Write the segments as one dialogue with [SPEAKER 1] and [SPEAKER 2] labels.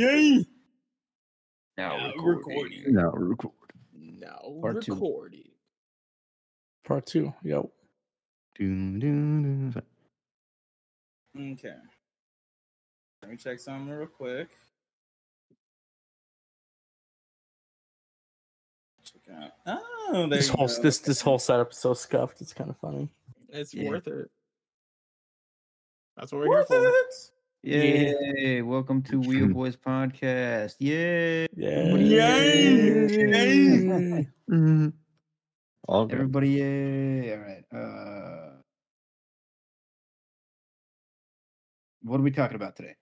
[SPEAKER 1] Yay!
[SPEAKER 2] Now
[SPEAKER 1] Now
[SPEAKER 2] recording.
[SPEAKER 1] recording.
[SPEAKER 3] No, record.
[SPEAKER 1] No,
[SPEAKER 3] Part two.
[SPEAKER 1] recording.
[SPEAKER 3] Part two. Yo. Doom, doom, doom.
[SPEAKER 1] Okay. Let me check something real quick. Check out. Oh, there
[SPEAKER 4] This
[SPEAKER 1] you
[SPEAKER 4] whole
[SPEAKER 1] go.
[SPEAKER 4] this this whole setup is so scuffed. It's kind of funny.
[SPEAKER 1] It's
[SPEAKER 2] Yeah.
[SPEAKER 1] worth it.
[SPEAKER 5] That's what we're
[SPEAKER 1] Worth
[SPEAKER 5] here for.
[SPEAKER 1] it.
[SPEAKER 2] Yay!
[SPEAKER 4] Yeah.
[SPEAKER 2] Welcome to Wheel Boys Podcast. Yay!
[SPEAKER 4] Yeah.
[SPEAKER 1] Yay!
[SPEAKER 4] Yay!
[SPEAKER 3] Mhm. All good.
[SPEAKER 2] Everybody, yay! All right. Uh, what are we talking about today?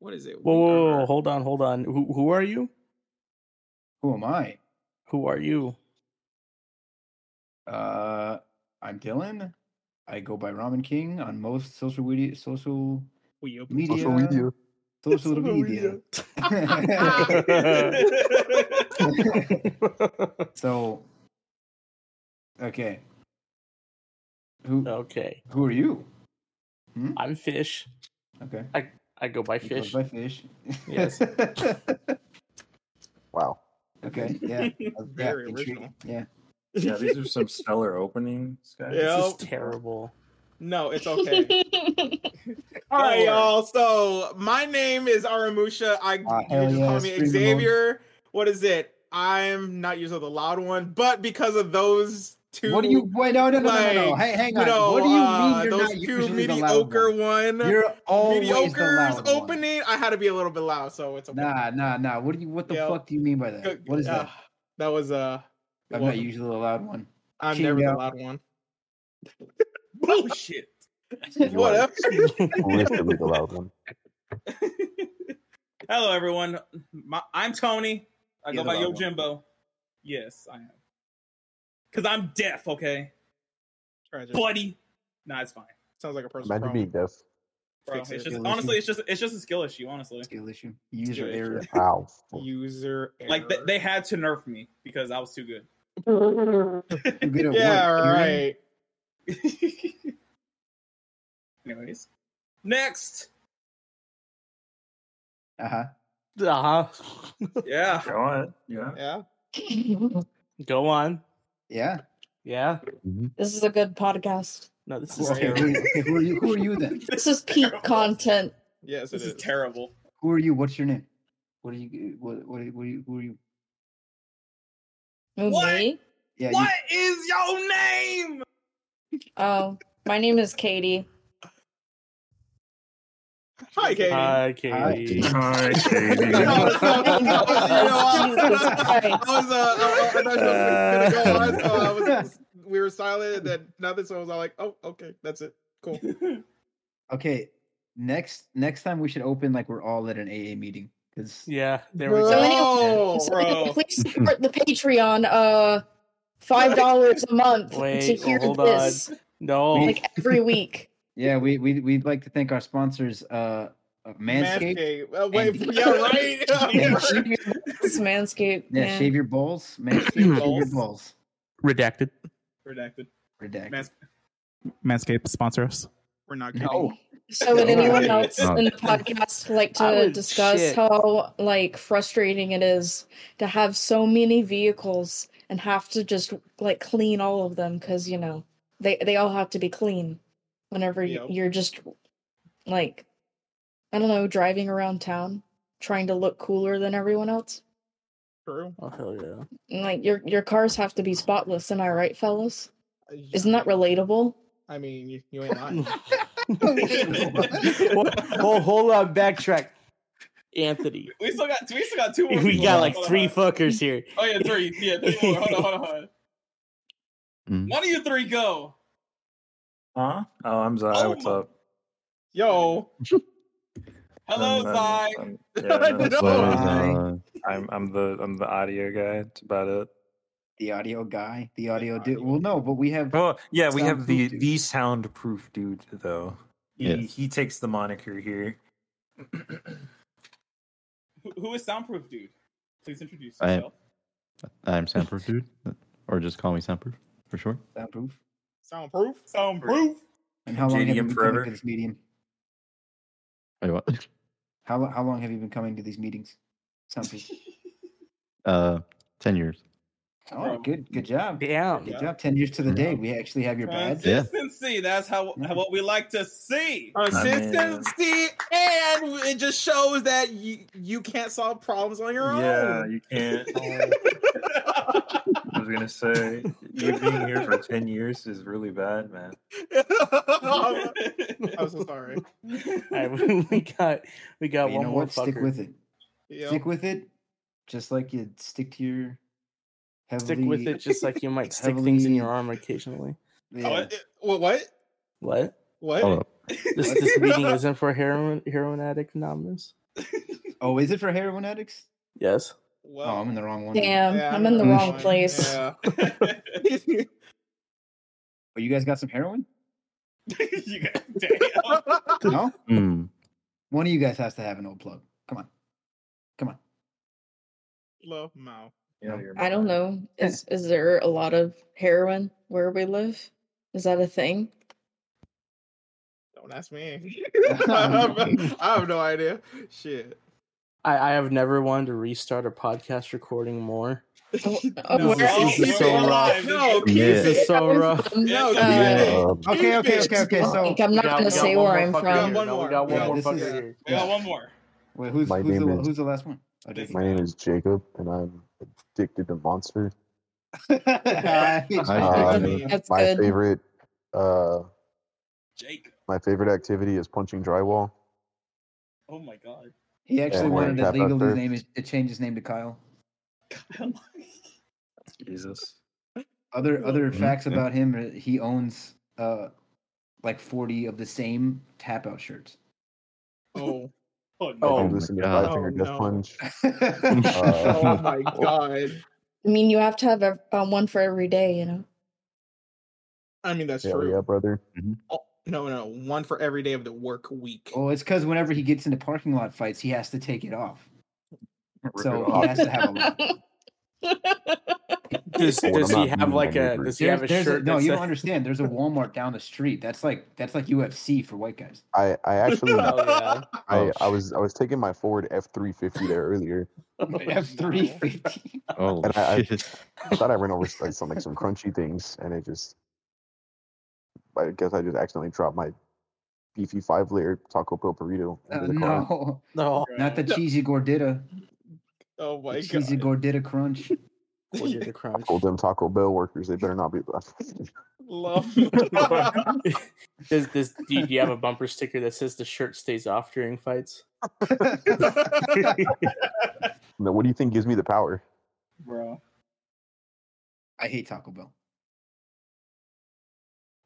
[SPEAKER 5] What is it?
[SPEAKER 4] Whoa, whoa, whoa,
[SPEAKER 5] are-
[SPEAKER 4] hold on, hold on. Who who are you?
[SPEAKER 2] Who am I?
[SPEAKER 4] Who are you?
[SPEAKER 2] Uh, I'm Dylan. I go by Ramen King on most social media. Social
[SPEAKER 5] We open
[SPEAKER 2] media.
[SPEAKER 3] Social media.
[SPEAKER 2] Social
[SPEAKER 1] Social
[SPEAKER 2] media. so, okay. Who
[SPEAKER 4] Uh, Okay,
[SPEAKER 2] Who are you?
[SPEAKER 4] I'm Fish.
[SPEAKER 2] Okay.
[SPEAKER 4] I go by
[SPEAKER 2] You goes
[SPEAKER 4] Fish.
[SPEAKER 2] By fish.
[SPEAKER 4] Yes.
[SPEAKER 3] Wow.
[SPEAKER 2] okay. Yeah. Uh, yeah,
[SPEAKER 5] Very original.
[SPEAKER 2] Yeah.
[SPEAKER 6] yeah, these are some stellar openings, guys.
[SPEAKER 5] Yeah.
[SPEAKER 4] This is
[SPEAKER 5] Yep.
[SPEAKER 4] terrible.
[SPEAKER 5] No, it's okay. All right,
[SPEAKER 2] worry.
[SPEAKER 5] y'all. So my name is Aramusha. I
[SPEAKER 2] Ah,
[SPEAKER 5] you
[SPEAKER 2] hell
[SPEAKER 5] just
[SPEAKER 2] yeah,
[SPEAKER 5] call
[SPEAKER 2] scream
[SPEAKER 5] me
[SPEAKER 2] them all.
[SPEAKER 5] Xavier. What is it? I'm not usually the loud one, but because of those two,
[SPEAKER 2] What do you? Wait, no, no, no, no, no, no.
[SPEAKER 5] like,
[SPEAKER 2] Hey, hang
[SPEAKER 5] you
[SPEAKER 2] on.
[SPEAKER 5] know,
[SPEAKER 2] what do you mean
[SPEAKER 5] uh,
[SPEAKER 2] you're
[SPEAKER 5] those
[SPEAKER 2] not
[SPEAKER 5] two
[SPEAKER 2] usually the loud
[SPEAKER 5] mediocre
[SPEAKER 2] one?
[SPEAKER 5] one,
[SPEAKER 2] You're always the
[SPEAKER 5] mediocre's
[SPEAKER 2] loud one.
[SPEAKER 5] opening? I had to be a little bit loud, so it's okay.
[SPEAKER 2] Nah, nah, nah. What do you? What the
[SPEAKER 5] Yo.
[SPEAKER 2] fuck do you mean by
[SPEAKER 5] Uh,
[SPEAKER 2] that? What is that?
[SPEAKER 5] That was uh,
[SPEAKER 2] I'm
[SPEAKER 5] well,
[SPEAKER 2] not usually the loud one.
[SPEAKER 5] I'm
[SPEAKER 2] Chin
[SPEAKER 5] never the
[SPEAKER 2] down.
[SPEAKER 5] loud one. Bullshit.
[SPEAKER 3] You are.
[SPEAKER 5] Whatever.
[SPEAKER 3] Always gonna be the loud one.
[SPEAKER 1] Hello, everyone. My, I'm Tony. I
[SPEAKER 2] You're
[SPEAKER 1] go by
[SPEAKER 2] the wrong one.
[SPEAKER 1] Yojimbo. Yes, I am. Because I'm deaf, okay?
[SPEAKER 5] Tragic.
[SPEAKER 1] Buddy. Nah, it's fine.
[SPEAKER 5] Sounds like a personal
[SPEAKER 3] Imagine being
[SPEAKER 5] problem.
[SPEAKER 3] deaf.
[SPEAKER 1] Bro,
[SPEAKER 5] Fix
[SPEAKER 1] it's
[SPEAKER 5] it.
[SPEAKER 1] just
[SPEAKER 2] Skill issue.
[SPEAKER 1] honestly, it's just it's just a skill issue. Honestly,
[SPEAKER 2] Skill issue. User
[SPEAKER 5] Skill
[SPEAKER 2] error.
[SPEAKER 3] Ow.
[SPEAKER 5] User
[SPEAKER 1] like they,
[SPEAKER 5] error.
[SPEAKER 1] they had to nerf me because I was too good.
[SPEAKER 2] You get a
[SPEAKER 5] yeah,
[SPEAKER 2] one hearing?
[SPEAKER 5] right.
[SPEAKER 1] Anyways, next.
[SPEAKER 2] Uh-huh.
[SPEAKER 4] Uh huh.
[SPEAKER 1] Yeah.
[SPEAKER 6] Go on. Yeah.
[SPEAKER 5] Yeah.
[SPEAKER 4] go on.
[SPEAKER 2] Yeah.
[SPEAKER 4] Yeah.
[SPEAKER 7] This is a good podcast.
[SPEAKER 4] No, this is
[SPEAKER 2] Well, okay,
[SPEAKER 4] terrible.
[SPEAKER 2] who, okay, who are you? Who are you then?
[SPEAKER 7] This is peak content.
[SPEAKER 5] Yes,
[SPEAKER 1] This
[SPEAKER 5] it
[SPEAKER 1] is
[SPEAKER 5] is.
[SPEAKER 1] terrible.
[SPEAKER 2] Who are you? What's your name? What are you? uh, What? What? Are you, what are you? Who are you?
[SPEAKER 1] What?
[SPEAKER 7] Me?
[SPEAKER 2] Yeah.
[SPEAKER 1] What is your name?
[SPEAKER 7] Oh, my name is Katie.
[SPEAKER 5] Hi, Katie.
[SPEAKER 4] Hi, Katie.
[SPEAKER 6] Hi,
[SPEAKER 5] No,
[SPEAKER 6] Katie.
[SPEAKER 5] no, no, no, Oh, no, you know,
[SPEAKER 7] Jesus
[SPEAKER 5] I- I
[SPEAKER 7] Christ.
[SPEAKER 5] was, uh, I- I- I thought she was gonna go on, so I was just- we were silent, and then now this one was all like, "Oh, okay, that's it, cool."
[SPEAKER 2] You, okay. Next. Next time we should open like we're all at an AA meeting because
[SPEAKER 4] Yeah, there we
[SPEAKER 5] Bro.
[SPEAKER 4] go.
[SPEAKER 5] Oh,
[SPEAKER 7] So
[SPEAKER 5] bro.
[SPEAKER 7] please support the Patreon. Uh, five dollars a month to
[SPEAKER 4] Wait,
[SPEAKER 7] hear
[SPEAKER 4] hold
[SPEAKER 7] this
[SPEAKER 4] No.
[SPEAKER 7] like every week.
[SPEAKER 2] yeah, we we we'd like to thank our sponsors, uh, uh, Manscaped.
[SPEAKER 5] Manscaped. Uh, wait,
[SPEAKER 2] And-
[SPEAKER 5] yeah, right.
[SPEAKER 2] Yeah,
[SPEAKER 5] Yeah,
[SPEAKER 2] shave your,
[SPEAKER 7] It's Manscaped.
[SPEAKER 2] yeah,
[SPEAKER 7] man.
[SPEAKER 2] shave your balls. Manscaped, shave your
[SPEAKER 5] Balls.
[SPEAKER 2] balls.
[SPEAKER 4] Redacted.
[SPEAKER 1] Redacted.
[SPEAKER 2] Redacted.
[SPEAKER 5] Mans-
[SPEAKER 1] Manscaped sponsor us.
[SPEAKER 5] We're not kidding.
[SPEAKER 2] no.
[SPEAKER 7] So, would anyone
[SPEAKER 2] Right.
[SPEAKER 7] else
[SPEAKER 3] No.
[SPEAKER 7] in the podcast like
[SPEAKER 4] I
[SPEAKER 7] to
[SPEAKER 4] would
[SPEAKER 7] discuss
[SPEAKER 4] shit.
[SPEAKER 7] how like frustrating it is to have so many vehicles and have to just like clean all of them because you know they they all have to be clean whenever y-
[SPEAKER 5] Yep.
[SPEAKER 7] you're just like I don't know driving around town trying to look cooler than everyone else.
[SPEAKER 5] True.
[SPEAKER 4] Oh hell yeah.
[SPEAKER 7] And, like your your cars have to be spotless, am I right, fellas? Isn't that relatable?
[SPEAKER 5] I mean, you, you ain't lying.
[SPEAKER 4] oh, hold on, backtrack. Anthony.
[SPEAKER 1] We still got we still got two more.
[SPEAKER 4] We
[SPEAKER 1] people.
[SPEAKER 4] got like
[SPEAKER 1] Hold on,
[SPEAKER 4] three
[SPEAKER 1] hold
[SPEAKER 4] fuckers here.
[SPEAKER 1] on. Oh yeah, three. Yeah, three more. Hold on, hold on, hold on.
[SPEAKER 3] Mm.
[SPEAKER 1] One of you three go.
[SPEAKER 6] Huh? Oh, I'm Zai.
[SPEAKER 1] Oh
[SPEAKER 6] What's
[SPEAKER 1] my-
[SPEAKER 6] up?
[SPEAKER 5] Yo,
[SPEAKER 1] Hello,
[SPEAKER 6] I'm, uh,
[SPEAKER 1] Zai.
[SPEAKER 6] I'm, yeah,
[SPEAKER 5] I
[SPEAKER 6] no,
[SPEAKER 5] know.
[SPEAKER 8] uh,
[SPEAKER 3] Bye.
[SPEAKER 6] I'm, I'm the I'm the audio guy. That's about it.
[SPEAKER 2] the audio guy, the audio
[SPEAKER 5] audio.
[SPEAKER 2] dude. Well, no, but we have
[SPEAKER 6] Oh yeah, we have the
[SPEAKER 2] Soundproof dude.
[SPEAKER 6] the soundproof dude though. He
[SPEAKER 3] Yes.
[SPEAKER 6] he takes the moniker here.
[SPEAKER 1] Who- Who is soundproof, dude? Please introduce
[SPEAKER 3] I am.
[SPEAKER 1] yourself.
[SPEAKER 3] I'm soundproof, dude. Or just call me soundproof for short.
[SPEAKER 2] soundproof.
[SPEAKER 5] soundproof.
[SPEAKER 1] Soundproof.
[SPEAKER 2] And how long have
[SPEAKER 6] JDM
[SPEAKER 2] you been doing
[SPEAKER 6] forever.
[SPEAKER 2] for this medium?
[SPEAKER 3] Wait, what?
[SPEAKER 2] How lo- how long have you been coming to these meetings? Something.
[SPEAKER 3] Uh, ten years.
[SPEAKER 2] Oh, good good job. Good
[SPEAKER 4] Damn.
[SPEAKER 1] Yeah.
[SPEAKER 2] job. Ten years to the day. We actually have your badge.
[SPEAKER 3] Yeah.
[SPEAKER 1] Consistency. That's how,
[SPEAKER 2] Yeah.
[SPEAKER 1] how what we like to see.
[SPEAKER 5] Consistency, and it just shows that you, you can't solve problems on your
[SPEAKER 6] Yeah,
[SPEAKER 5] own.
[SPEAKER 6] you can't. I was gonna say you being here for ten years is really bad, man.
[SPEAKER 5] I'm so sorry.
[SPEAKER 4] All right, we got we got
[SPEAKER 2] But you
[SPEAKER 4] one
[SPEAKER 2] know
[SPEAKER 4] more
[SPEAKER 2] what?
[SPEAKER 4] fucker.
[SPEAKER 2] Stick with it.
[SPEAKER 5] Yeah.
[SPEAKER 2] Stick with it. Just like you stick to your heavily
[SPEAKER 4] Stick with it, just like you might stick things in your arm occasionally.
[SPEAKER 2] yeah.
[SPEAKER 5] What? Oh, What? What?
[SPEAKER 4] What?
[SPEAKER 5] What?
[SPEAKER 3] Hold up.
[SPEAKER 4] This this meeting isn't for heroin heroin addict anonymous.
[SPEAKER 2] Oh, is it for heroin addicts?
[SPEAKER 4] Yes.
[SPEAKER 5] Well,
[SPEAKER 2] Oh, I'm in the wrong one.
[SPEAKER 7] Damn,
[SPEAKER 5] yeah,
[SPEAKER 7] I'm in the
[SPEAKER 5] know.
[SPEAKER 7] wrong place.
[SPEAKER 5] Yeah.
[SPEAKER 2] But you guys got some heroin?
[SPEAKER 1] you got, damn.
[SPEAKER 2] No.
[SPEAKER 3] Hmm.
[SPEAKER 2] One of you guys has to have an old plug. Come on. Come on.
[SPEAKER 5] Love Mao.
[SPEAKER 6] Yeah, you're
[SPEAKER 7] I don't
[SPEAKER 6] mad.
[SPEAKER 7] know. Is is there a lot of heroin where we live? Is that a thing?
[SPEAKER 5] Don't ask me. I have no idea. Shit.
[SPEAKER 4] I, I have never wanted to restart a podcast recording more.
[SPEAKER 7] Oh,
[SPEAKER 5] No,
[SPEAKER 7] oh, where-
[SPEAKER 5] no,
[SPEAKER 4] This is so
[SPEAKER 5] no,
[SPEAKER 1] rough.
[SPEAKER 5] No, keep
[SPEAKER 3] Yeah.
[SPEAKER 4] This is
[SPEAKER 5] it.
[SPEAKER 4] so rough.
[SPEAKER 5] No, keep it.
[SPEAKER 7] Uh,
[SPEAKER 3] Yeah.
[SPEAKER 2] Okay, okay, okay, okay.
[SPEAKER 7] I
[SPEAKER 2] So
[SPEAKER 7] think I'm not
[SPEAKER 4] We got-
[SPEAKER 7] gonna
[SPEAKER 4] we got
[SPEAKER 7] say
[SPEAKER 4] one
[SPEAKER 7] where
[SPEAKER 4] more
[SPEAKER 7] I'm
[SPEAKER 4] fucker
[SPEAKER 5] got
[SPEAKER 4] here.
[SPEAKER 7] from.
[SPEAKER 5] one
[SPEAKER 4] No,
[SPEAKER 5] more.
[SPEAKER 4] We got one
[SPEAKER 5] Yeah,
[SPEAKER 4] more
[SPEAKER 2] this
[SPEAKER 4] fucker
[SPEAKER 2] is-
[SPEAKER 4] here.
[SPEAKER 1] We got one more.
[SPEAKER 2] wait, who's
[SPEAKER 8] My
[SPEAKER 2] who's the,
[SPEAKER 8] name is-
[SPEAKER 2] who's the last one? Oh, Jason.
[SPEAKER 8] My name is Jacob, and I'm addicted to Monster. Uh,
[SPEAKER 2] Hi,
[SPEAKER 3] Hi,
[SPEAKER 2] Jason.
[SPEAKER 8] Jacob.
[SPEAKER 7] That's
[SPEAKER 8] My
[SPEAKER 7] good.
[SPEAKER 8] favorite, uh,
[SPEAKER 1] Jake.
[SPEAKER 8] my favorite activity is punching drywall.
[SPEAKER 1] Oh my god.
[SPEAKER 2] He actually
[SPEAKER 8] Yeah,
[SPEAKER 2] wanted to
[SPEAKER 8] cap out
[SPEAKER 2] legally
[SPEAKER 8] there.
[SPEAKER 2] name his, to change his name to Kyle.
[SPEAKER 6] Jesus.
[SPEAKER 2] Other other
[SPEAKER 3] Mhm.
[SPEAKER 2] facts about him: uh, he owns uh like forty of the same tap out shirts.
[SPEAKER 5] Oh,
[SPEAKER 1] oh
[SPEAKER 8] I
[SPEAKER 4] Oh
[SPEAKER 8] do
[SPEAKER 3] my
[SPEAKER 8] listen to
[SPEAKER 3] God.
[SPEAKER 8] Five Finger
[SPEAKER 5] Oh,
[SPEAKER 8] Death
[SPEAKER 5] no.
[SPEAKER 8] Punch.
[SPEAKER 5] oh
[SPEAKER 8] Uh,
[SPEAKER 5] my god.
[SPEAKER 7] I mean, you have to have ev- um, one for every day, you know.
[SPEAKER 5] I mean, that's
[SPEAKER 8] Hell
[SPEAKER 5] true.
[SPEAKER 8] yeah, brother.
[SPEAKER 5] No, no, one for every day of the work week.
[SPEAKER 2] oh, it's because whenever he gets into parking lot fights, he has to take it off. So
[SPEAKER 8] off.
[SPEAKER 2] he has to have a lot.
[SPEAKER 4] does
[SPEAKER 8] Well,
[SPEAKER 4] does
[SPEAKER 8] I'm
[SPEAKER 4] he
[SPEAKER 8] not
[SPEAKER 4] have
[SPEAKER 8] mean
[SPEAKER 4] like a
[SPEAKER 8] anymore.
[SPEAKER 4] does he have a
[SPEAKER 2] There's- there's
[SPEAKER 4] shirt?
[SPEAKER 2] no,
[SPEAKER 4] that
[SPEAKER 2] you don't
[SPEAKER 4] says-
[SPEAKER 2] understand. There's a Walmart down the street. That's like that's like UFC for white guys.
[SPEAKER 8] I, I actually,
[SPEAKER 4] Oh, yeah.
[SPEAKER 8] I, I was, I was taking my Ford F three fifty there earlier.
[SPEAKER 2] F three fifty.
[SPEAKER 3] Oh
[SPEAKER 8] And I- I-
[SPEAKER 3] shit.
[SPEAKER 8] I thought I ran over like some like some crunchy things, and it just, I guess I just accidentally dropped my beefy five layer Taco Bell burrito
[SPEAKER 2] Oh,
[SPEAKER 8] into the car.
[SPEAKER 2] No,
[SPEAKER 4] No.
[SPEAKER 2] not the cheesy gordita.
[SPEAKER 5] Oh
[SPEAKER 2] The
[SPEAKER 5] my
[SPEAKER 2] cheesy
[SPEAKER 5] god.
[SPEAKER 2] gordita crunch.
[SPEAKER 4] We'll do the crunch.
[SPEAKER 8] Told them Taco Bell workers they better not be left.
[SPEAKER 5] Love.
[SPEAKER 4] Does this do you, do you have a bumper sticker that says the shirt stays off during fights?
[SPEAKER 8] now, what do you think gives me the power?
[SPEAKER 1] bro.
[SPEAKER 2] I hate Taco Bell.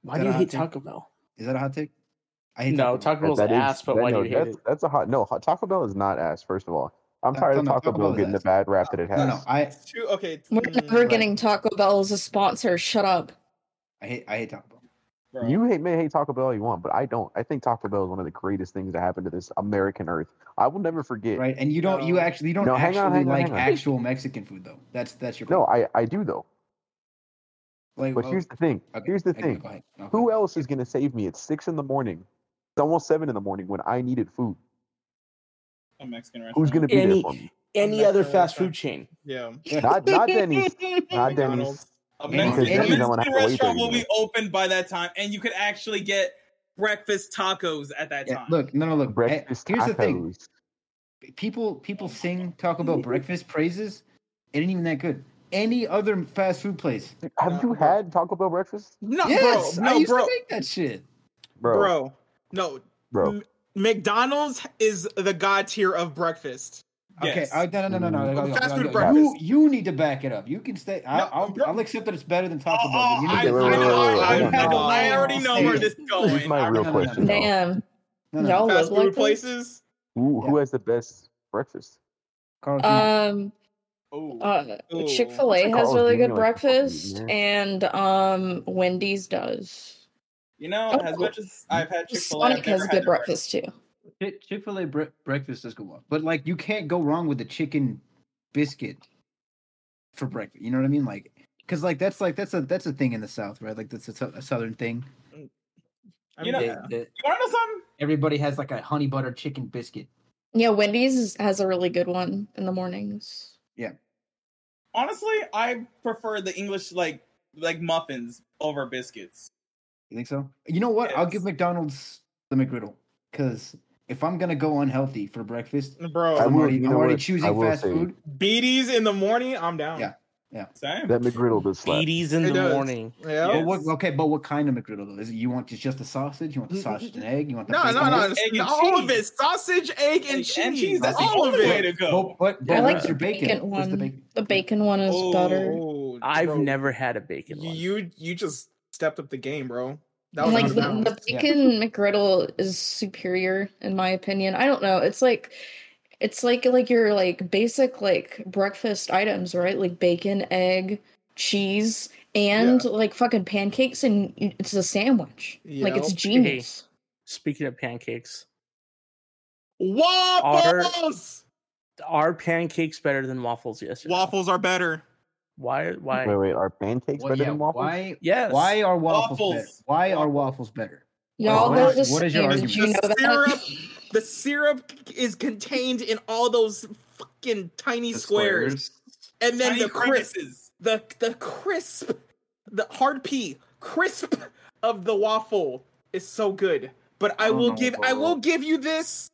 [SPEAKER 4] Why
[SPEAKER 2] Is that
[SPEAKER 4] do you
[SPEAKER 2] a hot
[SPEAKER 4] hate
[SPEAKER 2] take?
[SPEAKER 4] Taco Bell?
[SPEAKER 2] Is that a hot take? I hate
[SPEAKER 4] No,
[SPEAKER 2] Taco
[SPEAKER 4] Taco Bell's
[SPEAKER 8] That is-
[SPEAKER 4] ass, but
[SPEAKER 8] that-
[SPEAKER 4] why
[SPEAKER 8] no,
[SPEAKER 4] do you hate
[SPEAKER 8] that's,
[SPEAKER 4] it?
[SPEAKER 8] That's a hot no. Hot, Taco Bell is not ass. First of all, I'm
[SPEAKER 2] No,
[SPEAKER 8] tired of
[SPEAKER 2] no,
[SPEAKER 8] Taco
[SPEAKER 2] Taco
[SPEAKER 8] Bell
[SPEAKER 2] Bell is
[SPEAKER 8] getting the
[SPEAKER 2] ass.
[SPEAKER 8] bad rap that it has.
[SPEAKER 2] Bell. No, no, I
[SPEAKER 5] Two, okay.
[SPEAKER 7] We're
[SPEAKER 5] mm,
[SPEAKER 7] never
[SPEAKER 5] right.
[SPEAKER 7] getting Taco Bell as a sponsor. Shut up.
[SPEAKER 2] I hate I hate Taco Bell.
[SPEAKER 1] Bro.
[SPEAKER 8] You hate, may hate Taco Bell all you want, but I don't. I think Taco Bell is one of the greatest things that happened to this American earth. I will never forget.
[SPEAKER 2] Right, and you don't you
[SPEAKER 5] No.
[SPEAKER 2] actually you don't
[SPEAKER 8] No, hang
[SPEAKER 2] actually
[SPEAKER 8] on, hang on,
[SPEAKER 2] like
[SPEAKER 8] hang on.
[SPEAKER 2] actual Mexican food though. That's that's your
[SPEAKER 8] No,
[SPEAKER 2] problem.
[SPEAKER 8] I, I do though.
[SPEAKER 2] like
[SPEAKER 8] But
[SPEAKER 2] oh,
[SPEAKER 8] here's the thing.
[SPEAKER 2] okay,
[SPEAKER 8] Here's the
[SPEAKER 2] okay,
[SPEAKER 8] thing.
[SPEAKER 2] go ahead, go
[SPEAKER 8] Who
[SPEAKER 2] ahead.
[SPEAKER 8] else is gonna save me at six in the morning? It's almost seven in the morning when I needed food.
[SPEAKER 1] A Mexican restaurant.
[SPEAKER 8] Who's gonna be there
[SPEAKER 4] Any-
[SPEAKER 8] for me?
[SPEAKER 4] Any
[SPEAKER 5] not
[SPEAKER 4] other
[SPEAKER 5] sure
[SPEAKER 4] fast
[SPEAKER 5] what
[SPEAKER 4] food chain?
[SPEAKER 5] Yeah.
[SPEAKER 8] Not not Denny's. Not Denny's.
[SPEAKER 5] McDonald's.
[SPEAKER 1] A
[SPEAKER 2] Yeah,
[SPEAKER 1] Mexican,
[SPEAKER 2] because
[SPEAKER 1] a
[SPEAKER 2] Denny's
[SPEAKER 8] I
[SPEAKER 1] Mexican
[SPEAKER 8] wanna have to wait
[SPEAKER 1] restaurant
[SPEAKER 8] 30
[SPEAKER 1] will be
[SPEAKER 8] minutes.
[SPEAKER 1] open by that time, and you could actually get breakfast tacos at that
[SPEAKER 2] Yeah,
[SPEAKER 1] time.
[SPEAKER 2] look, no, no, look. eh,
[SPEAKER 8] Breakfast
[SPEAKER 2] here's the thing:
[SPEAKER 8] tacos.
[SPEAKER 2] people people sing Taco Bell breakfast praises. It ain't even that good. Any other fast food place?
[SPEAKER 8] Have you had Taco Bell breakfast,
[SPEAKER 5] No,
[SPEAKER 2] yes,
[SPEAKER 5] bro.
[SPEAKER 2] I
[SPEAKER 5] No,
[SPEAKER 2] used
[SPEAKER 5] bro.
[SPEAKER 2] to make that shit.
[SPEAKER 8] bro?
[SPEAKER 5] Bro. No.
[SPEAKER 8] Bro.
[SPEAKER 5] M- McDonald's is the god tier of breakfast.
[SPEAKER 2] Okay,
[SPEAKER 1] Yes.
[SPEAKER 2] I, no, no, no, no, no, no, no,
[SPEAKER 5] Fast
[SPEAKER 2] no,
[SPEAKER 5] food
[SPEAKER 2] no, You
[SPEAKER 5] breakfast.
[SPEAKER 2] you need to back it up. You can stay. I,
[SPEAKER 5] No,
[SPEAKER 2] I'll,
[SPEAKER 5] bro.
[SPEAKER 2] I'll accept that it's better than Taco
[SPEAKER 1] Oh,
[SPEAKER 2] Bell. but you need
[SPEAKER 1] I,
[SPEAKER 8] Okay,
[SPEAKER 2] to-
[SPEAKER 8] wait,
[SPEAKER 1] I
[SPEAKER 8] wait,
[SPEAKER 1] know-
[SPEAKER 8] wait, wait,
[SPEAKER 1] I
[SPEAKER 8] hold on.
[SPEAKER 1] know- I already know where this is going.
[SPEAKER 6] Here's my
[SPEAKER 1] I-
[SPEAKER 6] real
[SPEAKER 2] no, no, no,
[SPEAKER 6] question.
[SPEAKER 2] no.
[SPEAKER 6] though.
[SPEAKER 7] Damn.
[SPEAKER 2] No, no,
[SPEAKER 7] Y'all
[SPEAKER 5] Fast
[SPEAKER 7] live like
[SPEAKER 5] food
[SPEAKER 7] this?
[SPEAKER 5] places.
[SPEAKER 8] Who who has the best breakfast?
[SPEAKER 2] Carl Jr.
[SPEAKER 7] Um,
[SPEAKER 1] Ooh.
[SPEAKER 5] Oh.
[SPEAKER 7] uh,
[SPEAKER 5] Ooh.
[SPEAKER 7] Chick Fil A
[SPEAKER 8] What's it
[SPEAKER 7] has
[SPEAKER 8] called?
[SPEAKER 7] really
[SPEAKER 8] Give me,
[SPEAKER 7] good
[SPEAKER 8] like,
[SPEAKER 7] breakfast,
[SPEAKER 8] fucking-
[SPEAKER 7] and um, Wendy's does.
[SPEAKER 1] You know,
[SPEAKER 7] Oh.
[SPEAKER 1] as much as I've had Chick Fil A,
[SPEAKER 7] Sonic has good breakfast too.
[SPEAKER 2] Chick Fil A bre- breakfast does go well, but like you can't go wrong with the chicken biscuit for breakfast. You know what I mean? Like, because like that's like that's a that's a thing in the South, right? Like that's a, sou- a Southern thing.
[SPEAKER 5] I mean,
[SPEAKER 1] You know-
[SPEAKER 5] yeah.
[SPEAKER 2] That- that-
[SPEAKER 1] You want to know something?
[SPEAKER 2] everybody has like a honey butter chicken biscuit.
[SPEAKER 7] Yeah, Wendy's is- has a really good one in the mornings.
[SPEAKER 1] Honestly, I prefer the English like like muffins over biscuits.
[SPEAKER 2] You think so? You know what? I'll give
[SPEAKER 1] Yes.
[SPEAKER 2] McDonald's the McGriddle because if I'm gonna go unhealthy for breakfast,
[SPEAKER 5] Bro,
[SPEAKER 8] I
[SPEAKER 2] I'm
[SPEAKER 8] will-
[SPEAKER 2] already,
[SPEAKER 8] you
[SPEAKER 2] I'm
[SPEAKER 8] know
[SPEAKER 2] already
[SPEAKER 8] what? I
[SPEAKER 2] choosing
[SPEAKER 8] will
[SPEAKER 2] fast
[SPEAKER 8] say-
[SPEAKER 2] food.
[SPEAKER 5] BD's in the morning, I'm down.
[SPEAKER 2] Yeah.
[SPEAKER 1] Same.
[SPEAKER 8] That McGriddle does slap.
[SPEAKER 4] Beaties in
[SPEAKER 5] It
[SPEAKER 4] the
[SPEAKER 5] does.
[SPEAKER 4] morning.
[SPEAKER 5] Yeah.
[SPEAKER 2] But what?
[SPEAKER 1] Yes.
[SPEAKER 2] Okay, but what kind of McGriddle though? Is it you want just, just the sausage? You
[SPEAKER 5] Mm,
[SPEAKER 2] want the sausage and egg? You want the
[SPEAKER 5] No,
[SPEAKER 2] bacon?
[SPEAKER 5] no, no.
[SPEAKER 1] Egg and
[SPEAKER 5] all of it.
[SPEAKER 1] cheese.
[SPEAKER 5] Sausage, egg, and,
[SPEAKER 1] And
[SPEAKER 5] cheese.
[SPEAKER 1] That's the
[SPEAKER 5] all of
[SPEAKER 1] only way
[SPEAKER 5] it.
[SPEAKER 1] to go.
[SPEAKER 2] Well, but, but
[SPEAKER 3] I like
[SPEAKER 2] where's
[SPEAKER 3] the
[SPEAKER 2] your bacon? Where's
[SPEAKER 7] one.
[SPEAKER 2] the bacon?
[SPEAKER 7] The bacon one is
[SPEAKER 1] Oh,
[SPEAKER 7] better.
[SPEAKER 5] Oh,
[SPEAKER 4] I've
[SPEAKER 5] bro.
[SPEAKER 4] never had a bacon one.
[SPEAKER 5] You you just stepped up the game, bro. That was
[SPEAKER 7] Like
[SPEAKER 5] like,
[SPEAKER 7] the, the
[SPEAKER 2] Yeah.
[SPEAKER 7] bacon McGriddle is superior in my opinion. I don't know. It's like it's like like your like basic like breakfast items, right? Like bacon, egg, cheese, and like fucking pancakes, and you- it's a sandwich. Like it's
[SPEAKER 5] Yep.
[SPEAKER 7] genius.
[SPEAKER 4] Speaking of pancakes,
[SPEAKER 5] waffles.
[SPEAKER 4] are pancakes better than waffles? Yes. or no?
[SPEAKER 5] Waffles are better.
[SPEAKER 4] Why? Why?
[SPEAKER 8] Wait, wait, are pancakes
[SPEAKER 2] Well,
[SPEAKER 8] better
[SPEAKER 2] yeah,
[SPEAKER 8] than waffles?
[SPEAKER 2] Why?
[SPEAKER 4] Yes.
[SPEAKER 2] Why are waffles, better?
[SPEAKER 1] Waffles.
[SPEAKER 2] Why are waffles better?
[SPEAKER 7] Y'all,
[SPEAKER 2] Why?
[SPEAKER 7] they're the
[SPEAKER 2] What is your
[SPEAKER 7] same. Did
[SPEAKER 2] argument?
[SPEAKER 7] you know
[SPEAKER 5] The
[SPEAKER 7] that?
[SPEAKER 5] The syrup is contained in all those fucking tiny
[SPEAKER 6] The
[SPEAKER 5] squares. and then
[SPEAKER 1] Tiny
[SPEAKER 5] the crisp,
[SPEAKER 1] crevices.
[SPEAKER 5] the the crisp, the hard P crisp of the waffle is so good. But I
[SPEAKER 6] I don't
[SPEAKER 5] will
[SPEAKER 6] know
[SPEAKER 5] give I
[SPEAKER 6] about-
[SPEAKER 5] will give you this.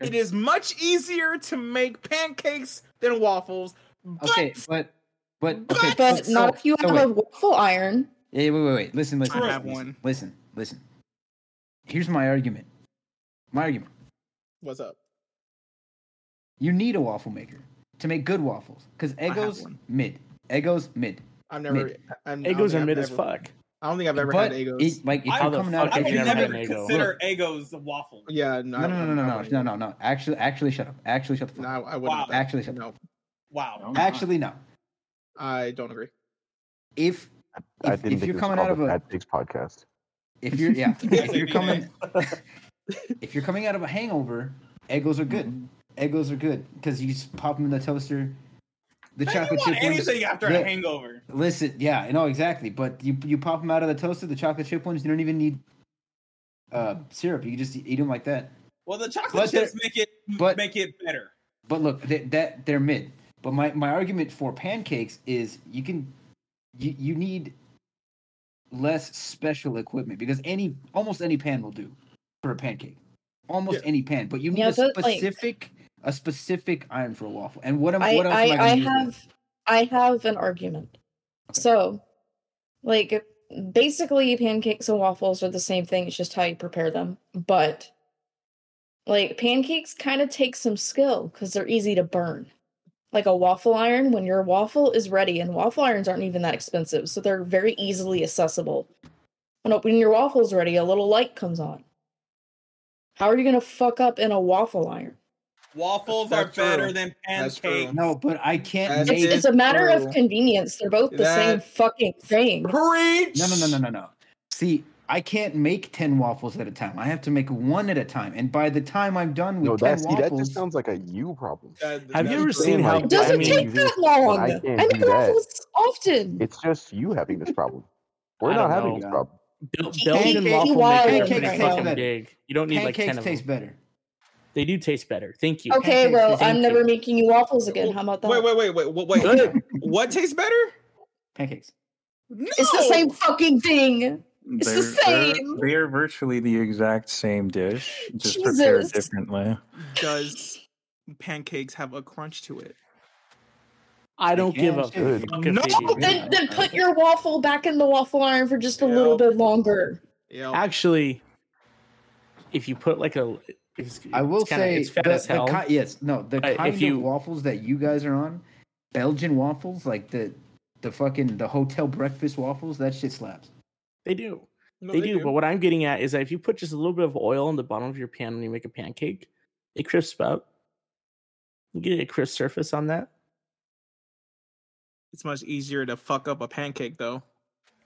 [SPEAKER 5] It is much easier to make pancakes than waffles. But
[SPEAKER 2] Okay, but but okay,
[SPEAKER 7] But
[SPEAKER 2] so-
[SPEAKER 7] not if you
[SPEAKER 2] so
[SPEAKER 7] have a
[SPEAKER 2] Oh, wait.
[SPEAKER 7] waffle iron.
[SPEAKER 2] Yeah, wait, wait, wait. Listen, listen.
[SPEAKER 5] I
[SPEAKER 2] listen,
[SPEAKER 5] have
[SPEAKER 2] listen,
[SPEAKER 5] one.
[SPEAKER 2] Listen, listen. Here's my argument. My argument.
[SPEAKER 5] What's up?
[SPEAKER 2] You need a waffle maker to make good waffles. Because
[SPEAKER 5] have
[SPEAKER 2] Eggo's
[SPEAKER 5] one.
[SPEAKER 2] mid. Eggo's mid.
[SPEAKER 5] I've never.
[SPEAKER 2] Mid.
[SPEAKER 5] I'm,
[SPEAKER 4] Egos
[SPEAKER 5] I don't think
[SPEAKER 4] are
[SPEAKER 5] I've
[SPEAKER 4] mid as
[SPEAKER 5] ever-
[SPEAKER 4] fuck.
[SPEAKER 5] I don't think I've ever
[SPEAKER 2] but
[SPEAKER 5] had Egos.
[SPEAKER 2] it- like if
[SPEAKER 1] I-
[SPEAKER 2] you're
[SPEAKER 1] How
[SPEAKER 4] the
[SPEAKER 2] coming
[SPEAKER 4] fuck
[SPEAKER 2] out
[SPEAKER 1] I
[SPEAKER 4] if
[SPEAKER 1] would
[SPEAKER 4] you've never
[SPEAKER 1] never
[SPEAKER 4] had an Eggo.
[SPEAKER 1] consider Eggo's a waffle.
[SPEAKER 5] yeah, no,
[SPEAKER 2] No, no, no,
[SPEAKER 5] I'm not
[SPEAKER 2] no, no,
[SPEAKER 5] having
[SPEAKER 2] no,
[SPEAKER 5] Egos.
[SPEAKER 2] no, no. Actually, actually, shut up. Actually, shut the fuck. up.
[SPEAKER 5] No, I wouldn't.
[SPEAKER 1] Wow.
[SPEAKER 2] Actually, shut up.
[SPEAKER 5] no,
[SPEAKER 1] Wow.
[SPEAKER 2] Actually, no.
[SPEAKER 5] I don't agree.
[SPEAKER 2] If
[SPEAKER 8] I
[SPEAKER 2] if-
[SPEAKER 8] didn't
[SPEAKER 2] if
[SPEAKER 8] think
[SPEAKER 2] you're
[SPEAKER 8] it was
[SPEAKER 2] coming
[SPEAKER 8] called
[SPEAKER 2] out of
[SPEAKER 8] the
[SPEAKER 2] a-
[SPEAKER 8] Fat Dicks podcast.
[SPEAKER 2] if you're yeah if
[SPEAKER 1] Yes,
[SPEAKER 2] you're
[SPEAKER 1] I mean,
[SPEAKER 2] coming if you're coming out of a hangover, Eggos are good.
[SPEAKER 1] Mm-hmm.
[SPEAKER 2] Eggos are good because you just pop them in the toaster. The
[SPEAKER 1] Man, you
[SPEAKER 2] chocolate
[SPEAKER 1] want
[SPEAKER 2] chip ones.
[SPEAKER 1] anything after
[SPEAKER 2] Yeah.
[SPEAKER 1] a hangover.
[SPEAKER 2] Listen, yeah, no, exactly. But you you pop them out of the toaster, the chocolate chip ones. You don't even need uh, syrup. You just eat them like that.
[SPEAKER 1] Well, the chocolate
[SPEAKER 2] But
[SPEAKER 1] chips make it
[SPEAKER 2] but-
[SPEAKER 1] make it better.
[SPEAKER 2] But look, that, that they're mid. But my, my argument for pancakes is you can you you need less special equipment because any almost any pan will do for a pancake. Almost any pan, but you need
[SPEAKER 7] Yeah,
[SPEAKER 2] a
[SPEAKER 7] but, like-
[SPEAKER 2] specific a specific iron for a waffle. And what am
[SPEAKER 7] I,
[SPEAKER 2] what else am I
[SPEAKER 7] I,
[SPEAKER 2] gonna
[SPEAKER 7] I
[SPEAKER 2] use it
[SPEAKER 7] have
[SPEAKER 2] with?
[SPEAKER 7] I have an argument. So, like, basically, pancakes and waffles are the same thing. It's just how you prepare them. But, like, pancakes kind of take some skill because they're easy to burn. Like a waffle iron, when your waffle is ready, and waffle irons aren't even that expensive, so they're very easily accessible. When opening your waffles ready, a little light comes on. How are you gonna fuck up in a waffle iron?
[SPEAKER 1] Waffles
[SPEAKER 5] That's
[SPEAKER 1] are
[SPEAKER 5] true.
[SPEAKER 1] better than
[SPEAKER 5] That's true.
[SPEAKER 1] pancakes.
[SPEAKER 2] No, but I
[SPEAKER 5] As
[SPEAKER 2] can't
[SPEAKER 7] It's,
[SPEAKER 2] make
[SPEAKER 5] That
[SPEAKER 7] it's
[SPEAKER 5] is
[SPEAKER 7] a matter of
[SPEAKER 5] true.
[SPEAKER 7] convenience. They're both the same
[SPEAKER 5] That-
[SPEAKER 7] fucking thing.
[SPEAKER 5] Preach.
[SPEAKER 2] No, no, no, no, no, no. See, I can't make ten waffles at a time. I have to make one at a time, and by the time I'm done with
[SPEAKER 8] No,
[SPEAKER 2] ten
[SPEAKER 8] that, see, that
[SPEAKER 2] waffles,
[SPEAKER 8] just sounds like a you problem.
[SPEAKER 5] That-
[SPEAKER 4] Have you
[SPEAKER 5] that's
[SPEAKER 4] ever
[SPEAKER 5] true.
[SPEAKER 4] seen how?
[SPEAKER 8] Like,
[SPEAKER 7] It doesn't
[SPEAKER 4] I mean,
[SPEAKER 7] take that long.
[SPEAKER 8] I
[SPEAKER 7] I,
[SPEAKER 8] can't do
[SPEAKER 7] make
[SPEAKER 8] that.
[SPEAKER 7] waffles often.
[SPEAKER 8] It's just you having this problem. We're
[SPEAKER 4] I
[SPEAKER 8] not
[SPEAKER 4] don't
[SPEAKER 8] having
[SPEAKER 4] know.
[SPEAKER 8] this problem.
[SPEAKER 4] Bel-
[SPEAKER 7] Pancake-
[SPEAKER 4] Belgian waffle
[SPEAKER 7] Pancake-
[SPEAKER 4] makers are
[SPEAKER 2] Pancakes
[SPEAKER 4] pretty
[SPEAKER 2] taste
[SPEAKER 4] fucking
[SPEAKER 2] better.
[SPEAKER 4] big. You don't need like ten
[SPEAKER 2] pancakes
[SPEAKER 4] of
[SPEAKER 2] taste
[SPEAKER 4] them.
[SPEAKER 2] better.
[SPEAKER 4] They do taste better. Thank you.
[SPEAKER 7] okay,
[SPEAKER 2] pancakes
[SPEAKER 7] well,
[SPEAKER 2] is
[SPEAKER 7] I'm never
[SPEAKER 4] pancake.
[SPEAKER 7] making you waffles again. How about that?
[SPEAKER 5] Wait, wait, wait, wait, wait, wait.
[SPEAKER 4] Good.
[SPEAKER 5] What tastes better?
[SPEAKER 2] Pancakes.
[SPEAKER 5] No!
[SPEAKER 7] It's the same fucking thing. It's the
[SPEAKER 6] they're-
[SPEAKER 7] same.
[SPEAKER 6] They are virtually the exact same dish, just prepared
[SPEAKER 7] Jesus.
[SPEAKER 6] differently.
[SPEAKER 5] Does pancakes have a crunch to it?
[SPEAKER 4] I don't give a
[SPEAKER 2] Pancakes
[SPEAKER 4] fuck
[SPEAKER 8] Good.
[SPEAKER 4] if
[SPEAKER 5] No,
[SPEAKER 4] they do.
[SPEAKER 7] Then, then put your waffle back in the waffle iron for just a
[SPEAKER 5] Yeah.
[SPEAKER 7] little bit longer.
[SPEAKER 5] Yeah.
[SPEAKER 4] Actually, if you put like a, it's,
[SPEAKER 2] I will
[SPEAKER 4] it's kinda-
[SPEAKER 2] say
[SPEAKER 4] it's fat
[SPEAKER 2] the,
[SPEAKER 4] as
[SPEAKER 2] the
[SPEAKER 4] hell.
[SPEAKER 2] ki- yes, no, the
[SPEAKER 4] But if
[SPEAKER 2] kind
[SPEAKER 4] you-
[SPEAKER 2] of waffles that you guys are on, Belgian waffles, like the the fucking the hotel breakfast waffles, that shit slaps.
[SPEAKER 4] they do. they, do, But what I'm getting at is that if you put just a little bit of oil on the bottom of your pan when you make a pancake, it crisps up. You get a crisp surface on that.
[SPEAKER 5] It's much easier to fuck up a pancake though.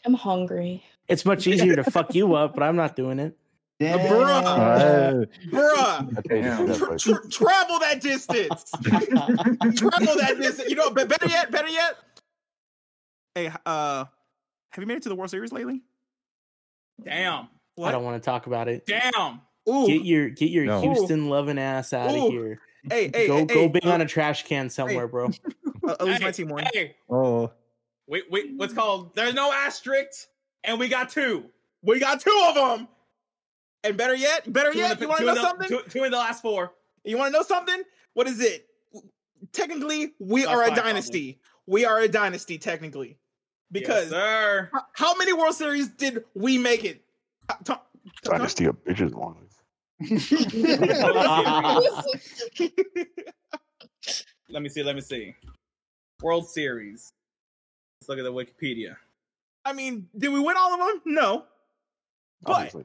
[SPEAKER 7] I'm hungry.
[SPEAKER 4] It's much easier to fuck you up, but I'm not doing it.
[SPEAKER 2] Damn.
[SPEAKER 5] Bruh!
[SPEAKER 8] Okay,
[SPEAKER 6] Yeah.
[SPEAKER 8] just do
[SPEAKER 5] Tra-
[SPEAKER 8] that, but-
[SPEAKER 5] tra- travel that distance. travel that distance. You know, but better yet, better yet. Hey, uh, have you made it to the World Series lately?
[SPEAKER 1] Damn.
[SPEAKER 5] What?
[SPEAKER 4] I don't want to talk about it.
[SPEAKER 1] Damn.
[SPEAKER 5] Ooh,
[SPEAKER 4] Get your get your
[SPEAKER 3] No.
[SPEAKER 4] Houston loving ass out of
[SPEAKER 5] Ooh.
[SPEAKER 4] here.
[SPEAKER 5] hey, hey,
[SPEAKER 4] go
[SPEAKER 5] hey,
[SPEAKER 4] go
[SPEAKER 5] hey,
[SPEAKER 4] bang
[SPEAKER 5] uh,
[SPEAKER 4] on a trash can somewhere, bro.
[SPEAKER 5] uh, at least my
[SPEAKER 1] Hey,
[SPEAKER 5] team won.
[SPEAKER 1] hey,
[SPEAKER 6] Oh,
[SPEAKER 1] wait, wait, what's called? There's no asterisk, and we got two. We got two of them.
[SPEAKER 5] And better yet, better
[SPEAKER 1] Two in
[SPEAKER 5] yet,
[SPEAKER 1] the-
[SPEAKER 5] you want
[SPEAKER 1] two
[SPEAKER 5] to
[SPEAKER 1] in
[SPEAKER 5] know
[SPEAKER 1] the-
[SPEAKER 5] something?
[SPEAKER 1] Two, two in the last four.
[SPEAKER 5] You want to know something? What is it? Technically, we
[SPEAKER 1] That's
[SPEAKER 5] are a
[SPEAKER 1] fine, probably.
[SPEAKER 5] dynasty. We are a dynasty technically, because
[SPEAKER 1] Yes, sir.
[SPEAKER 5] h- how many World Series did we make it? Uh, Tom- Tom-
[SPEAKER 8] Dynasty of bitches long.
[SPEAKER 1] Let me see. Let me see. World Series. Let's look at the Wikipedia.
[SPEAKER 5] I mean, did we win all of them? No, But-
[SPEAKER 8] Obviously,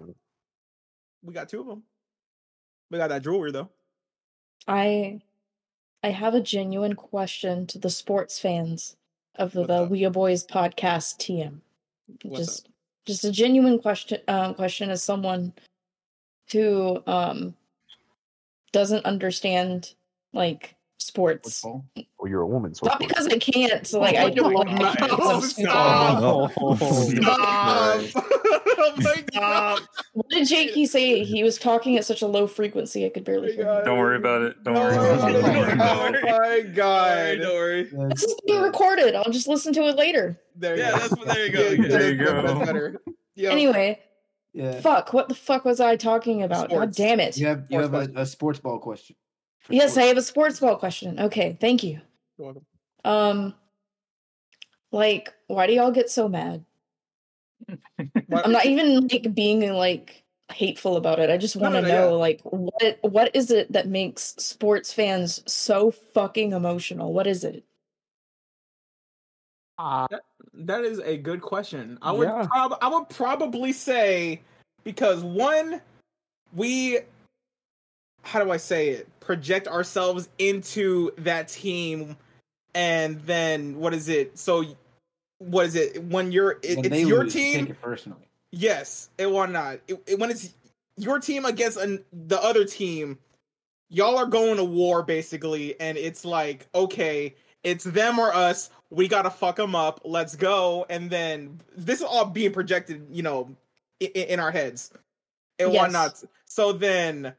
[SPEAKER 5] we got two of them. We got that jewelry though.
[SPEAKER 7] I I have a genuine question to the sports fans of the,
[SPEAKER 5] What's
[SPEAKER 7] the
[SPEAKER 5] up?
[SPEAKER 7] We Are Boys podcast TM.
[SPEAKER 5] What's
[SPEAKER 7] just just a genuine question um, question as someone who um doesn't understand like sports.
[SPEAKER 2] Football.
[SPEAKER 8] Well, oh, you're a woman, so
[SPEAKER 7] Not
[SPEAKER 8] of course.
[SPEAKER 7] because I can't, so like I
[SPEAKER 5] Oh
[SPEAKER 7] don't
[SPEAKER 5] my
[SPEAKER 7] like
[SPEAKER 5] God.
[SPEAKER 7] concepts of
[SPEAKER 5] Stop.
[SPEAKER 7] sports.
[SPEAKER 5] Stop! oh my god!
[SPEAKER 7] What did Jakey say? He was talking at such a low frequency I could
[SPEAKER 5] Oh
[SPEAKER 7] barely
[SPEAKER 5] my
[SPEAKER 7] hear.
[SPEAKER 5] God.
[SPEAKER 7] him.
[SPEAKER 6] don't worry about it. Don't worry
[SPEAKER 5] Oh
[SPEAKER 6] about
[SPEAKER 5] my
[SPEAKER 6] it.
[SPEAKER 5] God.
[SPEAKER 1] Don't
[SPEAKER 5] Oh my
[SPEAKER 1] Sorry,
[SPEAKER 5] god!
[SPEAKER 1] don't worry.
[SPEAKER 7] This is being recorded. I'll just listen to it later.
[SPEAKER 5] There you
[SPEAKER 1] Yeah,
[SPEAKER 5] go.
[SPEAKER 1] that's there you go.
[SPEAKER 5] Yeah,
[SPEAKER 1] Yeah.
[SPEAKER 6] There
[SPEAKER 5] that's
[SPEAKER 6] you
[SPEAKER 5] better, that's
[SPEAKER 6] go.
[SPEAKER 5] better. Yeah.
[SPEAKER 7] Anyway,
[SPEAKER 2] yeah.
[SPEAKER 7] fuck. What the fuck was I talking about? God
[SPEAKER 5] Sports.
[SPEAKER 7] damn it.
[SPEAKER 2] You have you
[SPEAKER 5] Sports
[SPEAKER 2] have a,
[SPEAKER 5] question.
[SPEAKER 2] a sports ball question. For
[SPEAKER 7] Yes, I
[SPEAKER 2] sports.
[SPEAKER 7] have a sports ball question. Okay, thank you.
[SPEAKER 5] You're welcome.
[SPEAKER 7] Um, like, why do y'all get so mad?
[SPEAKER 5] Why-
[SPEAKER 7] I'm not even like being like hateful about it. I just
[SPEAKER 5] No,
[SPEAKER 7] want to
[SPEAKER 5] no,
[SPEAKER 7] know
[SPEAKER 5] yeah.
[SPEAKER 7] like what what is it that makes sports fans so fucking emotional? What is it?
[SPEAKER 5] That is a good question. I would
[SPEAKER 4] Yeah.
[SPEAKER 5] prob- I would probably say because one we how do I say it? Project ourselves into that team and then what is it? So what is it? When you're it,
[SPEAKER 2] When
[SPEAKER 5] it's
[SPEAKER 2] they
[SPEAKER 5] your
[SPEAKER 2] lose, you
[SPEAKER 5] team
[SPEAKER 2] Take it personally.
[SPEAKER 5] Yes, it why not? It, it- when it's your team against an, the other team, y'all are going to war basically, and it's like, okay, it's them or us. We gotta fuck them up. Let's go. And then this is all being projected, you know, in, in our heads and
[SPEAKER 7] Yes.
[SPEAKER 5] whatnot. So then,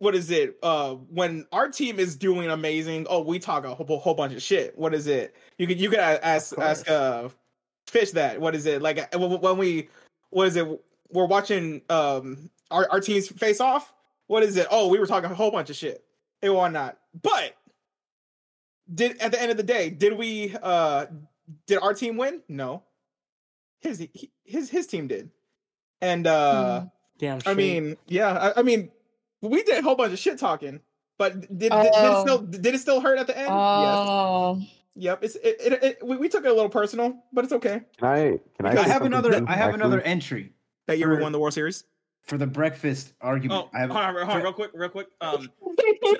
[SPEAKER 5] what is it? Uh, when our team is doing amazing, oh, we talk a whole, whole bunch of shit. What is it? You could you could a- ask
[SPEAKER 2] course.
[SPEAKER 5] ask uh, fish that. What is it like uh, w- w- when we what is it? We're watching um our our teams face off. What is it? Oh, we were talking a whole bunch of shit and whatnot. But did at the end of the day, did we? uh Did our team win? No, his he- his his team did, and uh.
[SPEAKER 7] Hmm.
[SPEAKER 4] Damn. Shame.
[SPEAKER 5] I mean, yeah. I, I mean, we did a whole bunch of shit talking, but did, did, did it
[SPEAKER 7] Oh.
[SPEAKER 5] still did it still hurt at the end? yes.
[SPEAKER 7] Oh,
[SPEAKER 5] Yep. It's it, it, it we, we took it a little personal, but it's okay
[SPEAKER 8] Can I? Can I?
[SPEAKER 5] Because
[SPEAKER 2] I
[SPEAKER 8] say
[SPEAKER 2] have
[SPEAKER 8] something
[SPEAKER 2] another.
[SPEAKER 8] too,
[SPEAKER 2] I have
[SPEAKER 8] actually?
[SPEAKER 2] another entry
[SPEAKER 5] that year we
[SPEAKER 2] Sure.
[SPEAKER 5] won the World Series.
[SPEAKER 2] for the breakfast argument.
[SPEAKER 1] Oh,
[SPEAKER 2] I have.
[SPEAKER 1] hold on, hold on,
[SPEAKER 2] for-
[SPEAKER 1] real quick, real quick. Um,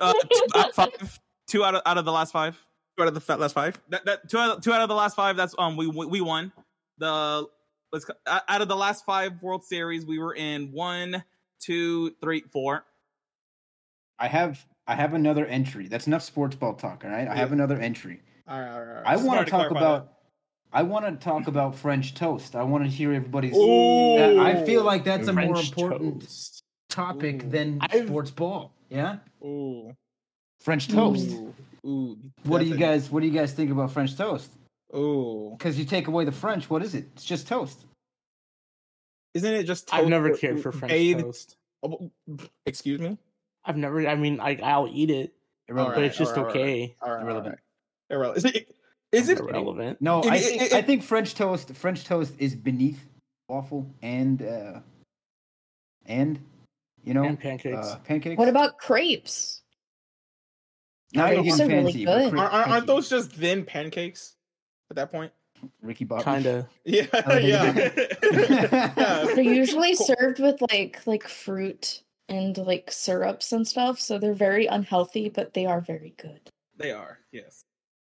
[SPEAKER 1] uh, two out of five, two out of, out of the last five.
[SPEAKER 5] Two out of the fa- last five.
[SPEAKER 1] That, that two out, two out of the last five. That's um we we we won the let's co- out out of the last five World Series we were in one two three four.
[SPEAKER 2] I have. I have another entry. That's enough sports ball talk. All right. I have
[SPEAKER 5] Yeah.
[SPEAKER 2] another entry.
[SPEAKER 5] All right, all right. All
[SPEAKER 2] I
[SPEAKER 5] right.
[SPEAKER 1] just
[SPEAKER 2] want
[SPEAKER 1] wanted
[SPEAKER 2] to
[SPEAKER 1] to
[SPEAKER 2] talk
[SPEAKER 1] clarify
[SPEAKER 2] about. I want to talk about French toast. I want to hear everybody's.
[SPEAKER 5] Ooh.
[SPEAKER 2] I feel like that's a more
[SPEAKER 4] French
[SPEAKER 2] important
[SPEAKER 4] toast.
[SPEAKER 2] topic
[SPEAKER 5] Ooh.
[SPEAKER 2] than
[SPEAKER 4] I've-
[SPEAKER 2] sports ball. Yeah.
[SPEAKER 5] Ooh.
[SPEAKER 2] French toast.
[SPEAKER 5] Ooh. Ooh.
[SPEAKER 2] What do
[SPEAKER 5] That's
[SPEAKER 2] you
[SPEAKER 5] a-
[SPEAKER 2] guys? What do you guys think about French toast?
[SPEAKER 5] Ooh.
[SPEAKER 2] Because you take away the French, what is it? It's just toast.
[SPEAKER 5] Isn't it just?
[SPEAKER 4] I've
[SPEAKER 5] toast
[SPEAKER 4] never
[SPEAKER 5] with-
[SPEAKER 2] e-,
[SPEAKER 4] cared for
[SPEAKER 5] with
[SPEAKER 4] French
[SPEAKER 5] bathed-
[SPEAKER 4] toast.
[SPEAKER 5] Oh, Excuse me.
[SPEAKER 4] I've never. I mean, I I'll eat it,
[SPEAKER 2] Irrelevant.
[SPEAKER 4] but it's just
[SPEAKER 5] alright, alright.
[SPEAKER 4] okay.
[SPEAKER 5] All right.
[SPEAKER 2] Irrelevant.
[SPEAKER 5] Irrelevant. Is it? Is it
[SPEAKER 4] irrelevant?
[SPEAKER 2] No, I
[SPEAKER 5] It-
[SPEAKER 2] think
[SPEAKER 5] it-
[SPEAKER 2] I think French toast. French toast is beneath waffle and uh, and you know
[SPEAKER 4] And pancakes.
[SPEAKER 2] uh, pancakes.
[SPEAKER 7] what about crepes?
[SPEAKER 2] Not
[SPEAKER 7] Crepes
[SPEAKER 2] even
[SPEAKER 7] are
[SPEAKER 2] fancy,
[SPEAKER 7] really good.
[SPEAKER 2] but cre-
[SPEAKER 5] aren't, aren't- aren't
[SPEAKER 2] crunchy.
[SPEAKER 5] those just thin pancakes? At that point.
[SPEAKER 2] Ricky Bobby?
[SPEAKER 4] Kinda.
[SPEAKER 5] Yeah.
[SPEAKER 2] Oh,
[SPEAKER 5] Yeah. yeah.
[SPEAKER 7] They're usually
[SPEAKER 5] Cool.
[SPEAKER 7] served with like like fruit and like syrups and stuff, so they're very unhealthy, but they are very good.
[SPEAKER 1] They are yes.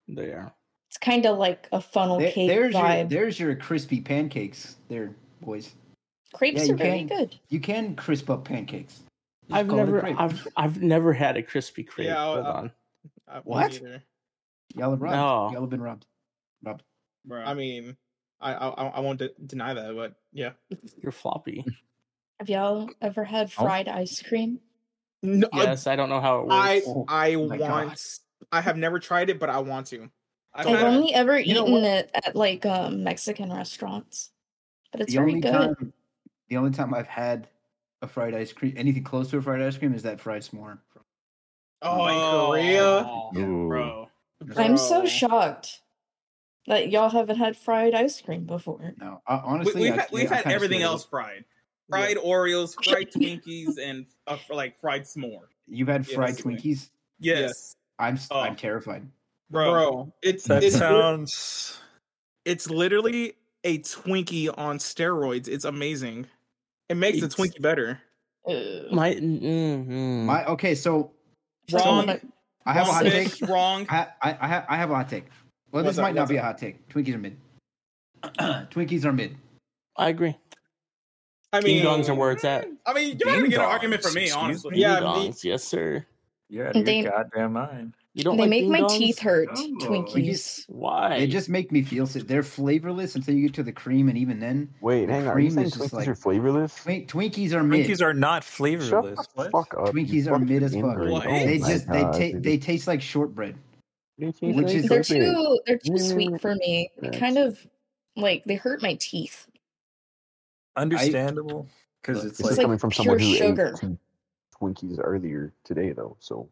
[SPEAKER 4] There.
[SPEAKER 7] It's kind of like a funnel
[SPEAKER 2] There-
[SPEAKER 7] cake
[SPEAKER 2] there's your
[SPEAKER 7] vibe.
[SPEAKER 2] there's your crispy pancakes. There, boys.
[SPEAKER 7] Crepes
[SPEAKER 2] yeah, you
[SPEAKER 7] are very
[SPEAKER 2] can.
[SPEAKER 7] good.
[SPEAKER 2] You can crisp up pancakes. Just
[SPEAKER 4] I've
[SPEAKER 2] call it a
[SPEAKER 4] never.
[SPEAKER 2] crepe.
[SPEAKER 4] I've I've never had a crispy crepe.
[SPEAKER 5] Yeah, I'll- uh,
[SPEAKER 4] Hold
[SPEAKER 5] I'll-
[SPEAKER 4] on.
[SPEAKER 5] I- me
[SPEAKER 2] What?
[SPEAKER 5] neither.
[SPEAKER 2] Y'all are robbed.
[SPEAKER 4] No.
[SPEAKER 2] Y'all have been robbed. Robbed.
[SPEAKER 1] Bro.
[SPEAKER 5] I mean, I I, I I won't de- deny that, but yeah.
[SPEAKER 4] You're floppy.
[SPEAKER 7] Have y'all ever had
[SPEAKER 3] Oh.
[SPEAKER 7] fried ice cream?
[SPEAKER 5] No,
[SPEAKER 4] Yes, I don't know how it works.
[SPEAKER 5] I
[SPEAKER 2] Oh,
[SPEAKER 5] I
[SPEAKER 2] my
[SPEAKER 5] want.
[SPEAKER 2] God.
[SPEAKER 5] I have never tried it, but I want to. I've
[SPEAKER 7] I've
[SPEAKER 5] had-
[SPEAKER 7] only ever
[SPEAKER 2] You know
[SPEAKER 7] eaten
[SPEAKER 2] what?
[SPEAKER 7] it at like um, Mexican restaurants, but it's
[SPEAKER 2] the
[SPEAKER 7] very
[SPEAKER 2] only
[SPEAKER 7] good.
[SPEAKER 2] time, the only time I've had a fried ice cream, anything close to a fried ice cream, is that fried s'more.
[SPEAKER 5] oh,
[SPEAKER 1] Oh,
[SPEAKER 5] in Korea,
[SPEAKER 3] Ooh.
[SPEAKER 1] bro.
[SPEAKER 7] I'm so
[SPEAKER 2] uh,
[SPEAKER 5] Bro.
[SPEAKER 7] shocked that y'all haven't had fried ice cream before.
[SPEAKER 2] No, I,
[SPEAKER 1] We,
[SPEAKER 2] Uh, honestly,
[SPEAKER 1] we've
[SPEAKER 2] I
[SPEAKER 1] had,
[SPEAKER 2] can't-
[SPEAKER 1] we've
[SPEAKER 2] I'm
[SPEAKER 1] had
[SPEAKER 2] kinda
[SPEAKER 1] everything
[SPEAKER 2] scared of
[SPEAKER 1] else fried. Fried Oreos, fried Twinkies, and uh, like fried s'more.
[SPEAKER 2] it. You've had
[SPEAKER 5] Yeah,
[SPEAKER 2] fried
[SPEAKER 5] that's the thing.
[SPEAKER 2] Twinkies.
[SPEAKER 1] Yes,
[SPEAKER 5] Yes.
[SPEAKER 2] I'm s-
[SPEAKER 1] Oh.
[SPEAKER 2] I'm terrified.
[SPEAKER 1] bro.
[SPEAKER 5] bro. it's
[SPEAKER 6] That
[SPEAKER 5] it's
[SPEAKER 6] sounds.
[SPEAKER 5] it's literally a Twinkie on steroids. It's amazing. It makes
[SPEAKER 4] It's-
[SPEAKER 5] the Twinkie better.
[SPEAKER 7] Ugh.
[SPEAKER 4] My, mm, mm.
[SPEAKER 2] My okay, so
[SPEAKER 7] I don't
[SPEAKER 1] Wrong.
[SPEAKER 7] wanna-
[SPEAKER 2] I have a
[SPEAKER 1] wrong
[SPEAKER 2] hot
[SPEAKER 1] bitch,
[SPEAKER 2] take.
[SPEAKER 1] Wrong.
[SPEAKER 2] I I I have, I have a hot take. Well,
[SPEAKER 5] What's
[SPEAKER 2] this
[SPEAKER 5] up,
[SPEAKER 2] might not
[SPEAKER 5] what's
[SPEAKER 2] be a
[SPEAKER 5] up?
[SPEAKER 2] hot take. Twinkies are mid. Twinkies are mid.
[SPEAKER 4] I agree.
[SPEAKER 5] I
[SPEAKER 4] Ding
[SPEAKER 5] mean,
[SPEAKER 4] dongs are where it's at.
[SPEAKER 1] I mean, you're not gonna get an
[SPEAKER 6] Ding-dongs,
[SPEAKER 1] argument from me,
[SPEAKER 6] excuse
[SPEAKER 1] honestly.
[SPEAKER 5] me? Yeah,
[SPEAKER 4] ding
[SPEAKER 5] me-
[SPEAKER 4] dongs, yes sir.
[SPEAKER 6] You're out of
[SPEAKER 7] They-
[SPEAKER 6] your goddamn mind.
[SPEAKER 4] You don't
[SPEAKER 7] they
[SPEAKER 4] like
[SPEAKER 7] make my
[SPEAKER 4] ding-dongs?
[SPEAKER 7] teeth hurt.
[SPEAKER 6] Oh.
[SPEAKER 7] Twinkies.
[SPEAKER 4] Why?
[SPEAKER 2] They just make me feel sick. They're flavorless until you get to the cream, and even then,
[SPEAKER 8] Wait,
[SPEAKER 2] The
[SPEAKER 8] hang on. Are you
[SPEAKER 2] cream
[SPEAKER 8] saying
[SPEAKER 2] is just
[SPEAKER 8] Twinkies
[SPEAKER 2] like-
[SPEAKER 8] are flavorless?
[SPEAKER 2] Twink, Twinkies are mid.
[SPEAKER 6] Twinkies are not
[SPEAKER 8] Shut the
[SPEAKER 6] flavorless. What?
[SPEAKER 8] fuck up. you
[SPEAKER 2] Twinkies are
[SPEAKER 8] fucking
[SPEAKER 2] mid as fuck.
[SPEAKER 8] ingrate.
[SPEAKER 1] What?
[SPEAKER 8] Oh
[SPEAKER 2] they
[SPEAKER 8] my
[SPEAKER 2] just
[SPEAKER 8] God,
[SPEAKER 2] they taste
[SPEAKER 8] dude.
[SPEAKER 2] they taste like shortbread.
[SPEAKER 8] They taste
[SPEAKER 2] Which
[SPEAKER 8] like
[SPEAKER 2] is-
[SPEAKER 7] They're
[SPEAKER 8] shortbread.
[SPEAKER 7] too they're too
[SPEAKER 8] Mm.
[SPEAKER 7] sweet for me. They kind of like they hurt my teeth.
[SPEAKER 6] Understandable, because
[SPEAKER 2] Look,
[SPEAKER 6] it's
[SPEAKER 8] This
[SPEAKER 6] like,
[SPEAKER 8] is
[SPEAKER 7] like
[SPEAKER 8] coming from someone
[SPEAKER 7] pure
[SPEAKER 8] who
[SPEAKER 7] sugar.
[SPEAKER 8] ate two Twinkies earlier today, though. So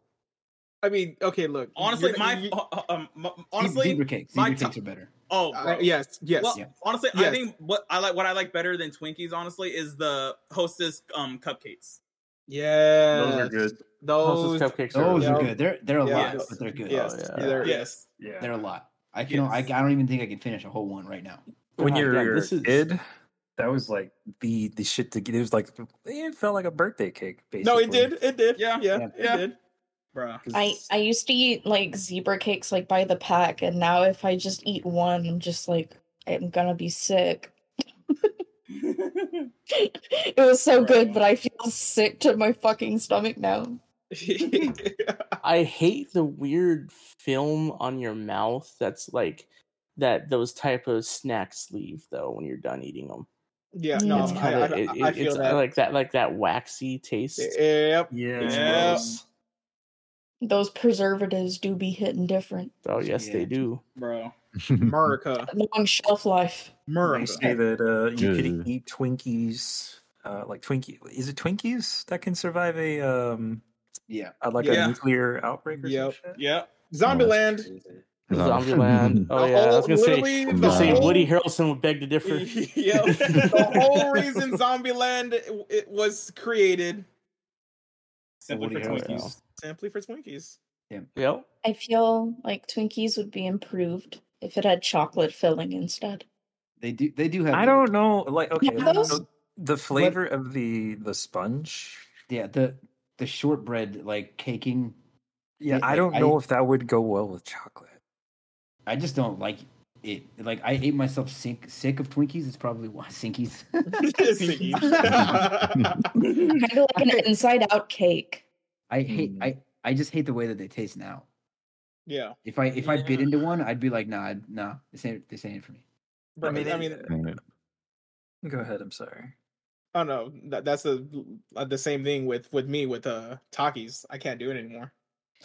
[SPEAKER 5] I mean, okay, look.
[SPEAKER 1] Honestly,
[SPEAKER 5] you're-
[SPEAKER 1] my
[SPEAKER 5] you-
[SPEAKER 1] uh, um, my-
[SPEAKER 2] Ze-
[SPEAKER 1] honestly,
[SPEAKER 2] zebra cakes.
[SPEAKER 1] my
[SPEAKER 2] Zebra
[SPEAKER 1] top-
[SPEAKER 2] cakes are better.
[SPEAKER 1] oh,
[SPEAKER 5] uh,
[SPEAKER 1] bro.
[SPEAKER 5] yes, yes.
[SPEAKER 1] Well,
[SPEAKER 2] Yeah.
[SPEAKER 1] honestly, I
[SPEAKER 5] Yes.
[SPEAKER 1] think what I like, what I like better than Twinkies, honestly, is the Hostess um cupcakes.
[SPEAKER 5] yeah.
[SPEAKER 6] those are good.
[SPEAKER 5] Those.
[SPEAKER 4] Hostess cupcakes are
[SPEAKER 2] Those
[SPEAKER 4] really
[SPEAKER 2] are
[SPEAKER 5] Yeah.
[SPEAKER 2] good. They're they're a lot,
[SPEAKER 1] Yes.
[SPEAKER 2] but they're good.
[SPEAKER 5] Yes.
[SPEAKER 4] Oh, yeah.
[SPEAKER 5] they're-
[SPEAKER 1] Yes,
[SPEAKER 6] Yeah.
[SPEAKER 2] They're a lot. I can I, I
[SPEAKER 1] Yes.
[SPEAKER 2] don't even think I can finish a whole one right now.
[SPEAKER 6] when
[SPEAKER 4] God,
[SPEAKER 6] you're
[SPEAKER 4] yeah,
[SPEAKER 6] a
[SPEAKER 4] this is-
[SPEAKER 6] kid, that was like the the shit to get. It was like it felt like a birthday cake. Basically.
[SPEAKER 5] No, it did. It did.
[SPEAKER 1] Yeah,
[SPEAKER 5] Yeah.
[SPEAKER 1] yeah.
[SPEAKER 5] It did.
[SPEAKER 1] bro.
[SPEAKER 6] 'Cause
[SPEAKER 7] I I used to eat like zebra cakes like by the pack, and now if I just eat one, I'm just like I'm gonna be sick. it was so good, but I feel sick to my fucking stomach now.
[SPEAKER 4] I hate the weird film on your mouth that's like that those type of snacks leave though when you're done eating them.
[SPEAKER 5] yeah.
[SPEAKER 7] It's
[SPEAKER 5] No,
[SPEAKER 4] it's
[SPEAKER 5] I-
[SPEAKER 4] kind of
[SPEAKER 5] I,
[SPEAKER 4] it,
[SPEAKER 5] I,
[SPEAKER 4] it-
[SPEAKER 5] I feel
[SPEAKER 4] it's uh,
[SPEAKER 5] that.
[SPEAKER 4] like that like that waxy taste.
[SPEAKER 5] yep.
[SPEAKER 6] yeah,
[SPEAKER 4] It's
[SPEAKER 1] Yeah.
[SPEAKER 4] gross.
[SPEAKER 7] Those preservatives do be hitting different.
[SPEAKER 4] Oh yes,
[SPEAKER 2] Yeah.
[SPEAKER 4] they do.
[SPEAKER 1] bro.
[SPEAKER 5] America.
[SPEAKER 7] Long shelf life.
[SPEAKER 6] They say
[SPEAKER 5] America.
[SPEAKER 6] that uh, you
[SPEAKER 3] Ugh.
[SPEAKER 6] could eat Twinkies, uh, like Twinkie. Is it Twinkies that can survive a um,
[SPEAKER 2] Yeah.
[SPEAKER 6] uh, like
[SPEAKER 1] Yeah.
[SPEAKER 6] a nuclear outbreak or
[SPEAKER 5] Yep.
[SPEAKER 6] some shit?
[SPEAKER 1] Yeah.
[SPEAKER 5] Zombieland.
[SPEAKER 4] Zombieland. Oh
[SPEAKER 5] The
[SPEAKER 4] yeah, I was
[SPEAKER 5] whole-
[SPEAKER 4] gonna say.
[SPEAKER 5] literally
[SPEAKER 4] I was gonna
[SPEAKER 3] the
[SPEAKER 4] say
[SPEAKER 3] whole-
[SPEAKER 4] Woody Harrelson would beg to differ.
[SPEAKER 5] yep. the whole reason Zombieland it, it was created
[SPEAKER 1] Simply for
[SPEAKER 2] Woody Harrelson.
[SPEAKER 1] Twinkies.
[SPEAKER 5] simply for Twinkies.
[SPEAKER 4] Yep.
[SPEAKER 7] I feel like Twinkies would be improved if it had chocolate filling instead.
[SPEAKER 2] They do they do have
[SPEAKER 6] I
[SPEAKER 2] those.
[SPEAKER 6] don't know. Like okay,
[SPEAKER 7] Have those?
[SPEAKER 6] so the flavor of the the sponge.
[SPEAKER 2] Yeah, the the shortbread like caking.
[SPEAKER 6] Yeah,
[SPEAKER 2] Yeah,
[SPEAKER 6] I
[SPEAKER 2] like,
[SPEAKER 6] don't
[SPEAKER 2] I-
[SPEAKER 6] know if that would go well with chocolate.
[SPEAKER 2] I just don't like it. Like I ate myself sick sick of Twinkies. It's probably why Sinkies.
[SPEAKER 7] kind of like an inside out cake.
[SPEAKER 2] I hate
[SPEAKER 6] Mm.
[SPEAKER 2] I I just hate the way that they taste now.
[SPEAKER 5] yeah.
[SPEAKER 2] If I if I bit
[SPEAKER 6] Yeah.
[SPEAKER 2] into one, I'd be like, nah, I'd- nah, this ain't this ain't it for me.
[SPEAKER 5] Bro, I mean, I
[SPEAKER 6] go ahead. I'm sorry.
[SPEAKER 5] don't know. That, that's the uh, the same thing with with me with uh Takis. I can't do it anymore.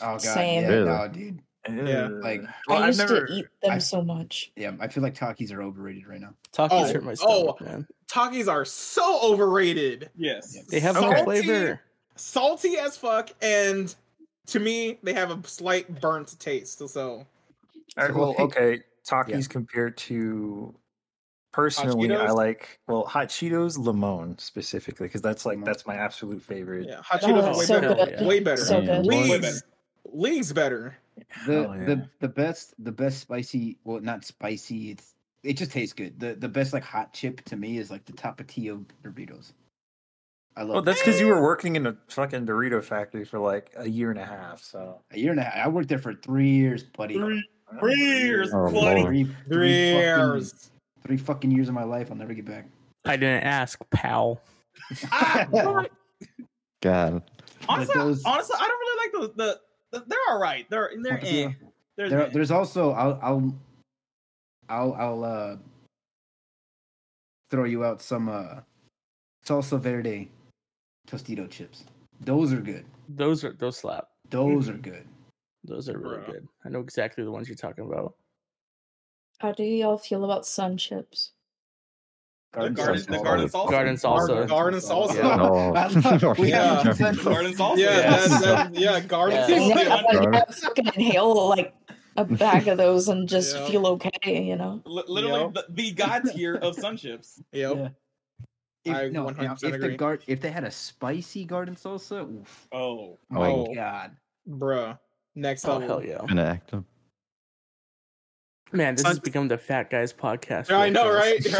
[SPEAKER 2] Oh god,
[SPEAKER 7] Same.
[SPEAKER 2] yeah,
[SPEAKER 3] Really?
[SPEAKER 2] no, dude.
[SPEAKER 5] Yeah,
[SPEAKER 6] Ugh.
[SPEAKER 2] like,
[SPEAKER 6] I've
[SPEAKER 7] I used
[SPEAKER 6] never-
[SPEAKER 7] to eat them
[SPEAKER 2] I-
[SPEAKER 7] so much.
[SPEAKER 2] Yeah, I feel like Takis are overrated right now.
[SPEAKER 4] Takis
[SPEAKER 5] Oh,
[SPEAKER 4] hurt my
[SPEAKER 5] oh.
[SPEAKER 4] stomach, man.
[SPEAKER 5] Takis are so overrated.
[SPEAKER 1] Yes.
[SPEAKER 2] Yeah.
[SPEAKER 4] They have
[SPEAKER 6] Okay.
[SPEAKER 4] no flavor.
[SPEAKER 5] salty as fuck, and to me, they have a slight burnt taste. So
[SPEAKER 6] All right,
[SPEAKER 2] So,
[SPEAKER 6] well,
[SPEAKER 2] like-
[SPEAKER 6] okay. Takis compared to personally, I
[SPEAKER 5] Cheetos?
[SPEAKER 6] like well hot Cheetos Limon specifically because that's like that's my absolute favorite.
[SPEAKER 5] yeah, hot
[SPEAKER 7] Oh,
[SPEAKER 5] Cheetos are
[SPEAKER 7] it's
[SPEAKER 5] way
[SPEAKER 7] so
[SPEAKER 5] better.
[SPEAKER 7] good.
[SPEAKER 5] Way better.
[SPEAKER 7] So
[SPEAKER 3] Yeah.
[SPEAKER 7] good.
[SPEAKER 3] Way
[SPEAKER 5] Leagues,
[SPEAKER 1] better.
[SPEAKER 5] leagues better.
[SPEAKER 2] The
[SPEAKER 6] Hell yeah.
[SPEAKER 2] the the best the best spicy well not spicy it's it just tastes good. The the best like hot chip to me is like the Tapatio Doritos. I love.
[SPEAKER 6] Well, Oh, that's
[SPEAKER 2] that.
[SPEAKER 6] because you were working in a fucking Dorito factory for like a year and a half. So
[SPEAKER 2] a year and a half. I worked there for three years, buddy.
[SPEAKER 1] Three- Three years,
[SPEAKER 3] Oh,
[SPEAKER 1] bloody.
[SPEAKER 3] Lord.
[SPEAKER 2] Three- three
[SPEAKER 5] Three
[SPEAKER 2] fucking-
[SPEAKER 5] years.
[SPEAKER 2] three fucking years of my life. I'll never get back.
[SPEAKER 4] I didn't ask, pal.
[SPEAKER 1] Ah, bro.
[SPEAKER 3] God.
[SPEAKER 1] honestly,
[SPEAKER 2] those-
[SPEAKER 1] honestly, I don't really like those. The, the they're all right. They're they're eh.
[SPEAKER 2] Tapatio.
[SPEAKER 1] They're,
[SPEAKER 2] There,
[SPEAKER 1] eh.
[SPEAKER 2] there's also I'll I'll I'll I'll uh throw you out some uh salsa verde tostito chips. Those are good.
[SPEAKER 4] Those are those slap.
[SPEAKER 2] Those
[SPEAKER 5] Mm-hmm.
[SPEAKER 2] are good.
[SPEAKER 4] Those are really
[SPEAKER 1] Bro.
[SPEAKER 4] good. I know exactly the ones you're talking about.
[SPEAKER 7] How do y'all feel about sun chips?
[SPEAKER 1] The garden, the
[SPEAKER 8] salsa.
[SPEAKER 1] garden salsa.
[SPEAKER 5] Garden
[SPEAKER 4] Garden salsa.
[SPEAKER 5] salsa.
[SPEAKER 4] Yeah.
[SPEAKER 2] I love- we
[SPEAKER 5] Yeah.
[SPEAKER 2] have consensus.
[SPEAKER 1] Garden salsa.
[SPEAKER 5] Yeah,
[SPEAKER 4] Yes.
[SPEAKER 5] that, that, yeah, garden.
[SPEAKER 4] Yeah.
[SPEAKER 7] Yeah,
[SPEAKER 5] salsa.
[SPEAKER 7] I'm like,
[SPEAKER 3] Right.
[SPEAKER 7] I fucking inhale like a bag of those and just
[SPEAKER 5] Yeah.
[SPEAKER 7] feel okay, you know?
[SPEAKER 1] Li- literally
[SPEAKER 5] Yo.
[SPEAKER 1] the, the god tier of sun chips.
[SPEAKER 5] Yep.
[SPEAKER 2] Yeah.
[SPEAKER 5] I
[SPEAKER 2] If, no, if,
[SPEAKER 5] 100%
[SPEAKER 2] if the
[SPEAKER 5] agree.
[SPEAKER 2] gar- if they had a spicy garden salsa, oof,
[SPEAKER 1] Oh,
[SPEAKER 2] my
[SPEAKER 5] Oh.
[SPEAKER 2] god,
[SPEAKER 5] Bruh. Next
[SPEAKER 4] Oh
[SPEAKER 5] level.
[SPEAKER 4] hell yeah.
[SPEAKER 3] gonna act up.
[SPEAKER 4] Man, this
[SPEAKER 1] Sun-
[SPEAKER 4] has become the fat guys podcast.
[SPEAKER 5] I know, right?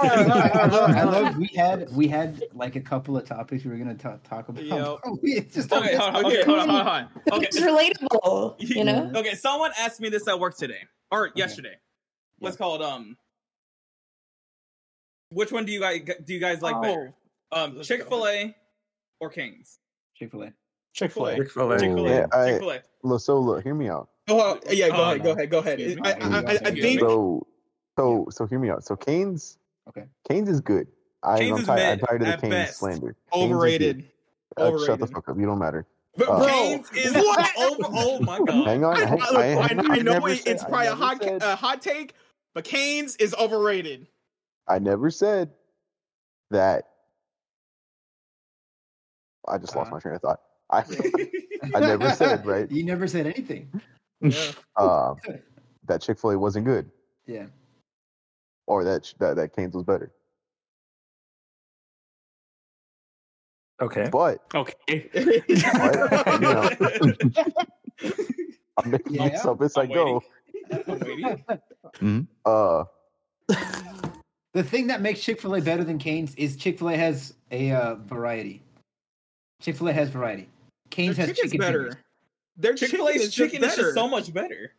[SPEAKER 2] I love, I love. We had we had like a couple of topics we were gonna ta- talk about.
[SPEAKER 5] Yep.
[SPEAKER 2] We just
[SPEAKER 1] okay, hold on, okay, hold on, hold on. hold on. Okay,
[SPEAKER 7] It's relatable, you know?
[SPEAKER 1] okay. Someone asked me this at work today or yesterday. What's called um. Which one do you guys do you guys like better? Um,
[SPEAKER 5] Oh. Let's go.
[SPEAKER 1] Chick Fil A or Kings?
[SPEAKER 2] Chick Fil A.
[SPEAKER 4] Chick Fil A.
[SPEAKER 6] Chick-fil-A.
[SPEAKER 1] Chick Fil
[SPEAKER 8] Yeah,
[SPEAKER 1] A.
[SPEAKER 8] I-
[SPEAKER 1] Chick Fil A.
[SPEAKER 8] Look, So look, hear me out.
[SPEAKER 5] Oh, yeah, go
[SPEAKER 1] Oh,
[SPEAKER 5] ahead, go ahead, go ahead.
[SPEAKER 1] Excuse me.
[SPEAKER 5] I, I, I, I
[SPEAKER 1] Excuse me.
[SPEAKER 5] think
[SPEAKER 8] So so so hear me out. So Kane's
[SPEAKER 2] Okay.
[SPEAKER 8] Kane's is good. I,
[SPEAKER 1] Canes
[SPEAKER 8] am
[SPEAKER 1] is
[SPEAKER 8] tired, I'm
[SPEAKER 1] mid,
[SPEAKER 8] tired of the
[SPEAKER 1] at
[SPEAKER 8] Kane's
[SPEAKER 1] best.
[SPEAKER 8] slander. Canes is good.
[SPEAKER 5] overrated.
[SPEAKER 8] Uh, shut the
[SPEAKER 5] Overrated.
[SPEAKER 8] fuck up. You don't matter.
[SPEAKER 5] But
[SPEAKER 8] Uh,
[SPEAKER 5] bro,
[SPEAKER 1] Canes is
[SPEAKER 5] what?
[SPEAKER 1] over. Oh my god.
[SPEAKER 8] Hang on.
[SPEAKER 5] I,
[SPEAKER 8] hang-
[SPEAKER 5] look, I,
[SPEAKER 8] hang on,
[SPEAKER 5] I know
[SPEAKER 8] never
[SPEAKER 5] it,
[SPEAKER 8] said-
[SPEAKER 5] it's
[SPEAKER 8] I
[SPEAKER 5] probably a
[SPEAKER 8] never
[SPEAKER 5] hot, uh
[SPEAKER 8] said-
[SPEAKER 5] a hot take, but Canes is overrated.
[SPEAKER 8] I never said that. I just lost
[SPEAKER 2] Uh-huh.
[SPEAKER 8] my train of thought. I I never said, right?
[SPEAKER 2] You never said anything.
[SPEAKER 5] Yeah.
[SPEAKER 8] uh, that Chick Fil A wasn't good,
[SPEAKER 2] Yeah.
[SPEAKER 8] or that that that Canes was better.
[SPEAKER 6] Okay.
[SPEAKER 8] But
[SPEAKER 4] Okay.
[SPEAKER 8] What? No. I'm making
[SPEAKER 2] Yeah?
[SPEAKER 8] this up as I
[SPEAKER 1] I'm
[SPEAKER 8] go.
[SPEAKER 1] I'm waiting.
[SPEAKER 8] Uh,
[SPEAKER 2] The thing that makes Chick Fil A better than Canes is Chick Fil A has a uh, variety. Chick Fil A has variety. Canes
[SPEAKER 5] Their
[SPEAKER 2] has
[SPEAKER 5] chicken's
[SPEAKER 2] chicken
[SPEAKER 5] better.
[SPEAKER 2] fingers.
[SPEAKER 5] Their
[SPEAKER 1] Chick
[SPEAKER 5] chicken
[SPEAKER 1] Fil A's
[SPEAKER 5] is just
[SPEAKER 1] chicken is
[SPEAKER 5] better.
[SPEAKER 1] just so much better.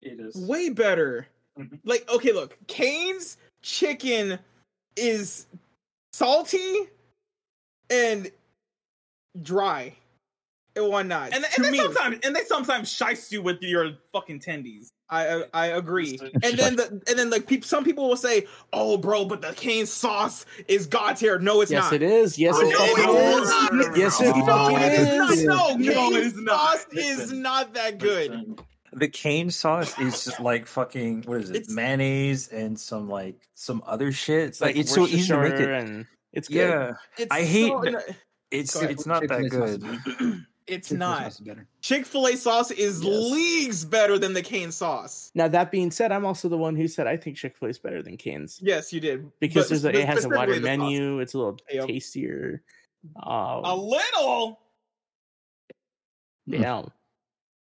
[SPEAKER 6] It is.
[SPEAKER 5] way better.
[SPEAKER 6] Mhm.
[SPEAKER 5] Like, okay, look, Kane's chicken is salty and dry and whatnot. And,
[SPEAKER 1] And, they- and they sometimes and they sometimes shice you with your fucking tendies.
[SPEAKER 5] I I- I agree.
[SPEAKER 6] Just
[SPEAKER 5] And then the and then like peop, some people will say, "Oh, bro, but the Kane sauce is god tier." No, it's
[SPEAKER 4] yes,
[SPEAKER 5] not.
[SPEAKER 4] it is. Yes,
[SPEAKER 5] No,
[SPEAKER 4] it fucking
[SPEAKER 5] it
[SPEAKER 4] is.
[SPEAKER 5] is not.
[SPEAKER 4] Yes, it
[SPEAKER 5] No,
[SPEAKER 4] fucking
[SPEAKER 5] it is not.
[SPEAKER 4] is.
[SPEAKER 5] No,
[SPEAKER 1] No, it
[SPEAKER 5] Kane's
[SPEAKER 1] is not.
[SPEAKER 5] sauce is
[SPEAKER 6] Listen.
[SPEAKER 5] not that good.
[SPEAKER 6] The cane sauce is just like fucking what is it?
[SPEAKER 5] It's-
[SPEAKER 6] Mayonnaise and some like some other shit. It's like, it's so easy to
[SPEAKER 4] Worcestershire
[SPEAKER 6] make it.
[SPEAKER 4] And it's good.
[SPEAKER 6] Yeah,
[SPEAKER 5] It's
[SPEAKER 6] I hate
[SPEAKER 5] so-
[SPEAKER 6] that- it's
[SPEAKER 5] Go ahead.
[SPEAKER 6] it's not that
[SPEAKER 2] Chick-fil-A sauce is
[SPEAKER 6] good.
[SPEAKER 2] better.
[SPEAKER 5] It's
[SPEAKER 2] Chick-fil-A
[SPEAKER 5] not.
[SPEAKER 2] sauce is better.
[SPEAKER 5] Chick Fil A sauce is
[SPEAKER 4] Yes.
[SPEAKER 5] leagues better than the Kane sauce.
[SPEAKER 4] Now that being said, I'm also the one who said I think Chick Fil A is better than Canes
[SPEAKER 5] Yes, you did
[SPEAKER 4] because
[SPEAKER 5] But
[SPEAKER 4] there's a, it has a
[SPEAKER 5] specifically
[SPEAKER 4] wider
[SPEAKER 5] the sauce.
[SPEAKER 4] menu. It's a little
[SPEAKER 5] Yep.
[SPEAKER 4] tastier.
[SPEAKER 1] A
[SPEAKER 4] Oh,
[SPEAKER 1] little.
[SPEAKER 4] damn.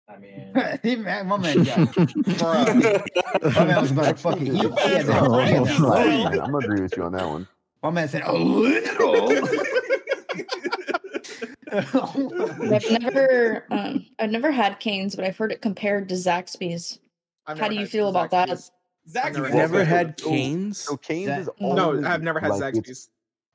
[SPEAKER 6] I mean,
[SPEAKER 2] Hey, man, my man got it. My man was about to fucking eat. He had that-
[SPEAKER 1] Oh,
[SPEAKER 2] he had
[SPEAKER 1] right.
[SPEAKER 2] that fire.
[SPEAKER 8] man, I'm gonna agree with you on that one.
[SPEAKER 2] My man said a little.
[SPEAKER 7] I've never um, I've never had canes, but I've heard it compared to Zaxby's.
[SPEAKER 5] I've
[SPEAKER 7] How
[SPEAKER 5] never
[SPEAKER 7] do you
[SPEAKER 5] had
[SPEAKER 7] feel about
[SPEAKER 5] Zaxby's. I've
[SPEAKER 1] Zach, you
[SPEAKER 4] Never
[SPEAKER 8] Well,
[SPEAKER 4] had
[SPEAKER 8] so-
[SPEAKER 4] Canes.
[SPEAKER 6] Oh,
[SPEAKER 8] So Canes
[SPEAKER 2] That-
[SPEAKER 8] is
[SPEAKER 5] No,
[SPEAKER 8] always
[SPEAKER 5] I've never had
[SPEAKER 8] like, it's
[SPEAKER 5] Zaxby's.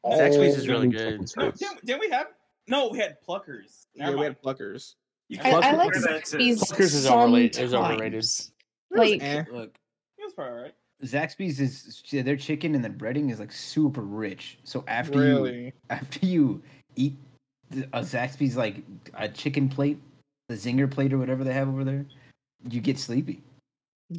[SPEAKER 4] Zaxby's is really
[SPEAKER 8] only
[SPEAKER 4] good.
[SPEAKER 8] chicken
[SPEAKER 1] No,
[SPEAKER 8] strips.
[SPEAKER 1] didn't, didn't we have? No, we had pluckers.
[SPEAKER 5] Yeah,
[SPEAKER 1] Never
[SPEAKER 5] we
[SPEAKER 1] mind.
[SPEAKER 5] had Pluckers.
[SPEAKER 1] You
[SPEAKER 7] I,
[SPEAKER 1] can't-
[SPEAKER 7] I
[SPEAKER 4] Pluckers-
[SPEAKER 7] like
[SPEAKER 6] That's it.
[SPEAKER 7] Zaxby's.
[SPEAKER 4] Pluckers is overrated- is overrated.
[SPEAKER 7] sometimes.
[SPEAKER 5] It was
[SPEAKER 7] Like,
[SPEAKER 5] eh.
[SPEAKER 2] Look,
[SPEAKER 1] It was probably alright.
[SPEAKER 2] Zaxby's is their chicken and their breading is like super rich. So after you
[SPEAKER 5] really.
[SPEAKER 2] after you eat the- a Zaxby's like a chicken plate, the zinger plate or whatever they have over there, you get sleepy.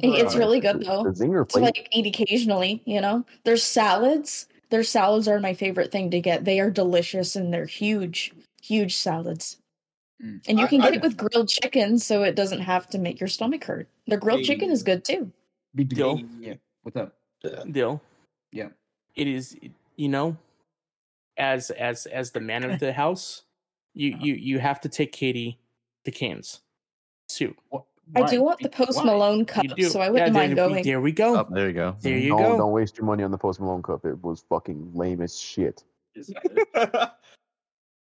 [SPEAKER 7] it's
[SPEAKER 5] Bruh.
[SPEAKER 7] really good
[SPEAKER 8] The
[SPEAKER 7] though.
[SPEAKER 8] zinger
[SPEAKER 7] to
[SPEAKER 8] plate.
[SPEAKER 7] like eat occasionally, you know. Their salads, their salads are my favorite thing to get. They are delicious and they're huge, huge salads.
[SPEAKER 2] Mm.
[SPEAKER 7] And you
[SPEAKER 5] I-
[SPEAKER 7] can get
[SPEAKER 5] I-
[SPEAKER 7] it with grilled chicken, so it doesn't have to make your stomach hurt. The grilled chicken is good too.
[SPEAKER 2] Big
[SPEAKER 4] Yo.
[SPEAKER 2] deal. Yeah. What's up?
[SPEAKER 4] deal.
[SPEAKER 2] Yeah.
[SPEAKER 4] It is you know, as as as the man of the house, you
[SPEAKER 7] Uh-huh.
[SPEAKER 4] you you have to take Katie to Canes. Sue.
[SPEAKER 7] I do want the Post Malone cup,
[SPEAKER 4] You do.
[SPEAKER 7] so I
[SPEAKER 4] Yeah,
[SPEAKER 7] wouldn't
[SPEAKER 4] there,
[SPEAKER 7] mind
[SPEAKER 4] we-
[SPEAKER 7] going.
[SPEAKER 4] There we go.
[SPEAKER 3] Up Oh, there you go.
[SPEAKER 4] There you
[SPEAKER 8] don't,
[SPEAKER 4] go.
[SPEAKER 8] don't waste your money on the Post Malone cup. It was fucking lame as shit.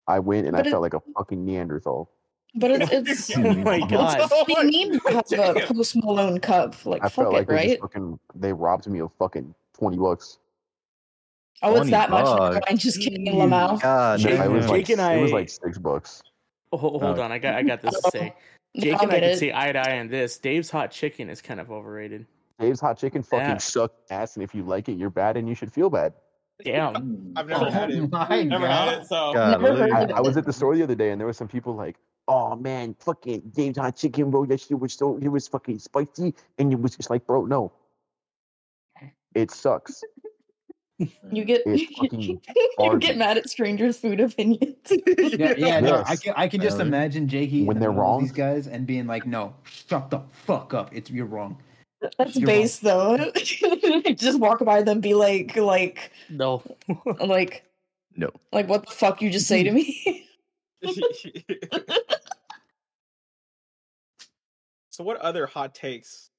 [SPEAKER 8] I went and
[SPEAKER 7] But
[SPEAKER 8] I
[SPEAKER 7] it-
[SPEAKER 8] felt like a fucking Neanderthal.
[SPEAKER 7] But it's it's
[SPEAKER 4] oh my god.
[SPEAKER 7] they need to have a Post Malone cup. Like
[SPEAKER 8] I
[SPEAKER 7] fuck
[SPEAKER 8] felt
[SPEAKER 7] it,
[SPEAKER 8] like they
[SPEAKER 7] right?
[SPEAKER 8] just fucking they robbed me of fucking twenty bucks.
[SPEAKER 7] Oh, it's
[SPEAKER 3] 20
[SPEAKER 7] that much. Never
[SPEAKER 3] bucks.
[SPEAKER 7] mind, just kidding,
[SPEAKER 2] Jeez.
[SPEAKER 7] Lamal.
[SPEAKER 3] God,
[SPEAKER 4] Jake-
[SPEAKER 8] it
[SPEAKER 3] damn.
[SPEAKER 8] was like
[SPEAKER 4] Jake and
[SPEAKER 8] it was
[SPEAKER 4] I-
[SPEAKER 8] like six bucks.
[SPEAKER 4] Oh, ho- hold
[SPEAKER 3] Oh.
[SPEAKER 4] on, I got I got this to say. Jake
[SPEAKER 7] I'll
[SPEAKER 4] and I
[SPEAKER 7] get
[SPEAKER 4] can
[SPEAKER 7] it.
[SPEAKER 4] see eye to eye on this. Dave's hot chicken is kind of overrated.
[SPEAKER 8] Dave's hot chicken fucking
[SPEAKER 4] Yeah.
[SPEAKER 8] sucked ass, and if you like it, you're bad, and you should feel bad.
[SPEAKER 4] Damn.
[SPEAKER 5] I've
[SPEAKER 4] Oh,
[SPEAKER 5] never had it.
[SPEAKER 2] Oh My
[SPEAKER 1] Never
[SPEAKER 2] God.
[SPEAKER 1] had it, so
[SPEAKER 3] God,
[SPEAKER 7] Never
[SPEAKER 3] really?
[SPEAKER 7] heard
[SPEAKER 8] I,
[SPEAKER 7] of
[SPEAKER 8] I was
[SPEAKER 7] it.
[SPEAKER 8] at the store the other day, and there were some people like, "Oh man, fucking James Hot Chicken Roll, that shit was so it was fucking spicy," and it was just like, "Bro, no, it sucks."
[SPEAKER 7] You get
[SPEAKER 8] It's fucking
[SPEAKER 7] you
[SPEAKER 8] garbage.
[SPEAKER 7] get mad at strangers' food opinions.
[SPEAKER 2] Yeah, yeah no, I
[SPEAKER 8] Yes.
[SPEAKER 2] can I can just
[SPEAKER 3] Really?
[SPEAKER 2] imagine Jakey
[SPEAKER 8] When
[SPEAKER 2] in the
[SPEAKER 8] they're
[SPEAKER 2] middle of
[SPEAKER 8] wrong?
[SPEAKER 2] these guys and being like, "No, shut the fuck up. It's you're wrong."
[SPEAKER 7] That's
[SPEAKER 2] You're
[SPEAKER 7] base though. Just walk by them, be like, like,
[SPEAKER 4] No.
[SPEAKER 7] like,
[SPEAKER 3] No.
[SPEAKER 7] like, what the fuck you just say to me?
[SPEAKER 5] so what other hot takes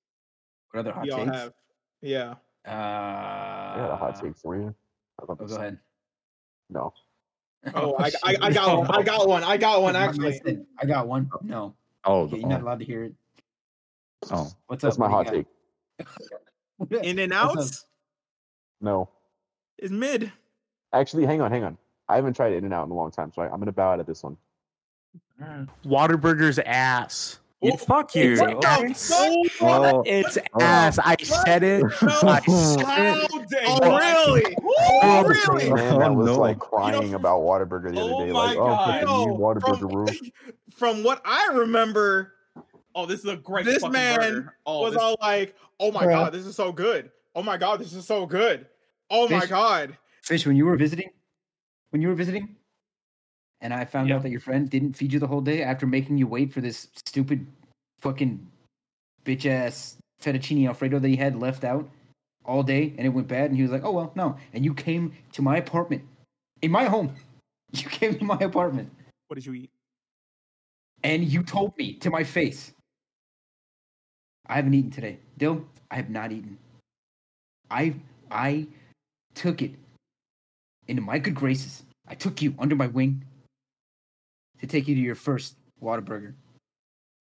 [SPEAKER 2] What other hot
[SPEAKER 5] y'all
[SPEAKER 2] takes?
[SPEAKER 5] have? Yeah.
[SPEAKER 2] Uh,
[SPEAKER 8] I got a hot take for you. I love
[SPEAKER 2] oh,
[SPEAKER 8] this.
[SPEAKER 2] Uh, go ahead.
[SPEAKER 8] No,
[SPEAKER 5] Oh, I, I, I got one. I got one. I got one.
[SPEAKER 2] That's my
[SPEAKER 5] Oh, Actually,
[SPEAKER 2] thing. I got one. No,
[SPEAKER 3] Oh,
[SPEAKER 2] Yeah,
[SPEAKER 3] the-
[SPEAKER 2] you're not
[SPEAKER 3] oh,
[SPEAKER 2] allowed to hear it.
[SPEAKER 3] oh.
[SPEAKER 2] What's
[SPEAKER 8] that's
[SPEAKER 2] up?
[SPEAKER 8] my
[SPEAKER 2] What
[SPEAKER 8] hot
[SPEAKER 2] do you
[SPEAKER 8] take.
[SPEAKER 2] got?
[SPEAKER 1] in and
[SPEAKER 2] What's
[SPEAKER 1] out
[SPEAKER 2] up?
[SPEAKER 8] No,
[SPEAKER 1] is mid.
[SPEAKER 8] actually, hang on, hang on. I haven't tried In and Out in a long time, so I, I'm gonna bow out at this one.
[SPEAKER 4] Waterburger's ass.
[SPEAKER 6] Yeah, fuck you.
[SPEAKER 4] Oh.
[SPEAKER 5] What the
[SPEAKER 6] okay?
[SPEAKER 5] fuck?
[SPEAKER 3] Well,
[SPEAKER 4] It's
[SPEAKER 3] Oh.
[SPEAKER 4] ass. I said it. I said
[SPEAKER 5] How
[SPEAKER 4] it.
[SPEAKER 5] dare
[SPEAKER 4] Oh,
[SPEAKER 1] really?
[SPEAKER 4] Oh,
[SPEAKER 1] Oh, really?
[SPEAKER 8] Man, that
[SPEAKER 3] Oh,
[SPEAKER 8] was
[SPEAKER 3] no.
[SPEAKER 8] like crying about Whataburger the
[SPEAKER 1] Oh
[SPEAKER 8] other day.
[SPEAKER 1] my
[SPEAKER 8] Like, oh,
[SPEAKER 1] God.
[SPEAKER 8] fucking new
[SPEAKER 5] Yo,
[SPEAKER 8] Whataburger rule.
[SPEAKER 5] From what I remember,
[SPEAKER 1] Oh, this is a great.
[SPEAKER 5] This
[SPEAKER 1] fucking
[SPEAKER 5] man
[SPEAKER 1] burger. Oh,
[SPEAKER 5] was
[SPEAKER 1] this-
[SPEAKER 5] all like, "Oh my
[SPEAKER 7] Bruh.
[SPEAKER 5] god, this is so good. Oh my god, this is so good. Oh my
[SPEAKER 2] Fish-
[SPEAKER 5] god."
[SPEAKER 2] Fish, when you were visiting, when you were visiting, and I found out that your friend didn't feed you the whole day after making you wait for this stupid fucking bitch ass fettuccine alfredo that he had left out all day and it went bad and he was like, "Oh well, no." And you came to my apartment. In my home. You came to my apartment
[SPEAKER 1] what did you eat?
[SPEAKER 2] and you told me to my face. I haven't eaten today. Dill, I have not eaten. I I took it into my good graces. I took you under my wing to take you to your first Whataburger.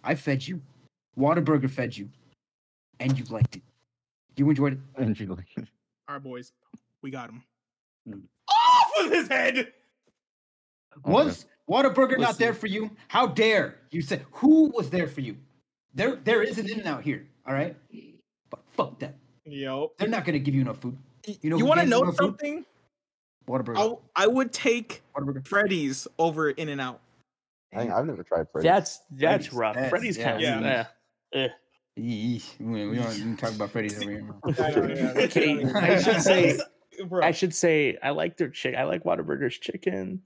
[SPEAKER 2] I fed you. Whataburger fed you. And you liked it. You enjoyed it.
[SPEAKER 3] And you like-
[SPEAKER 5] All right, boys, we got him.
[SPEAKER 2] Hmm.
[SPEAKER 3] Mm.
[SPEAKER 5] Off with his head.
[SPEAKER 3] Oh,
[SPEAKER 2] Was Whataburger not
[SPEAKER 5] Listen.
[SPEAKER 2] there for you? How dare you say who was there for you? There there is an in and out here, all right? But fuck that.
[SPEAKER 5] Yo,
[SPEAKER 2] They're not gonna give you enough food. You
[SPEAKER 5] you,
[SPEAKER 2] know who
[SPEAKER 5] want to
[SPEAKER 2] gave
[SPEAKER 5] know
[SPEAKER 2] no food?
[SPEAKER 5] something?
[SPEAKER 2] Whataburger.
[SPEAKER 5] I, w- I would take
[SPEAKER 2] Whataburger.
[SPEAKER 5] Freddy's over In and Out.
[SPEAKER 8] Hang on, I've never tried Freddy's.
[SPEAKER 4] That's that's
[SPEAKER 2] Freddy's.
[SPEAKER 4] rough.
[SPEAKER 2] That's-
[SPEAKER 4] Freddy's
[SPEAKER 2] yeah,
[SPEAKER 4] kind of
[SPEAKER 2] yeah.
[SPEAKER 4] eh.
[SPEAKER 2] Yeesh. We we don't even talk about Freddy's over here. man.
[SPEAKER 4] Okay,
[SPEAKER 2] I should say-
[SPEAKER 5] Bro,
[SPEAKER 4] I should say I like their chick. I like Whataburger's chicken.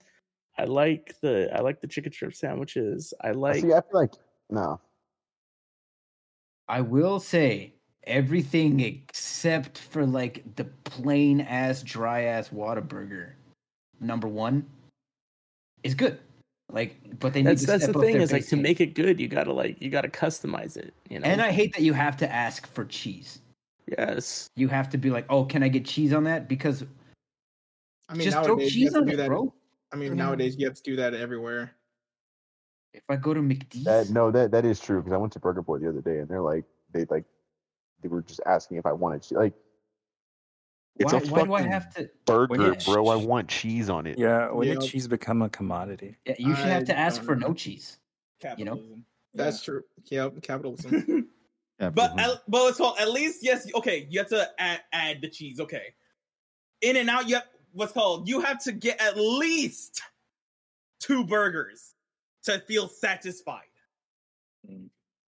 [SPEAKER 4] I like the I like the chicken strip sandwiches. I like
[SPEAKER 8] See, I feel like no.
[SPEAKER 2] I will say everything except for like the plain ass, dry ass Whataburger, number one, is good. Like, but they need
[SPEAKER 4] that's
[SPEAKER 2] to
[SPEAKER 4] that's
[SPEAKER 2] step
[SPEAKER 4] the
[SPEAKER 2] up
[SPEAKER 4] thing
[SPEAKER 2] their
[SPEAKER 4] is like
[SPEAKER 2] base
[SPEAKER 4] to
[SPEAKER 2] game.
[SPEAKER 4] make it good you gotta like you gotta customize it. You know.
[SPEAKER 2] And I hate that you have to ask for cheese.
[SPEAKER 4] yes.
[SPEAKER 2] You have to be like, oh, can I get cheese on that? Because
[SPEAKER 5] I mean,
[SPEAKER 2] just throw
[SPEAKER 5] nowadays you have
[SPEAKER 2] cheese
[SPEAKER 5] to
[SPEAKER 2] on
[SPEAKER 5] do
[SPEAKER 2] it,
[SPEAKER 5] that.
[SPEAKER 2] bro.
[SPEAKER 5] I mean,
[SPEAKER 2] Or no.
[SPEAKER 5] nowadays you have to do that everywhere.
[SPEAKER 2] If I go to McDee's,
[SPEAKER 8] That no, that that is true because I went to Burger Boy the other day and they're like they like they were just asking if I wanted che- like it's
[SPEAKER 2] why,
[SPEAKER 8] a
[SPEAKER 2] why do I
[SPEAKER 8] fucking
[SPEAKER 2] have to?
[SPEAKER 6] when you-
[SPEAKER 8] burger, bro. I want cheese on it.
[SPEAKER 6] Yeah, when did
[SPEAKER 5] Yeah.
[SPEAKER 6] cheese become a commodity?
[SPEAKER 2] Yeah, you should
[SPEAKER 5] I
[SPEAKER 2] have to ask
[SPEAKER 5] don't
[SPEAKER 2] for
[SPEAKER 5] know.
[SPEAKER 2] no cheese.
[SPEAKER 1] Capitalism.
[SPEAKER 5] That's true. Yep, capitalism.
[SPEAKER 3] yeah,
[SPEAKER 1] But
[SPEAKER 5] Mm-hmm.
[SPEAKER 3] mhm.
[SPEAKER 1] at, but let's call at least yes. Okay, you have to add, add the cheese. Okay, in and out. You have, what's called you have to get at least two burgers to feel satisfied.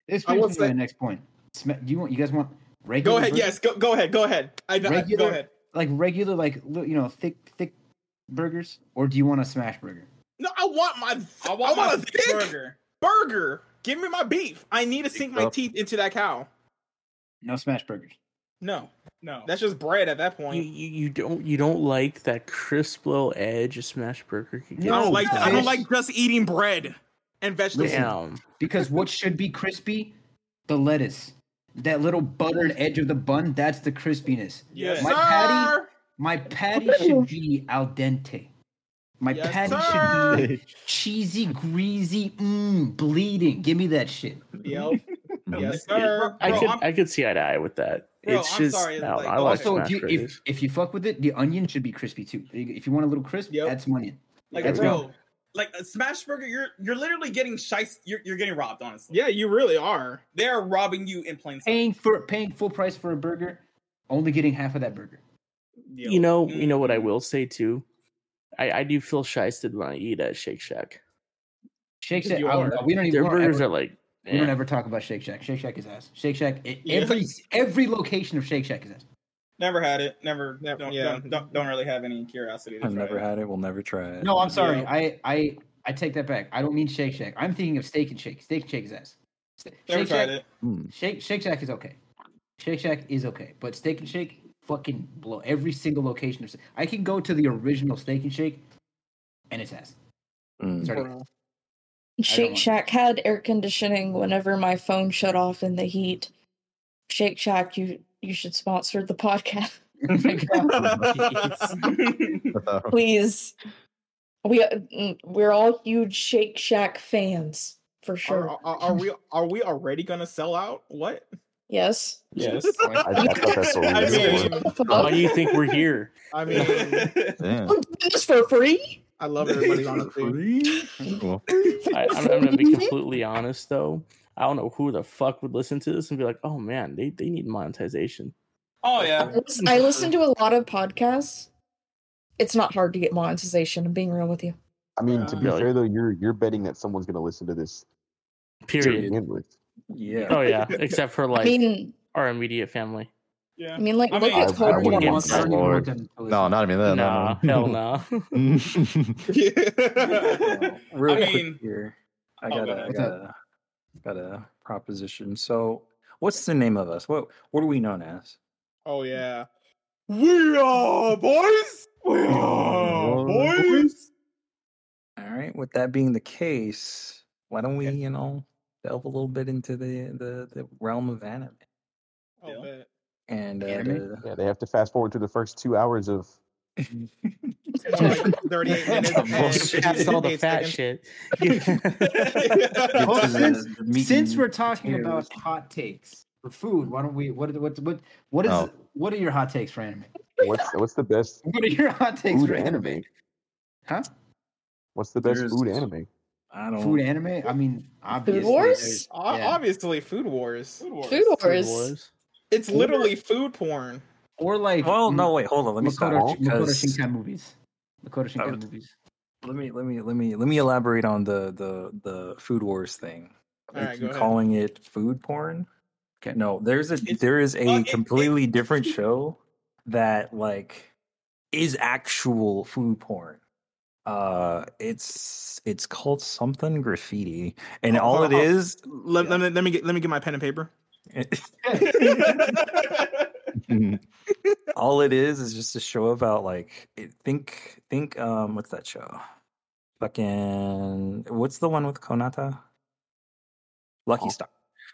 [SPEAKER 2] This
[SPEAKER 5] I
[SPEAKER 2] brings
[SPEAKER 5] will
[SPEAKER 2] me
[SPEAKER 5] say-
[SPEAKER 2] to the next point. Sm- do you want? You guys want? Regular
[SPEAKER 5] go ahead.
[SPEAKER 2] burger-
[SPEAKER 5] Yes, go, go ahead. Go ahead. I, I go
[SPEAKER 2] Regular-
[SPEAKER 5] ahead.
[SPEAKER 2] like regular, like li- you know, thick, thick burgers, or do you want a smash burger?
[SPEAKER 5] No, I want my. I want,
[SPEAKER 1] my
[SPEAKER 5] a thick burger. Give me my beef. I need to sink my
[SPEAKER 3] stuff.
[SPEAKER 5] teeth into that cow.
[SPEAKER 2] No smash burgers.
[SPEAKER 5] No,
[SPEAKER 1] No,
[SPEAKER 5] that's just bread at that
[SPEAKER 4] You,
[SPEAKER 5] point.
[SPEAKER 4] you you don't you don't like that crisp little edge a smash burger could get.
[SPEAKER 2] No,
[SPEAKER 5] I don't like. I
[SPEAKER 2] fish.
[SPEAKER 5] don't like just eating bread and vegetables.
[SPEAKER 4] Damn.
[SPEAKER 2] Because what should be crispy? The lettuce. That little buttered edge of the bun, that's the crispiness.
[SPEAKER 5] Yes,
[SPEAKER 2] My
[SPEAKER 5] sir.
[SPEAKER 2] patty- My patty should be al dente. My
[SPEAKER 5] Yes,
[SPEAKER 2] patty
[SPEAKER 5] sir.
[SPEAKER 2] should be cheesy, greasy, mmm, bleeding. Give me that shit.
[SPEAKER 5] Yep. yes,
[SPEAKER 1] Bro,
[SPEAKER 5] sir.
[SPEAKER 4] I
[SPEAKER 1] bro,
[SPEAKER 4] could
[SPEAKER 1] I'm-
[SPEAKER 4] i could see eye to eye with that.
[SPEAKER 1] Bro,
[SPEAKER 4] it's
[SPEAKER 1] I'm
[SPEAKER 4] just
[SPEAKER 1] sorry,
[SPEAKER 4] no,
[SPEAKER 1] like,
[SPEAKER 4] I like
[SPEAKER 2] also, if
[SPEAKER 4] smash
[SPEAKER 2] you, if,
[SPEAKER 4] burgers.
[SPEAKER 2] if you fuck with it, the onion should be crispy too. If you want a little crisp,
[SPEAKER 5] Yep.
[SPEAKER 2] add some onion.
[SPEAKER 1] like
[SPEAKER 2] Let's
[SPEAKER 1] bro,
[SPEAKER 2] go.
[SPEAKER 1] like a smash burger. You're you're literally getting shice. You're you're getting robbed. Honestly,
[SPEAKER 5] Yeah, you really are.
[SPEAKER 1] they are robbing you in plain sight.
[SPEAKER 2] Paying for paying full price for a burger, only getting half of that burger.
[SPEAKER 4] You know, you know what I will say too. I, I do feel shysted when I eat at Shake Shack.
[SPEAKER 2] Shake
[SPEAKER 5] You
[SPEAKER 2] Shack. I don't
[SPEAKER 5] are.
[SPEAKER 2] know. We don't even.
[SPEAKER 4] Their
[SPEAKER 2] we don't
[SPEAKER 4] burgers
[SPEAKER 2] ever-
[SPEAKER 4] are like
[SPEAKER 2] We don't
[SPEAKER 4] eh.
[SPEAKER 2] ever talk about Shake Shack. Shake Shack is ass. Shake Shack. e- Every every location of Shake Shack is ass.
[SPEAKER 1] Never had it. Never.
[SPEAKER 5] Never-
[SPEAKER 1] don't,
[SPEAKER 5] yeah.
[SPEAKER 1] don't, don't don't really have any curiosity. To
[SPEAKER 6] I've
[SPEAKER 1] try
[SPEAKER 6] never
[SPEAKER 1] it.
[SPEAKER 6] had it. We'll never try it.
[SPEAKER 2] No, I'm sorry. I I I take that back. I don't mean Shake Shack. I'm thinking of Steak and Shake. Steak and Shake is ass. Ste-
[SPEAKER 1] Never
[SPEAKER 2] Shake Shack.
[SPEAKER 1] tried it.
[SPEAKER 3] Mm.
[SPEAKER 2] Shake Shake Shack is okay. Shake Shack is okay, but Steak and Shake fucking blow every single location. Of, I can go to the original Steak and Shake, and it's ass.
[SPEAKER 6] Mm.
[SPEAKER 2] Sorry.
[SPEAKER 7] Shake
[SPEAKER 2] want-
[SPEAKER 7] Shack had air conditioning whenever my phone shut off in the heat. Shake Shack, you you should sponsor the podcast,
[SPEAKER 3] Without-
[SPEAKER 7] please. We mm, we're all huge Shake Shack fans for
[SPEAKER 5] Are,
[SPEAKER 7] sure.
[SPEAKER 5] are, are we are we already gonna sell out? What?
[SPEAKER 7] Yes.
[SPEAKER 4] Yes.
[SPEAKER 8] I, I thought that's what
[SPEAKER 5] I
[SPEAKER 8] we were
[SPEAKER 5] mean,
[SPEAKER 4] Why do you think we're here?
[SPEAKER 5] I mean,
[SPEAKER 3] Damn.
[SPEAKER 7] We'll do this for free.
[SPEAKER 5] I love everybody
[SPEAKER 6] For
[SPEAKER 5] honestly.
[SPEAKER 6] free?
[SPEAKER 3] Well,
[SPEAKER 4] I, I'm, I'm gonna be completely honest though. I don't know who the fuck would listen to this and be like, "Oh man, they, they need monetization."
[SPEAKER 1] Oh yeah.
[SPEAKER 7] I lis- I listen to a lot of podcasts. It's not hard to get monetization. I'm being real with you.
[SPEAKER 8] I mean, to be
[SPEAKER 4] Really?
[SPEAKER 8] fair though, you're you're betting that someone's gonna listen to this to
[SPEAKER 4] Period.
[SPEAKER 8] begin with.
[SPEAKER 6] Yeah.
[SPEAKER 4] Oh yeah, except for like
[SPEAKER 7] I mean,
[SPEAKER 4] our immediate family.
[SPEAKER 1] Yeah.
[SPEAKER 7] I mean, like
[SPEAKER 1] I
[SPEAKER 7] look
[SPEAKER 1] mean,
[SPEAKER 7] at
[SPEAKER 8] I- I
[SPEAKER 7] Cold
[SPEAKER 8] wouldn't
[SPEAKER 7] War.
[SPEAKER 8] want
[SPEAKER 2] I don't even
[SPEAKER 3] Lord.
[SPEAKER 2] want them to
[SPEAKER 3] Uh, no,
[SPEAKER 2] listen.
[SPEAKER 3] not even that.
[SPEAKER 4] nah,
[SPEAKER 3] no,
[SPEAKER 4] hell no.
[SPEAKER 3] no.
[SPEAKER 6] Well, real
[SPEAKER 1] I
[SPEAKER 6] quick
[SPEAKER 1] mean-
[SPEAKER 6] here, I
[SPEAKER 1] Oh, go
[SPEAKER 6] got a,
[SPEAKER 1] ahead.
[SPEAKER 6] I
[SPEAKER 2] What's
[SPEAKER 6] got a, got a proposition. So, what's the name of us? What what are we known as?
[SPEAKER 5] Oh yeah. We are boys. We are boys.
[SPEAKER 6] All right. With that being the case, why don't we, you know, delve a little bit into the the, the realm of anime
[SPEAKER 5] Oh, man.
[SPEAKER 6] and uh,
[SPEAKER 2] Anime?
[SPEAKER 8] Yeah, they have to fast forward to the first two hours of
[SPEAKER 6] the-
[SPEAKER 5] It's more like 38 minutes.
[SPEAKER 6] Some
[SPEAKER 5] and
[SPEAKER 6] bullshit.
[SPEAKER 4] You saw the
[SPEAKER 5] 58
[SPEAKER 4] fat
[SPEAKER 5] seconds.
[SPEAKER 4] shit.
[SPEAKER 6] Get
[SPEAKER 2] Well,
[SPEAKER 6] to
[SPEAKER 2] since-
[SPEAKER 6] the- the meat
[SPEAKER 2] Since
[SPEAKER 6] and
[SPEAKER 2] we're talking
[SPEAKER 6] potatoes.
[SPEAKER 2] about hot takes for food, why don't we? What what what what is
[SPEAKER 3] Oh.
[SPEAKER 2] what are your hot takes for anime?
[SPEAKER 8] what's what's the best
[SPEAKER 2] What are your hot takes
[SPEAKER 8] food
[SPEAKER 2] for
[SPEAKER 8] anime?
[SPEAKER 2] Huh?
[SPEAKER 8] What's the best
[SPEAKER 6] There's-
[SPEAKER 8] food anime?
[SPEAKER 6] I don't
[SPEAKER 2] Food anime? I mean, obviously.
[SPEAKER 7] wars?
[SPEAKER 2] there's-
[SPEAKER 5] O-
[SPEAKER 2] yeah.
[SPEAKER 5] Obviously, food wars.
[SPEAKER 7] Food wars.
[SPEAKER 4] Wars.
[SPEAKER 5] It's literally food porn.
[SPEAKER 2] Or like.
[SPEAKER 6] Well, no,
[SPEAKER 2] M-
[SPEAKER 6] wait, hold on. Let me stop
[SPEAKER 2] Makoto,
[SPEAKER 8] wrong,
[SPEAKER 2] Makoto
[SPEAKER 6] because
[SPEAKER 2] Shinkai movies. Makoto Shinkai
[SPEAKER 6] would-
[SPEAKER 2] movies.
[SPEAKER 6] let me let me let me let me elaborate on the the the food wars thing.
[SPEAKER 5] All
[SPEAKER 6] Like,
[SPEAKER 5] right,
[SPEAKER 6] you
[SPEAKER 5] go ahead.
[SPEAKER 6] calling it food porn.
[SPEAKER 2] Okay.
[SPEAKER 6] No, there's a
[SPEAKER 1] It's-
[SPEAKER 6] there is
[SPEAKER 1] well,
[SPEAKER 6] a
[SPEAKER 1] it- it-
[SPEAKER 6] completely different show that like is actual food porn. Uh, it's it's called something graffiti, and
[SPEAKER 5] Oh,
[SPEAKER 6] all
[SPEAKER 5] hold
[SPEAKER 6] it
[SPEAKER 5] on, hold
[SPEAKER 6] is.
[SPEAKER 5] Let, let me, let me get let me get my pen and paper.
[SPEAKER 6] all it is is just a show about like it, think think um what's that show fucking what's the one with konata lucky
[SPEAKER 2] Oh.
[SPEAKER 6] star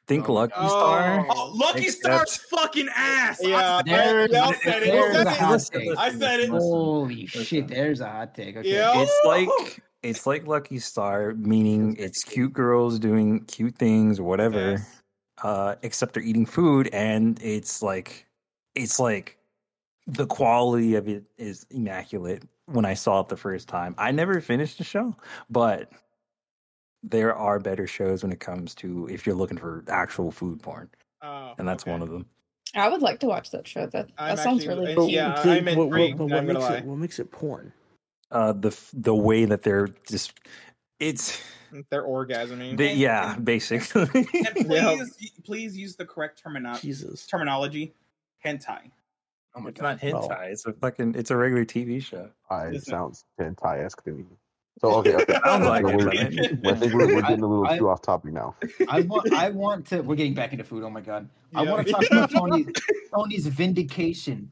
[SPEAKER 6] think
[SPEAKER 2] Oh.
[SPEAKER 6] lucky star
[SPEAKER 1] Oh, Lucky
[SPEAKER 6] Except-
[SPEAKER 1] Star's fucking ass.
[SPEAKER 5] Yeah,
[SPEAKER 1] I said it.
[SPEAKER 2] There's-
[SPEAKER 1] Y'all said it.
[SPEAKER 2] there's
[SPEAKER 1] Y'all
[SPEAKER 2] a
[SPEAKER 1] said
[SPEAKER 2] hot
[SPEAKER 1] it.
[SPEAKER 2] take.
[SPEAKER 1] I said it.
[SPEAKER 2] Holy shit,
[SPEAKER 6] listen.
[SPEAKER 2] there's a hot take. Okay.
[SPEAKER 5] Yeah.
[SPEAKER 6] it's like it's like lucky star meaning it's cute girls doing cute things or whatever
[SPEAKER 1] Yes.
[SPEAKER 6] uh except they're eating food and it's like it's like the quality of it is immaculate when i saw it the first time i never finished the show but there are better shows when it comes to if you're looking for actual food porn
[SPEAKER 5] Oh,
[SPEAKER 6] and that's
[SPEAKER 5] okay.
[SPEAKER 6] one of them
[SPEAKER 7] I would like to watch that show. That that
[SPEAKER 5] I'm
[SPEAKER 7] sounds
[SPEAKER 5] actually-
[SPEAKER 7] really
[SPEAKER 5] I-
[SPEAKER 4] But
[SPEAKER 7] cool.
[SPEAKER 5] yeah,
[SPEAKER 4] dude,
[SPEAKER 5] I'm
[SPEAKER 4] what, what,
[SPEAKER 5] intrigued,
[SPEAKER 4] but
[SPEAKER 5] not
[SPEAKER 4] what
[SPEAKER 5] gonna
[SPEAKER 4] makes
[SPEAKER 5] lie.
[SPEAKER 4] it what makes it porn?
[SPEAKER 6] uh the f- the way that they're just it's
[SPEAKER 5] They're orgasming.
[SPEAKER 6] they, yeah basically
[SPEAKER 1] And please, please use the correct
[SPEAKER 5] Uh,
[SPEAKER 1] terminology.
[SPEAKER 4] Jesus.
[SPEAKER 1] Terminology, hentai.
[SPEAKER 2] Oh my
[SPEAKER 6] it's
[SPEAKER 2] god.
[SPEAKER 6] not hentai it's a fucking it's a regular tv show
[SPEAKER 8] I it
[SPEAKER 1] Listen.
[SPEAKER 8] sounds hentai esque to me. So okay, okay.
[SPEAKER 6] Sounds like
[SPEAKER 8] So
[SPEAKER 6] it,
[SPEAKER 8] we're-
[SPEAKER 6] doesn't it?
[SPEAKER 8] I think we're, we're getting a little
[SPEAKER 2] I-
[SPEAKER 8] too off topic now.
[SPEAKER 2] I want I want to we're getting back into food. Oh my god. I
[SPEAKER 5] Yeah.
[SPEAKER 2] want to talk about Tony's Tony's vindication.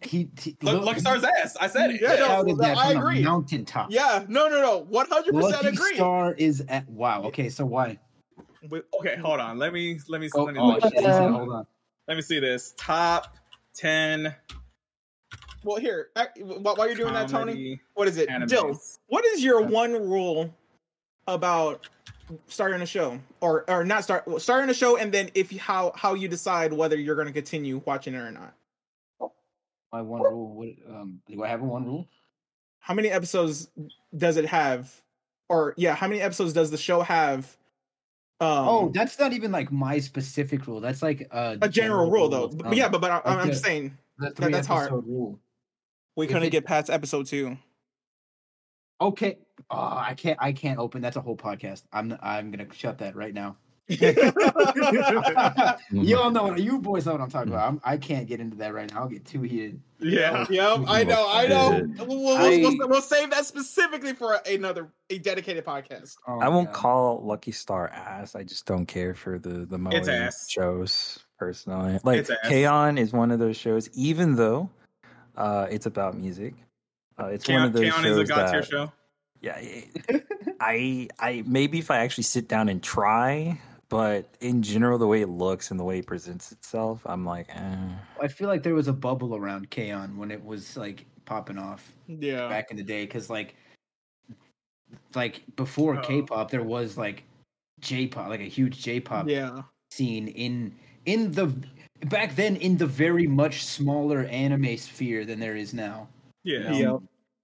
[SPEAKER 2] He, he
[SPEAKER 1] Look,
[SPEAKER 2] Lil-
[SPEAKER 1] Lucky Star's ass. I said it.
[SPEAKER 5] Yeah, no,
[SPEAKER 2] shouted that
[SPEAKER 5] I
[SPEAKER 2] from
[SPEAKER 5] agree.
[SPEAKER 2] the mountaintop.
[SPEAKER 5] Yeah, no, no, no. One hundred percent
[SPEAKER 2] Lucky
[SPEAKER 5] agree.
[SPEAKER 2] Star is at wow. Okay, so why?
[SPEAKER 5] With-
[SPEAKER 1] Okay, hold on. Let me let me
[SPEAKER 2] Oh,
[SPEAKER 1] let me,
[SPEAKER 2] oh,
[SPEAKER 1] let, me
[SPEAKER 2] shit, he said, hold on.
[SPEAKER 1] let me see this. Top ten.
[SPEAKER 5] Well, here, I- wh- while you're doing that, Tony,
[SPEAKER 1] comedy
[SPEAKER 5] what is it?
[SPEAKER 1] animes.
[SPEAKER 5] Dill, what is your one rule about starting a show, or or not start well, starting a show, and then if you- how how you decide whether you're going to continue watching it or not?
[SPEAKER 2] My one rule. What, um, do I have a one rule?
[SPEAKER 5] How many episodes does it have, or yeah, how many episodes does the show have? Um,
[SPEAKER 2] oh, that's not even like my specific rule. That's like a,
[SPEAKER 5] a general rule though.
[SPEAKER 2] of
[SPEAKER 5] But
[SPEAKER 2] thumb.
[SPEAKER 5] yeah, but but I,
[SPEAKER 2] Like
[SPEAKER 5] I'm
[SPEAKER 2] the-
[SPEAKER 5] saying
[SPEAKER 2] The
[SPEAKER 5] Yeah,
[SPEAKER 2] three
[SPEAKER 5] that's hard.
[SPEAKER 2] episode rule.
[SPEAKER 5] We
[SPEAKER 2] If
[SPEAKER 5] couldn't
[SPEAKER 2] it-
[SPEAKER 5] get past episode two.
[SPEAKER 2] Okay. Oh, I can't. I can't open. That's a whole podcast. I'm. I'm gonna shut that right now. you all know. You boys know what I'm talking about. I'm, I can't get into that right now. I'll get too heated.
[SPEAKER 1] Yeah.
[SPEAKER 5] Yep, I know, I know. We'll, we'll, we'll,
[SPEAKER 2] I-
[SPEAKER 5] we'll save that specifically for another a dedicated podcast.
[SPEAKER 2] Oh,
[SPEAKER 6] I won't
[SPEAKER 2] yeah.
[SPEAKER 6] call Lucky Star ass. I just don't care for the the Moe
[SPEAKER 1] ass.
[SPEAKER 6] shows personally. Like
[SPEAKER 1] It's ass.
[SPEAKER 6] K-On! is one of those shows, even though uh, it's about music. Uh, it's one
[SPEAKER 1] Keon
[SPEAKER 6] of those
[SPEAKER 1] Keon
[SPEAKER 6] shows
[SPEAKER 1] is a god tier
[SPEAKER 6] that-
[SPEAKER 1] show.
[SPEAKER 6] Yeah, it- I I maybe if I actually sit down and try, but in general, the way it looks and the way it presents itself, I'm like, eh.
[SPEAKER 2] I feel like there was a bubble around K-On! when it was like popping off
[SPEAKER 1] Uh-huh.
[SPEAKER 5] Yeah.
[SPEAKER 2] back in the day, because like, like before
[SPEAKER 1] Oh.
[SPEAKER 2] K-pop, there was like J-pop, like a huge J-pop
[SPEAKER 5] Yeah.
[SPEAKER 2] scene in in the back then in the very much smaller anime sphere than there is now.
[SPEAKER 1] Yeah.
[SPEAKER 2] Um,
[SPEAKER 5] Yep.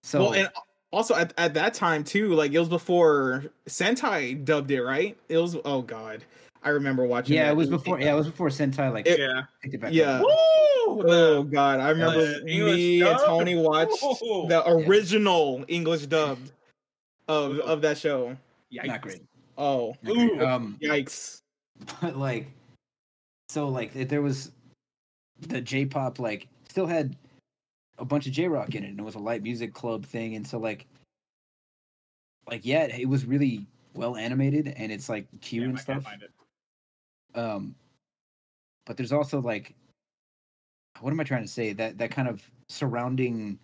[SPEAKER 2] So
[SPEAKER 5] Well, and also at, at that time too, like it was before Sentai dubbed it, right? It was oh god, I remember watching.
[SPEAKER 2] yeah,
[SPEAKER 5] that.
[SPEAKER 2] it was before. Yeah, it was before Sentai. Like
[SPEAKER 5] It-
[SPEAKER 1] Yeah.
[SPEAKER 2] picked it back up.
[SPEAKER 5] Yeah.
[SPEAKER 1] Woo!
[SPEAKER 5] Oh god, I remember
[SPEAKER 1] Uh, English
[SPEAKER 5] me and
[SPEAKER 1] dubbed?
[SPEAKER 5] Tony watched
[SPEAKER 1] Whoa.
[SPEAKER 5] the original English dubbed of of that show.
[SPEAKER 1] Yikes.
[SPEAKER 2] not great.
[SPEAKER 5] Oh
[SPEAKER 1] Ooh.
[SPEAKER 2] Um,
[SPEAKER 5] yikes!
[SPEAKER 2] but like, so like th- there was the J-pop like still had a bunch of J-rock in it, and it was a light music club thing, and so like, like yeah, it, it was really well animated, and it's like cute
[SPEAKER 1] Damn,
[SPEAKER 2] and
[SPEAKER 1] I can't
[SPEAKER 2] stuff.
[SPEAKER 1] find it.
[SPEAKER 2] um but there's also like what am i trying to say that that kind of surrounding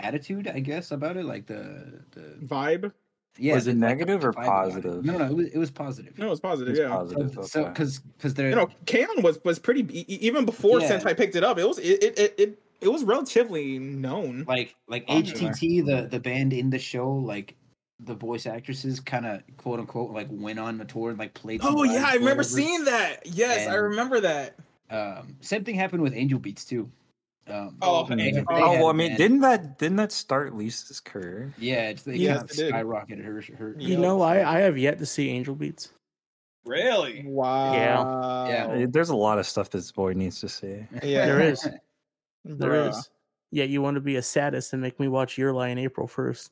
[SPEAKER 2] attitude i guess about it like the the
[SPEAKER 5] Vibe?
[SPEAKER 2] yeah
[SPEAKER 6] Was it
[SPEAKER 2] the- like,
[SPEAKER 6] negative
[SPEAKER 2] the
[SPEAKER 6] or
[SPEAKER 2] vibe about it.
[SPEAKER 6] positive?
[SPEAKER 2] no no it was, it was positive
[SPEAKER 5] No, it's positive.
[SPEAKER 6] It's
[SPEAKER 5] yeah.
[SPEAKER 6] positive.
[SPEAKER 2] so
[SPEAKER 6] okay.
[SPEAKER 2] because because they're
[SPEAKER 5] you know, Kaon was was pretty e- e- even before
[SPEAKER 2] Yeah.
[SPEAKER 5] Sentai picked it up. It was it it it, it, it was relatively known.
[SPEAKER 2] like like
[SPEAKER 6] Popular.
[SPEAKER 2] htt the the band in the show like the voice actresses kind of quote unquote like went on the tour and like played some
[SPEAKER 5] Oh
[SPEAKER 2] live
[SPEAKER 5] yeah, I
[SPEAKER 2] or
[SPEAKER 5] remember
[SPEAKER 2] whatever.
[SPEAKER 5] seeing that. Yes, I
[SPEAKER 2] And-
[SPEAKER 5] remember that.
[SPEAKER 2] um same thing happened with angel beats too um
[SPEAKER 1] Oh,
[SPEAKER 2] they-
[SPEAKER 1] Angel-
[SPEAKER 2] they
[SPEAKER 6] oh
[SPEAKER 2] had
[SPEAKER 6] well,
[SPEAKER 2] a
[SPEAKER 6] I mean,
[SPEAKER 2] band-
[SPEAKER 6] didn't that didn't that start Lisa's career?
[SPEAKER 2] yeah it's they
[SPEAKER 5] Yes,
[SPEAKER 2] kind of
[SPEAKER 5] it did.
[SPEAKER 2] skyrocketed her her uh,
[SPEAKER 4] You know, I, I have yet to see Angel Beats.
[SPEAKER 1] Really?
[SPEAKER 5] Wow.
[SPEAKER 2] Yeah.
[SPEAKER 6] Uh, There's a lot of stuff this boy needs to see.
[SPEAKER 5] Yeah.
[SPEAKER 4] There is. There is.
[SPEAKER 5] Bruh.
[SPEAKER 4] Yeah, you want to be a sadist and make me watch Your Lie in April first.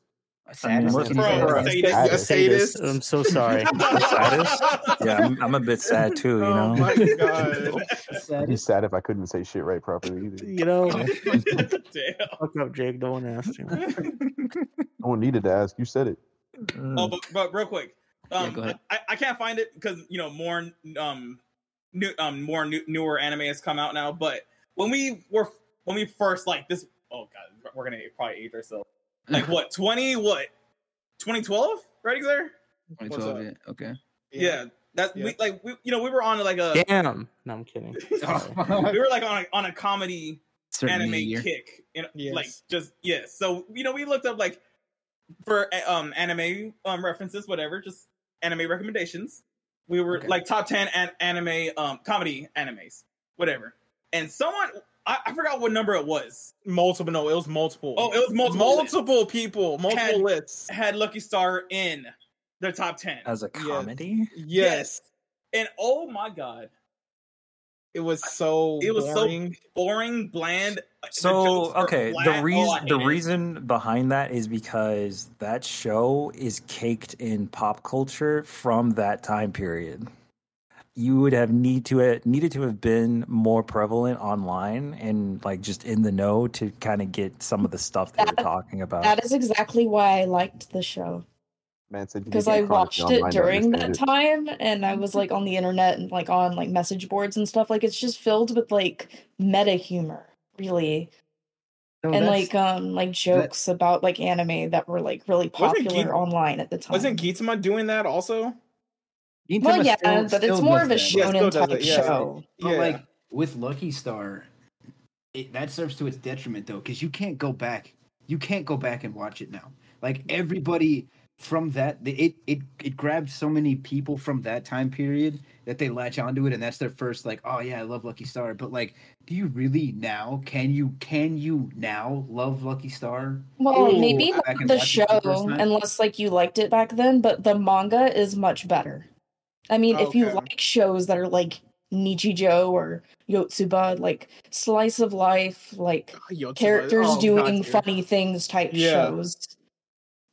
[SPEAKER 2] Saddest
[SPEAKER 6] listen,
[SPEAKER 2] thing I've
[SPEAKER 5] bro,
[SPEAKER 2] ever-
[SPEAKER 5] say
[SPEAKER 8] Sadist.
[SPEAKER 5] A sadist.
[SPEAKER 4] I'm so sorry.
[SPEAKER 6] Sadist? Yeah, I'm, I'm a bit sad too. You know.
[SPEAKER 5] Oh my god.
[SPEAKER 8] I'd be sad if I couldn't say shit right properly either.
[SPEAKER 4] you know,
[SPEAKER 1] Damn.
[SPEAKER 4] fuck up, Jake. No one asked you.
[SPEAKER 8] No one needed to ask. You said it.
[SPEAKER 6] Mm.
[SPEAKER 1] Oh, but, but real quick, um,
[SPEAKER 2] Hmm. go ahead.
[SPEAKER 1] I, I can't find it because you know more um new um more new, newer anime has come out now. But when we were when we first like this, oh god, we're gonna probably age ourselves. Like what twenty what twenty twelve right there?
[SPEAKER 2] 2012,
[SPEAKER 5] What's
[SPEAKER 2] yeah, Okay.
[SPEAKER 1] Yeah, that
[SPEAKER 5] Yeah.
[SPEAKER 1] we like we you know we were on like a
[SPEAKER 4] Damn. No, I'm kidding. Sorry.
[SPEAKER 1] we were like on a, on a comedy
[SPEAKER 2] Certain
[SPEAKER 1] anime
[SPEAKER 2] year.
[SPEAKER 1] kick and
[SPEAKER 5] Yes.
[SPEAKER 1] like just yeah so you know we looked up like for uh, um anime um references whatever just anime recommendations we were
[SPEAKER 2] Okay.
[SPEAKER 1] like top 10 an- anime um comedy animes whatever and someone I, I forgot what number it was
[SPEAKER 5] Multiple. No, it was multiple.
[SPEAKER 1] oh it was multiple, lists.
[SPEAKER 5] multiple people. Multiple
[SPEAKER 1] Had-
[SPEAKER 5] lists.
[SPEAKER 1] had lucky star in their top 10
[SPEAKER 6] As a
[SPEAKER 5] Yeah.
[SPEAKER 6] comedy.
[SPEAKER 5] Yes.
[SPEAKER 1] and oh my god
[SPEAKER 5] It was so.
[SPEAKER 1] It was so-
[SPEAKER 5] boring.
[SPEAKER 1] boring bland the
[SPEAKER 6] So
[SPEAKER 1] jokes were
[SPEAKER 6] okay,
[SPEAKER 1] flat.
[SPEAKER 6] the
[SPEAKER 1] Oh,
[SPEAKER 6] reason
[SPEAKER 1] I hate
[SPEAKER 6] the
[SPEAKER 1] it.
[SPEAKER 6] reason behind that is because that show is caked in pop culture from that time period. You would have need to needed to have been more prevalent online and like just in the know to kind of get some of the stuff they were
[SPEAKER 7] That-
[SPEAKER 6] talking about.
[SPEAKER 7] That is exactly why I liked the show.
[SPEAKER 8] Man said you need
[SPEAKER 7] because
[SPEAKER 8] to get
[SPEAKER 7] I
[SPEAKER 8] chronically
[SPEAKER 7] watched
[SPEAKER 8] online
[SPEAKER 7] it
[SPEAKER 8] to
[SPEAKER 7] during
[SPEAKER 8] understand
[SPEAKER 7] that
[SPEAKER 8] it.
[SPEAKER 7] time, and I was like on the internet and like on like message boards and stuff. Like it's just filled with like meta humor, really,
[SPEAKER 5] Oh,
[SPEAKER 2] So
[SPEAKER 7] and
[SPEAKER 2] that's-
[SPEAKER 7] like um like jokes about like anime that were like really
[SPEAKER 5] Wasn't
[SPEAKER 7] popular
[SPEAKER 5] Geek-
[SPEAKER 7] online at the time.
[SPEAKER 5] Wasn't Gintama doing that also?
[SPEAKER 2] Gintama
[SPEAKER 7] well, yeah,
[SPEAKER 2] still-
[SPEAKER 7] but it's
[SPEAKER 2] still
[SPEAKER 7] more
[SPEAKER 2] does
[SPEAKER 7] of a
[SPEAKER 2] that.
[SPEAKER 5] Yeah, still
[SPEAKER 7] shonen
[SPEAKER 5] does
[SPEAKER 7] type
[SPEAKER 5] it, yeah.
[SPEAKER 7] show.
[SPEAKER 2] But
[SPEAKER 5] yeah.
[SPEAKER 2] like with Lucky Star, it, that serves to its detriment though, because you can't go back. You can't go back and watch it now. Like everybody from that, the- it it it grabbed so many people from that time period that they latch onto it, and that's their first like, oh yeah, I love Lucky Star. But like, do you really now? Can you can you now love Lucky Star?
[SPEAKER 7] Well,
[SPEAKER 5] Ooh,
[SPEAKER 7] maybe
[SPEAKER 2] I
[SPEAKER 7] not
[SPEAKER 2] can
[SPEAKER 7] the
[SPEAKER 2] watch it for
[SPEAKER 7] show
[SPEAKER 2] the first time.
[SPEAKER 7] unless like you liked it back then, but the manga is much better. I mean, if you
[SPEAKER 5] Okay.
[SPEAKER 7] like shows that are like Nichijou or Yotsuba, like slice of life, like
[SPEAKER 5] Yotsuba.
[SPEAKER 7] characters
[SPEAKER 5] Oh,
[SPEAKER 7] doing
[SPEAKER 5] God, dude.
[SPEAKER 7] funny things type
[SPEAKER 5] Yeah.
[SPEAKER 7] shows.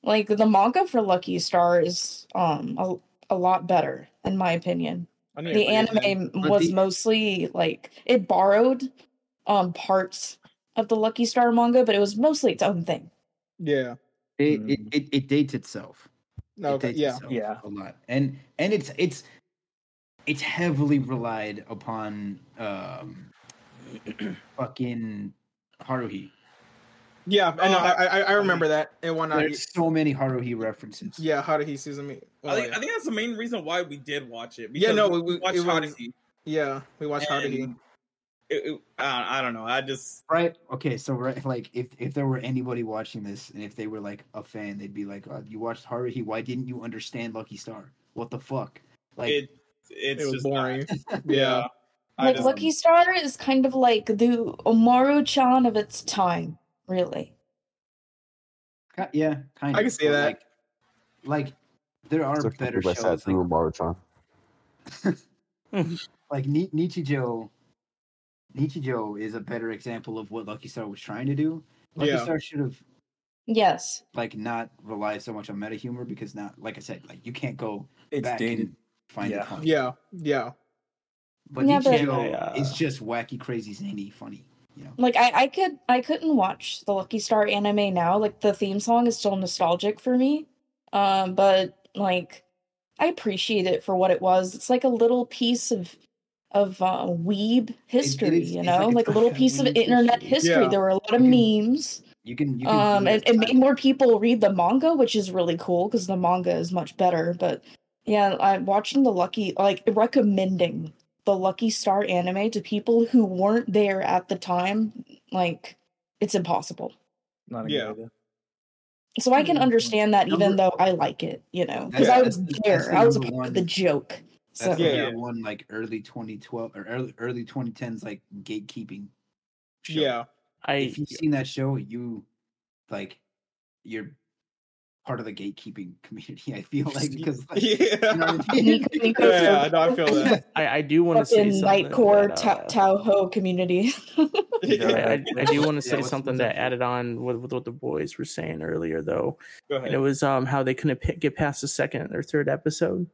[SPEAKER 7] Like the manga for Lucky Star is um a, a lot better in my opinion.
[SPEAKER 5] I need to
[SPEAKER 7] The
[SPEAKER 5] read that.
[SPEAKER 7] anime
[SPEAKER 2] But
[SPEAKER 7] was
[SPEAKER 2] the-
[SPEAKER 7] mostly like it borrowed um parts of the Lucky Star manga, but it was mostly its own thing.
[SPEAKER 5] Yeah.
[SPEAKER 2] It, it,
[SPEAKER 6] Mm.
[SPEAKER 2] it, it dates itself.
[SPEAKER 5] No.
[SPEAKER 2] it
[SPEAKER 5] Okay.
[SPEAKER 2] dates
[SPEAKER 5] Yeah.
[SPEAKER 2] itself
[SPEAKER 6] Yeah.
[SPEAKER 2] a lot and and it's it's it's heavily relied upon um fucking haruhi
[SPEAKER 5] Yeah. I know. I, I I remember that and whatnot.
[SPEAKER 2] there's so many haruhi references
[SPEAKER 5] Yeah. How did he Suzumi?
[SPEAKER 1] I think,
[SPEAKER 5] Oh, yeah.
[SPEAKER 1] I think that's the main reason why we did watch it.
[SPEAKER 5] Yeah,
[SPEAKER 1] because
[SPEAKER 5] no, we- we-
[SPEAKER 1] watched
[SPEAKER 5] it was-
[SPEAKER 1] Odyssey,
[SPEAKER 5] yeah. We watched how did he.
[SPEAKER 1] and it- it- I, I don't know. I just
[SPEAKER 2] right okay so right like if if there were anybody watching this and if they were like a fan they'd be like oh, you watched haruhi why didn't you understand lucky star what the fuck like
[SPEAKER 1] it it's
[SPEAKER 5] It was
[SPEAKER 1] just not-
[SPEAKER 5] boring.
[SPEAKER 1] yeah.
[SPEAKER 5] Yeah.
[SPEAKER 1] I
[SPEAKER 7] like
[SPEAKER 1] just-
[SPEAKER 7] Lucky Star is kind of like the Omaru-chan of its time, really.
[SPEAKER 2] ki- yeah kind of
[SPEAKER 5] I can see
[SPEAKER 2] but,
[SPEAKER 5] that.
[SPEAKER 2] like, like there are
[SPEAKER 8] Except for
[SPEAKER 2] better
[SPEAKER 8] Blue by
[SPEAKER 2] shows like
[SPEAKER 8] Satoru Maruchan.
[SPEAKER 2] like Ni- Nichijou Nichijou is a better example of what Lucky Star was trying to do. Lucky
[SPEAKER 5] Yeah.
[SPEAKER 2] Star should have
[SPEAKER 7] Yes.
[SPEAKER 2] like not rely so much on meta humor because now, like I said, like you can't go
[SPEAKER 6] It's
[SPEAKER 2] back
[SPEAKER 6] dated.
[SPEAKER 2] and find
[SPEAKER 6] Yeah.
[SPEAKER 2] it funny.
[SPEAKER 5] Yeah. Yeah.
[SPEAKER 2] But
[SPEAKER 7] Yeah, but-
[SPEAKER 2] Nichijou
[SPEAKER 4] Yeah.
[SPEAKER 2] is just wacky, crazy, zany, funny. You know,
[SPEAKER 7] Like I, I could I couldn't watch the Lucky Star anime now. Like the theme song is still nostalgic for me. Um, but like I appreciate it for what it was. It's like a little piece of of uh, weeb history,
[SPEAKER 2] is-
[SPEAKER 7] you
[SPEAKER 2] it's
[SPEAKER 7] know,
[SPEAKER 2] like a
[SPEAKER 7] like a little
[SPEAKER 2] time
[SPEAKER 7] piece of
[SPEAKER 2] when you
[SPEAKER 7] internet
[SPEAKER 2] appreciate-
[SPEAKER 7] history.
[SPEAKER 5] Yeah.
[SPEAKER 7] There were a lot of
[SPEAKER 2] You
[SPEAKER 7] memes.
[SPEAKER 2] you can you can
[SPEAKER 7] Um,
[SPEAKER 2] do
[SPEAKER 7] and
[SPEAKER 2] that
[SPEAKER 7] it made
[SPEAKER 2] time-
[SPEAKER 7] more people read the manga, which is really cool because the manga is much better. But yeah, I'm watching the Lucky, like recommending the Lucky Star anime to people who weren't there at the time. Like, it's impossible.
[SPEAKER 6] Not a
[SPEAKER 5] Yeah.
[SPEAKER 6] good idea.
[SPEAKER 7] So I can
[SPEAKER 6] Mhm.
[SPEAKER 7] understand that, even
[SPEAKER 2] Mm-hmm. Number-
[SPEAKER 7] though I like it, you know, because
[SPEAKER 2] That's-
[SPEAKER 7] I
[SPEAKER 2] that's
[SPEAKER 7] was
[SPEAKER 2] the- that's
[SPEAKER 7] there.
[SPEAKER 2] the
[SPEAKER 7] I was a
[SPEAKER 2] number
[SPEAKER 7] part of the
[SPEAKER 2] one-
[SPEAKER 7] joke. So
[SPEAKER 2] That's the
[SPEAKER 5] Yeah.
[SPEAKER 2] number one like early 2012 or early early 2010s like gatekeeping. show.
[SPEAKER 5] Yeah.
[SPEAKER 4] I
[SPEAKER 2] if you've seen that show, you like you're part of the gatekeeping community. I feel like because like, you know
[SPEAKER 5] Yeah.
[SPEAKER 2] what I mean?
[SPEAKER 7] Nico, Nico,
[SPEAKER 5] Yeah. No, I feel that.
[SPEAKER 4] I, I do want to say
[SPEAKER 7] fucking
[SPEAKER 4] something.
[SPEAKER 7] Nightcore
[SPEAKER 4] that,
[SPEAKER 7] Ta-
[SPEAKER 4] uh,
[SPEAKER 7] Tao Ho community.
[SPEAKER 5] Yeah.
[SPEAKER 4] I, I, I do want to
[SPEAKER 2] Yeah,
[SPEAKER 4] say
[SPEAKER 2] what's-
[SPEAKER 4] something
[SPEAKER 2] what's
[SPEAKER 4] that
[SPEAKER 2] up?
[SPEAKER 4] added on with, with what the boys were saying earlier, though,
[SPEAKER 1] Go
[SPEAKER 4] and it
[SPEAKER 1] ahead.
[SPEAKER 4] was um how they couldn't pick, get past the second or third episode.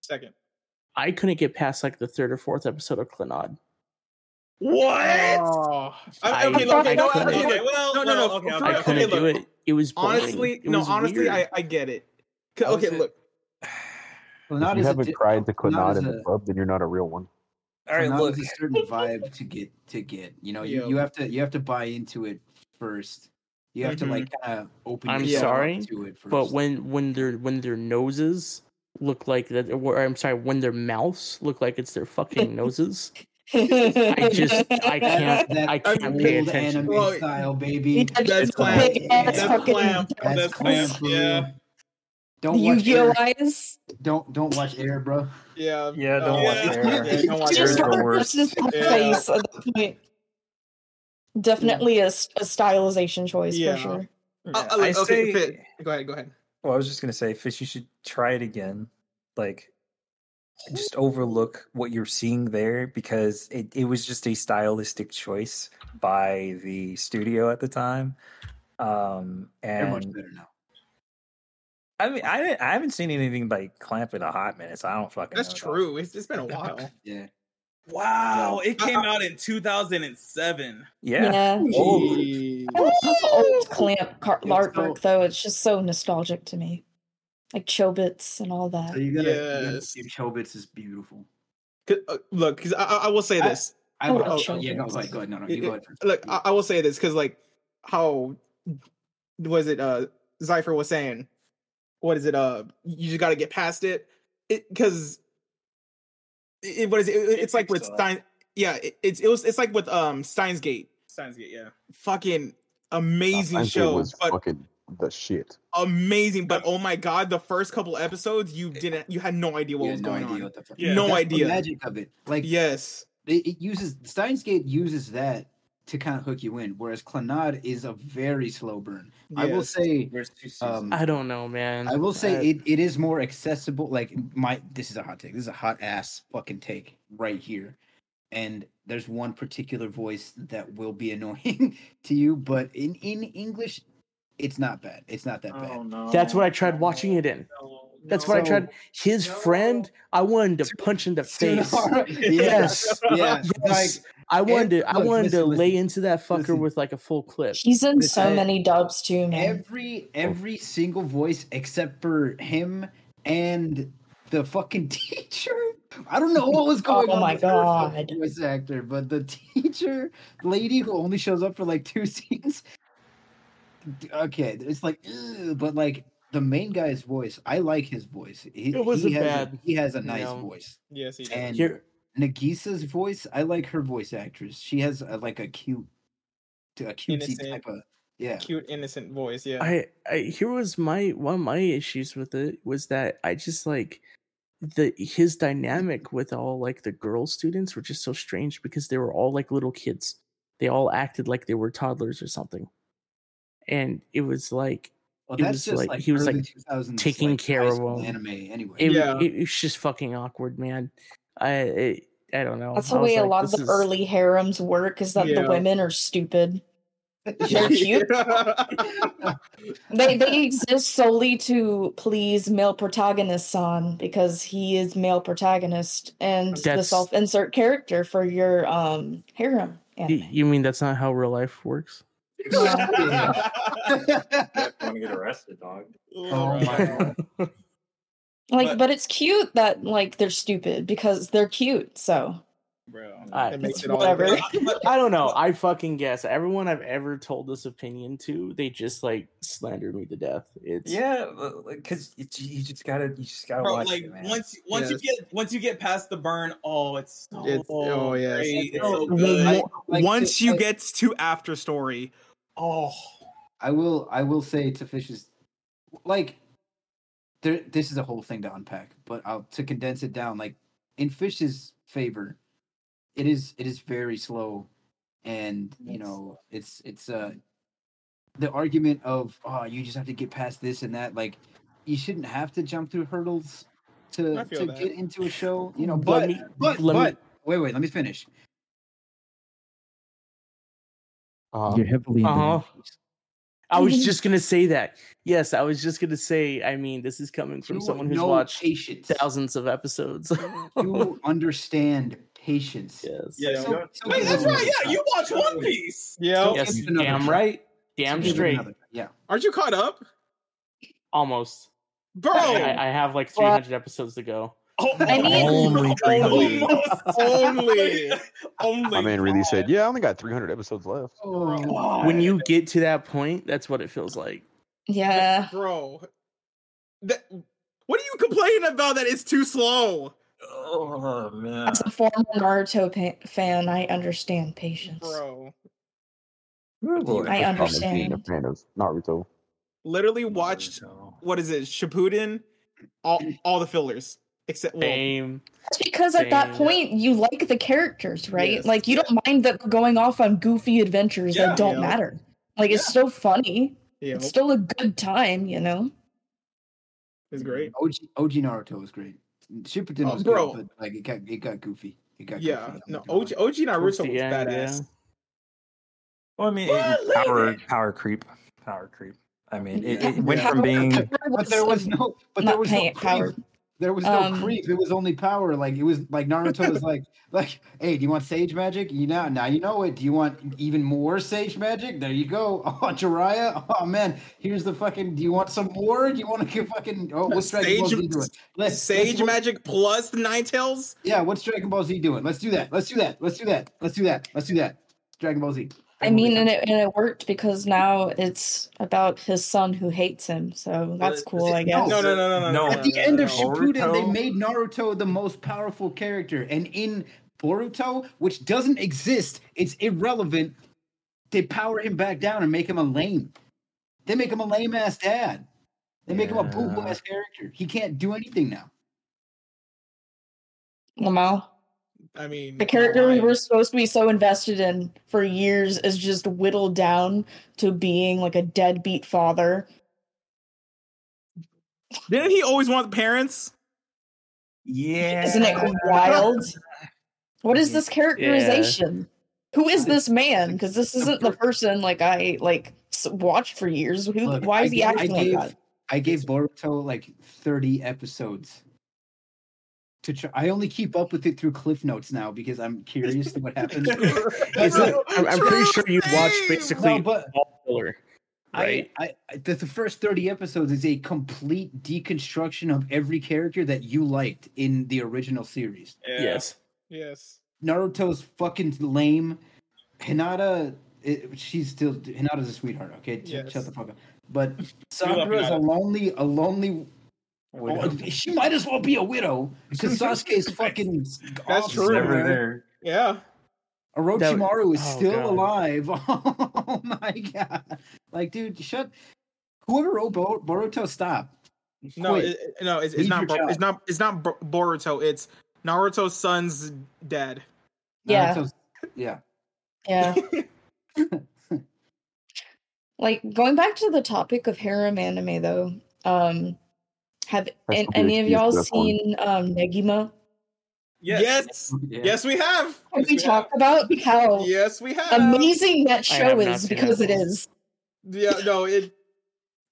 [SPEAKER 5] Second.
[SPEAKER 4] I couldn't get past like the third or fourth episode of Clannad.
[SPEAKER 1] What?
[SPEAKER 5] Oh.
[SPEAKER 4] I-
[SPEAKER 5] I, okay, look, okay, no,
[SPEAKER 4] I
[SPEAKER 5] I-
[SPEAKER 4] couldn't-
[SPEAKER 5] okay,
[SPEAKER 1] Okay, well,
[SPEAKER 5] no, no,
[SPEAKER 1] well,
[SPEAKER 5] no,
[SPEAKER 1] okay,
[SPEAKER 5] for-
[SPEAKER 1] okay,
[SPEAKER 4] I
[SPEAKER 1] okay,
[SPEAKER 4] couldn't
[SPEAKER 5] look,
[SPEAKER 4] do it. It was boring.
[SPEAKER 5] honestly,
[SPEAKER 4] It
[SPEAKER 5] no,
[SPEAKER 4] was
[SPEAKER 5] honestly,
[SPEAKER 4] weird.
[SPEAKER 5] I, I get it. 'Cause-
[SPEAKER 2] How is
[SPEAKER 5] Okay,
[SPEAKER 2] it-
[SPEAKER 5] look,
[SPEAKER 2] Clannad
[SPEAKER 8] If you
[SPEAKER 2] is a
[SPEAKER 8] haven't
[SPEAKER 2] di-
[SPEAKER 8] cried to
[SPEAKER 2] Clannad
[SPEAKER 8] Quinod
[SPEAKER 2] is
[SPEAKER 8] in
[SPEAKER 2] a-
[SPEAKER 8] the club, then you're not a real one.
[SPEAKER 6] All right,
[SPEAKER 2] Clannad
[SPEAKER 6] look.
[SPEAKER 2] is a certain vibe to get to get. You know, you,
[SPEAKER 5] Yeah.
[SPEAKER 2] you have to you have to buy into it first. You have
[SPEAKER 5] Mhm.
[SPEAKER 2] to like kind of open
[SPEAKER 4] I'm
[SPEAKER 2] yourself
[SPEAKER 4] sorry,
[SPEAKER 2] up to it first.
[SPEAKER 4] But when when their when their noses look like that, or I'm sorry, when their mouths look like it's their fucking noses,
[SPEAKER 7] I
[SPEAKER 4] just- I can't-
[SPEAKER 2] that
[SPEAKER 4] I
[SPEAKER 2] old
[SPEAKER 4] can't pay attention.
[SPEAKER 2] anime
[SPEAKER 5] Well,
[SPEAKER 2] style, baby.
[SPEAKER 7] Yeah,
[SPEAKER 5] That's
[SPEAKER 7] just
[SPEAKER 5] clam.
[SPEAKER 7] big ass
[SPEAKER 2] That's
[SPEAKER 7] fucking
[SPEAKER 5] clam.
[SPEAKER 2] That's,
[SPEAKER 1] That's
[SPEAKER 2] clam
[SPEAKER 1] clam,
[SPEAKER 2] for
[SPEAKER 1] yeah.
[SPEAKER 2] real. Don't
[SPEAKER 7] Yu
[SPEAKER 2] watch
[SPEAKER 7] Gi Oh
[SPEAKER 2] air.
[SPEAKER 7] eyes.
[SPEAKER 2] Don't don't watch air, bro.
[SPEAKER 5] yeah,
[SPEAKER 6] Yeah,
[SPEAKER 5] no,
[SPEAKER 6] don't watch
[SPEAKER 1] yeah.
[SPEAKER 6] there.
[SPEAKER 5] yeah, don't watch
[SPEAKER 7] It's
[SPEAKER 6] Air
[SPEAKER 7] just
[SPEAKER 5] Eric.
[SPEAKER 6] is the
[SPEAKER 7] other
[SPEAKER 6] worst.
[SPEAKER 7] person's
[SPEAKER 5] Yeah.
[SPEAKER 7] face at that point. Definitely a, s- a stylization choice
[SPEAKER 5] Yeah.
[SPEAKER 7] for sure.
[SPEAKER 5] Uh, uh,
[SPEAKER 6] I
[SPEAKER 5] look, okay,
[SPEAKER 6] say-
[SPEAKER 5] fit. go ahead, go ahead.
[SPEAKER 6] Well, I was just gonna say, Fish, you should try it again. Like, just overlook what you're seeing there because it, it was just a stylistic choice by the studio at the time. Um,
[SPEAKER 2] They're much
[SPEAKER 6] and
[SPEAKER 2] better now.
[SPEAKER 6] I mean, I didn't, I haven't seen anything like Clamp in a hot minute, so I don't fucking.
[SPEAKER 5] That's
[SPEAKER 6] know
[SPEAKER 5] true. It's, it's been a while.
[SPEAKER 2] Yeah.
[SPEAKER 1] Wow, it
[SPEAKER 5] I-
[SPEAKER 1] came out in 2007.
[SPEAKER 6] Yeah. Old.
[SPEAKER 5] Jeez.
[SPEAKER 7] I love old clamp car-
[SPEAKER 2] Yeah,
[SPEAKER 7] artwork
[SPEAKER 2] so-
[SPEAKER 7] though. It's just so nostalgic to me, like Chobits and all that.
[SPEAKER 2] So you gotta,
[SPEAKER 5] Yes.
[SPEAKER 2] you gotta Chobits is beautiful.
[SPEAKER 5] 'Cause, uh, look, because I, I I will say
[SPEAKER 2] I-
[SPEAKER 5] this.
[SPEAKER 2] I
[SPEAKER 7] I
[SPEAKER 2] would
[SPEAKER 7] love
[SPEAKER 2] oh, yeah, go
[SPEAKER 7] Chobits.
[SPEAKER 2] ahead, go ahead. No, no,
[SPEAKER 5] It-
[SPEAKER 2] you go
[SPEAKER 5] it-
[SPEAKER 2] ahead first.
[SPEAKER 5] Look, I, I will say this because like how was it? Uh, Zypher was saying, what is it? Uh, you just got to get past it, it because it, it- what is it? It- it's like with
[SPEAKER 6] picks up.
[SPEAKER 5] Stein. Yeah, it, it's it was it's like with um Steins Gate.
[SPEAKER 1] Sounds good, yeah.
[SPEAKER 5] Fucking
[SPEAKER 8] Nah,
[SPEAKER 5] amazing
[SPEAKER 8] Steins Gate
[SPEAKER 5] show,
[SPEAKER 8] was
[SPEAKER 5] but
[SPEAKER 8] fucking the shit.
[SPEAKER 5] amazing. But oh my god, the first couple episodes, you didn't, you had no idea what
[SPEAKER 2] You
[SPEAKER 5] was
[SPEAKER 2] had no
[SPEAKER 5] going
[SPEAKER 2] idea
[SPEAKER 5] on.
[SPEAKER 2] what the fuck.
[SPEAKER 1] Yeah.
[SPEAKER 5] No
[SPEAKER 2] That's the
[SPEAKER 5] idea.
[SPEAKER 2] magic of it. Like
[SPEAKER 5] Yes,
[SPEAKER 2] it, it uses Steins Gate uses that to kind of hook you in. Whereas Clannad is a very slow burn. I will
[SPEAKER 5] Yes.
[SPEAKER 2] say,
[SPEAKER 1] There's two seasons.
[SPEAKER 2] um,
[SPEAKER 4] I don't know, man.
[SPEAKER 2] I will say
[SPEAKER 4] I-
[SPEAKER 2] it, it is more accessible. Like my this is a hot take. This is a hot ass fucking take right here. And there's one particular voice that will be annoying to you, but in, in English, it's not bad. It's not that bad.
[SPEAKER 5] no.
[SPEAKER 4] That's what I tried watching it in. That's what I
[SPEAKER 2] So-
[SPEAKER 4] tried. His
[SPEAKER 5] No.
[SPEAKER 4] friend, I wanted to punch in the face.
[SPEAKER 2] Tsunohara-
[SPEAKER 4] Yes.
[SPEAKER 2] yeah.
[SPEAKER 4] Yes.
[SPEAKER 2] Like
[SPEAKER 4] I wanted
[SPEAKER 2] Ev-
[SPEAKER 4] to, I
[SPEAKER 2] look,
[SPEAKER 4] wanted to
[SPEAKER 2] listen, listen,
[SPEAKER 4] lay into that fucker
[SPEAKER 2] listen.
[SPEAKER 4] with like a full clip.
[SPEAKER 7] He's in
[SPEAKER 2] Listen,
[SPEAKER 7] so
[SPEAKER 2] I-
[SPEAKER 7] many dubs too, man.
[SPEAKER 2] every every single voice except for him and the fucking teacher. I don't know what was going
[SPEAKER 7] Oh
[SPEAKER 2] on.
[SPEAKER 7] my
[SPEAKER 2] with her fucking
[SPEAKER 7] God.
[SPEAKER 2] voice actor, but the teacher lady who only shows up for like two scenes. Okay, it's like, "Ugh," but like the main guy's voice, I like his voice. He,
[SPEAKER 4] It wasn't
[SPEAKER 2] he has
[SPEAKER 4] bad,
[SPEAKER 2] A, he has a nice
[SPEAKER 4] know.
[SPEAKER 2] voice,
[SPEAKER 5] Yes, he did.
[SPEAKER 2] and
[SPEAKER 4] Here,
[SPEAKER 2] Nagisa's voice, I like her voice actress. She has a, like a cute, a cutesy
[SPEAKER 5] Innocent.
[SPEAKER 2] type of yeah.
[SPEAKER 5] Cute, innocent voice. Yeah.
[SPEAKER 4] I, I here was my one of my issues with it was that I just like the his dynamic with all like the girl students were just so strange because they were all like little kids. They all acted like they were toddlers or something. And it was like
[SPEAKER 2] Well,
[SPEAKER 4] It
[SPEAKER 2] that's
[SPEAKER 4] was
[SPEAKER 2] just
[SPEAKER 4] like-
[SPEAKER 2] like,
[SPEAKER 4] he was,
[SPEAKER 2] early
[SPEAKER 4] like,
[SPEAKER 2] 2000s,
[SPEAKER 4] taking
[SPEAKER 2] like,
[SPEAKER 4] care
[SPEAKER 2] high
[SPEAKER 4] of
[SPEAKER 2] school
[SPEAKER 4] him.
[SPEAKER 2] anime anyway.
[SPEAKER 4] it,
[SPEAKER 5] Yeah.
[SPEAKER 4] it, was just fucking awkward, man. I it, I don't know.
[SPEAKER 7] That's
[SPEAKER 4] I
[SPEAKER 7] the
[SPEAKER 4] was
[SPEAKER 7] way a
[SPEAKER 4] like,
[SPEAKER 7] lot of
[SPEAKER 4] this
[SPEAKER 7] the
[SPEAKER 4] is-
[SPEAKER 7] early harems work is that
[SPEAKER 5] Yeah.
[SPEAKER 7] the women are stupid. They're cute. They they exist solely to please male protagonist son because he is male protagonist and the
[SPEAKER 4] That's-
[SPEAKER 7] self insert character for your um harem.
[SPEAKER 4] y-
[SPEAKER 7] anime.
[SPEAKER 4] You mean that's not how real life works?
[SPEAKER 7] Yeah.
[SPEAKER 6] want to get arrested, dog.
[SPEAKER 2] oh my god.
[SPEAKER 7] Like,
[SPEAKER 1] But-
[SPEAKER 7] but, it's cute that like they're stupid because they're cute. So
[SPEAKER 1] Bro.
[SPEAKER 4] I,
[SPEAKER 5] That makes
[SPEAKER 7] it's
[SPEAKER 5] it all
[SPEAKER 7] whatever.
[SPEAKER 5] better.
[SPEAKER 4] I don't know. I fucking guess everyone I've ever told this opinion to, they just like slandered me to death. It's
[SPEAKER 6] Yeah, because you just gotta, you just gotta
[SPEAKER 1] Bro,
[SPEAKER 6] watch
[SPEAKER 1] like
[SPEAKER 6] it, man.
[SPEAKER 1] once once you get once you get past the burn, oh, it's so
[SPEAKER 5] It's- oh, yes.
[SPEAKER 1] great, it's
[SPEAKER 2] Oh,
[SPEAKER 1] so
[SPEAKER 2] well,
[SPEAKER 1] good.
[SPEAKER 2] I- like,
[SPEAKER 5] Once
[SPEAKER 2] to-
[SPEAKER 5] you
[SPEAKER 2] I-
[SPEAKER 5] get to after story, oh,
[SPEAKER 2] I will I will say to Fish's like there this is a whole thing to unpack, but I'll to condense it down, like in Fish's favor, it is it is very slow and you
[SPEAKER 7] Yes.
[SPEAKER 2] know it's it's uh the argument of oh you just have to get past this and that, like you shouldn't have to jump through hurdles to
[SPEAKER 5] I feel
[SPEAKER 2] to
[SPEAKER 5] that.
[SPEAKER 2] get into a show, you know,
[SPEAKER 4] Let
[SPEAKER 2] but
[SPEAKER 4] me-
[SPEAKER 2] but
[SPEAKER 4] let me-
[SPEAKER 2] but wait, wait, let me finish.
[SPEAKER 8] Uh,
[SPEAKER 3] You're heavily into
[SPEAKER 4] Uh-huh.
[SPEAKER 3] movies.
[SPEAKER 4] I was just gonna say that. Yes, I was just gonna say. I mean, this is coming from
[SPEAKER 2] You
[SPEAKER 4] someone who's
[SPEAKER 2] know
[SPEAKER 4] watched
[SPEAKER 2] patience.
[SPEAKER 4] thousands of episodes.
[SPEAKER 2] You understand patience.
[SPEAKER 4] yes.
[SPEAKER 5] Yeah.
[SPEAKER 2] So-
[SPEAKER 6] don't-
[SPEAKER 2] so
[SPEAKER 1] Wait,
[SPEAKER 2] give
[SPEAKER 1] that's
[SPEAKER 2] it
[SPEAKER 1] right. Yeah,
[SPEAKER 2] another try.
[SPEAKER 1] you watch One Piece.
[SPEAKER 5] yeah.
[SPEAKER 2] Yes.
[SPEAKER 4] Yes,
[SPEAKER 2] Give it another
[SPEAKER 4] damn
[SPEAKER 2] try.
[SPEAKER 4] right. Damn
[SPEAKER 2] Give it
[SPEAKER 4] straight.
[SPEAKER 2] another- Yeah.
[SPEAKER 5] Aren't you caught up,
[SPEAKER 4] Almost.
[SPEAKER 5] bro?
[SPEAKER 4] I, I- I have like 300 episodes to go.
[SPEAKER 1] Oh,
[SPEAKER 7] I need-
[SPEAKER 6] Only 300.
[SPEAKER 1] Almost.
[SPEAKER 5] Only.
[SPEAKER 1] Only.
[SPEAKER 8] my man really said, "Yeah, I only got 300 episodes left."
[SPEAKER 1] Oh,
[SPEAKER 4] When you get to that point, that's what it feels like.
[SPEAKER 7] yeah,
[SPEAKER 5] bro. That, what are you complaining about? That it's too slow,
[SPEAKER 6] Oh man,
[SPEAKER 7] as a former Naruto pa- fan, I understand patience.
[SPEAKER 5] bro.
[SPEAKER 6] Lord.
[SPEAKER 7] I
[SPEAKER 8] Just promise Being a
[SPEAKER 7] understand.
[SPEAKER 8] fan of Naruto.
[SPEAKER 5] Literally watched what is it, Shippuden, all all the fillers except well,
[SPEAKER 4] Same.
[SPEAKER 7] That's because at that
[SPEAKER 4] Same.
[SPEAKER 7] point you like the characters, right?
[SPEAKER 5] Yes.
[SPEAKER 7] Like you don't mind that they're going off on goofy adventures
[SPEAKER 1] Yeah.
[SPEAKER 7] that don't
[SPEAKER 5] Yeah.
[SPEAKER 7] matter. Like it's still funny.
[SPEAKER 5] yeah,
[SPEAKER 7] It's still a good time, you know.
[SPEAKER 5] it's great.
[SPEAKER 2] OG, OG Naruto was great. Shippuden
[SPEAKER 5] Oh,
[SPEAKER 2] was
[SPEAKER 5] bro.
[SPEAKER 2] good, but like it got it got goofy. It got
[SPEAKER 5] Yeah,
[SPEAKER 2] Goofy, I'm
[SPEAKER 5] no,
[SPEAKER 2] not gonna
[SPEAKER 5] OG,
[SPEAKER 2] lie.
[SPEAKER 5] OG Naruto was
[SPEAKER 4] Towards the end,
[SPEAKER 5] badass.
[SPEAKER 6] Well, I mean,
[SPEAKER 1] Well,
[SPEAKER 6] it-
[SPEAKER 1] leave
[SPEAKER 6] power,
[SPEAKER 1] it.
[SPEAKER 6] power creep, power creep. I mean, it,
[SPEAKER 7] Yeah.
[SPEAKER 6] it went
[SPEAKER 7] Power
[SPEAKER 6] from being
[SPEAKER 7] Power
[SPEAKER 2] But there was no. But there
[SPEAKER 7] not
[SPEAKER 2] was no
[SPEAKER 7] paying-
[SPEAKER 2] creep.
[SPEAKER 7] power.
[SPEAKER 2] There was no
[SPEAKER 7] Um,
[SPEAKER 2] creep. It was only power. Like it was like Naruto was like like, hey, do you want sage magic? You now now you know it. Do you want even more sage magic? There you go. Oh, Jiraiya. Oh man, here's the fucking. Do you want some more? Do you want to give fucking? Oh, what's Dragon Ball
[SPEAKER 5] Sage-
[SPEAKER 2] Z doing? Let's
[SPEAKER 5] Sage
[SPEAKER 2] let's-
[SPEAKER 5] Magic plus the Nine Tails.
[SPEAKER 2] Yeah, what's Dragon Ball Z doing? Let's do that. Let's do that. Let's do that. Let's do that. Let's do that. Dragon Ball Z.
[SPEAKER 7] I mean, and it and it worked because now it's about his son who hates him. So that's cool, I guess.
[SPEAKER 5] No, no, no, no, no.
[SPEAKER 6] No.
[SPEAKER 5] no,
[SPEAKER 2] At the
[SPEAKER 5] no,
[SPEAKER 2] end
[SPEAKER 5] no,
[SPEAKER 2] of
[SPEAKER 5] no.
[SPEAKER 2] Shippuden, they
[SPEAKER 6] Boruto-
[SPEAKER 2] made Naruto the most powerful character, and in Boruto, which doesn't exist, it's irrelevant. They power him back down and make him a lame. They make him a lame ass dad. They make him a boo hoo ass character. He can't do anything now.
[SPEAKER 7] Lamal.
[SPEAKER 5] I mean,
[SPEAKER 7] The character we
[SPEAKER 5] why?
[SPEAKER 7] were supposed to be so invested in for years is just whittled down to being like a deadbeat father.
[SPEAKER 5] didn't he always want parents?
[SPEAKER 6] Yeah.
[SPEAKER 7] Isn't it wild? What is this characterization? Who is this man? Because this isn't the person like I like s- watched for years. Who?
[SPEAKER 2] Look,
[SPEAKER 7] why
[SPEAKER 2] I
[SPEAKER 7] is he
[SPEAKER 2] gave-
[SPEAKER 7] acting
[SPEAKER 2] I gave,
[SPEAKER 7] like that?
[SPEAKER 2] I gave Boruto like 30 episodes. To try. I only keep up with it through Cliff Notes now because I'm curious to what happens.
[SPEAKER 4] It's like- I'm, I'm pretty
[SPEAKER 5] True
[SPEAKER 4] sure you watched
[SPEAKER 5] theme!
[SPEAKER 4] basically
[SPEAKER 2] no, but
[SPEAKER 4] all filler, right?
[SPEAKER 2] I, I, I the, the first 30 episodes is a complete deconstruction of every character that you liked in the original series.
[SPEAKER 4] Yes.
[SPEAKER 5] Yes.
[SPEAKER 2] Naruto's fucking lame. Hinata, it, she's still Hinata's a sweetheart. Okay, Sh-
[SPEAKER 5] Yes.
[SPEAKER 2] shut the fuck up. But
[SPEAKER 1] love
[SPEAKER 2] Sakura is a
[SPEAKER 1] Hinata.
[SPEAKER 2] lonely, a lonely.
[SPEAKER 5] Oh,
[SPEAKER 2] She might as well be a widow because Sasuke is fucking.
[SPEAKER 5] That's
[SPEAKER 2] off
[SPEAKER 5] true.
[SPEAKER 2] somewhere.
[SPEAKER 6] there.
[SPEAKER 5] Yeah.
[SPEAKER 2] Orochimaru is
[SPEAKER 4] oh,
[SPEAKER 2] still
[SPEAKER 4] God.
[SPEAKER 2] alive. Oh my god! Like, dude, shut. Whoever wrote Bo- Boruto, stop.
[SPEAKER 5] No,
[SPEAKER 2] Quit.
[SPEAKER 5] it, it- no, it's, it's
[SPEAKER 2] Leave
[SPEAKER 5] not.
[SPEAKER 2] your
[SPEAKER 5] Bor-
[SPEAKER 2] job.
[SPEAKER 5] it's not. It's not Bor- Boruto. It's Naruto's son's dad.
[SPEAKER 7] Yeah.
[SPEAKER 2] Naruto's- yeah.
[SPEAKER 7] Yeah. like going back to the topic of harem anime though, um have
[SPEAKER 8] That's
[SPEAKER 7] an-
[SPEAKER 8] the
[SPEAKER 7] any of
[SPEAKER 8] excuse
[SPEAKER 7] y'all
[SPEAKER 8] for that one.
[SPEAKER 7] seen um Negima?
[SPEAKER 1] Yes.
[SPEAKER 5] Yes.
[SPEAKER 2] Yeah.
[SPEAKER 5] Yes, we have.
[SPEAKER 7] Can
[SPEAKER 5] Yes,
[SPEAKER 7] we talk about how
[SPEAKER 5] Yes, we have.
[SPEAKER 7] amazing that
[SPEAKER 4] I
[SPEAKER 7] show
[SPEAKER 4] have not
[SPEAKER 7] is
[SPEAKER 4] seen
[SPEAKER 7] because
[SPEAKER 4] that
[SPEAKER 7] it
[SPEAKER 4] one.
[SPEAKER 7] is.
[SPEAKER 5] Yeah. No. It.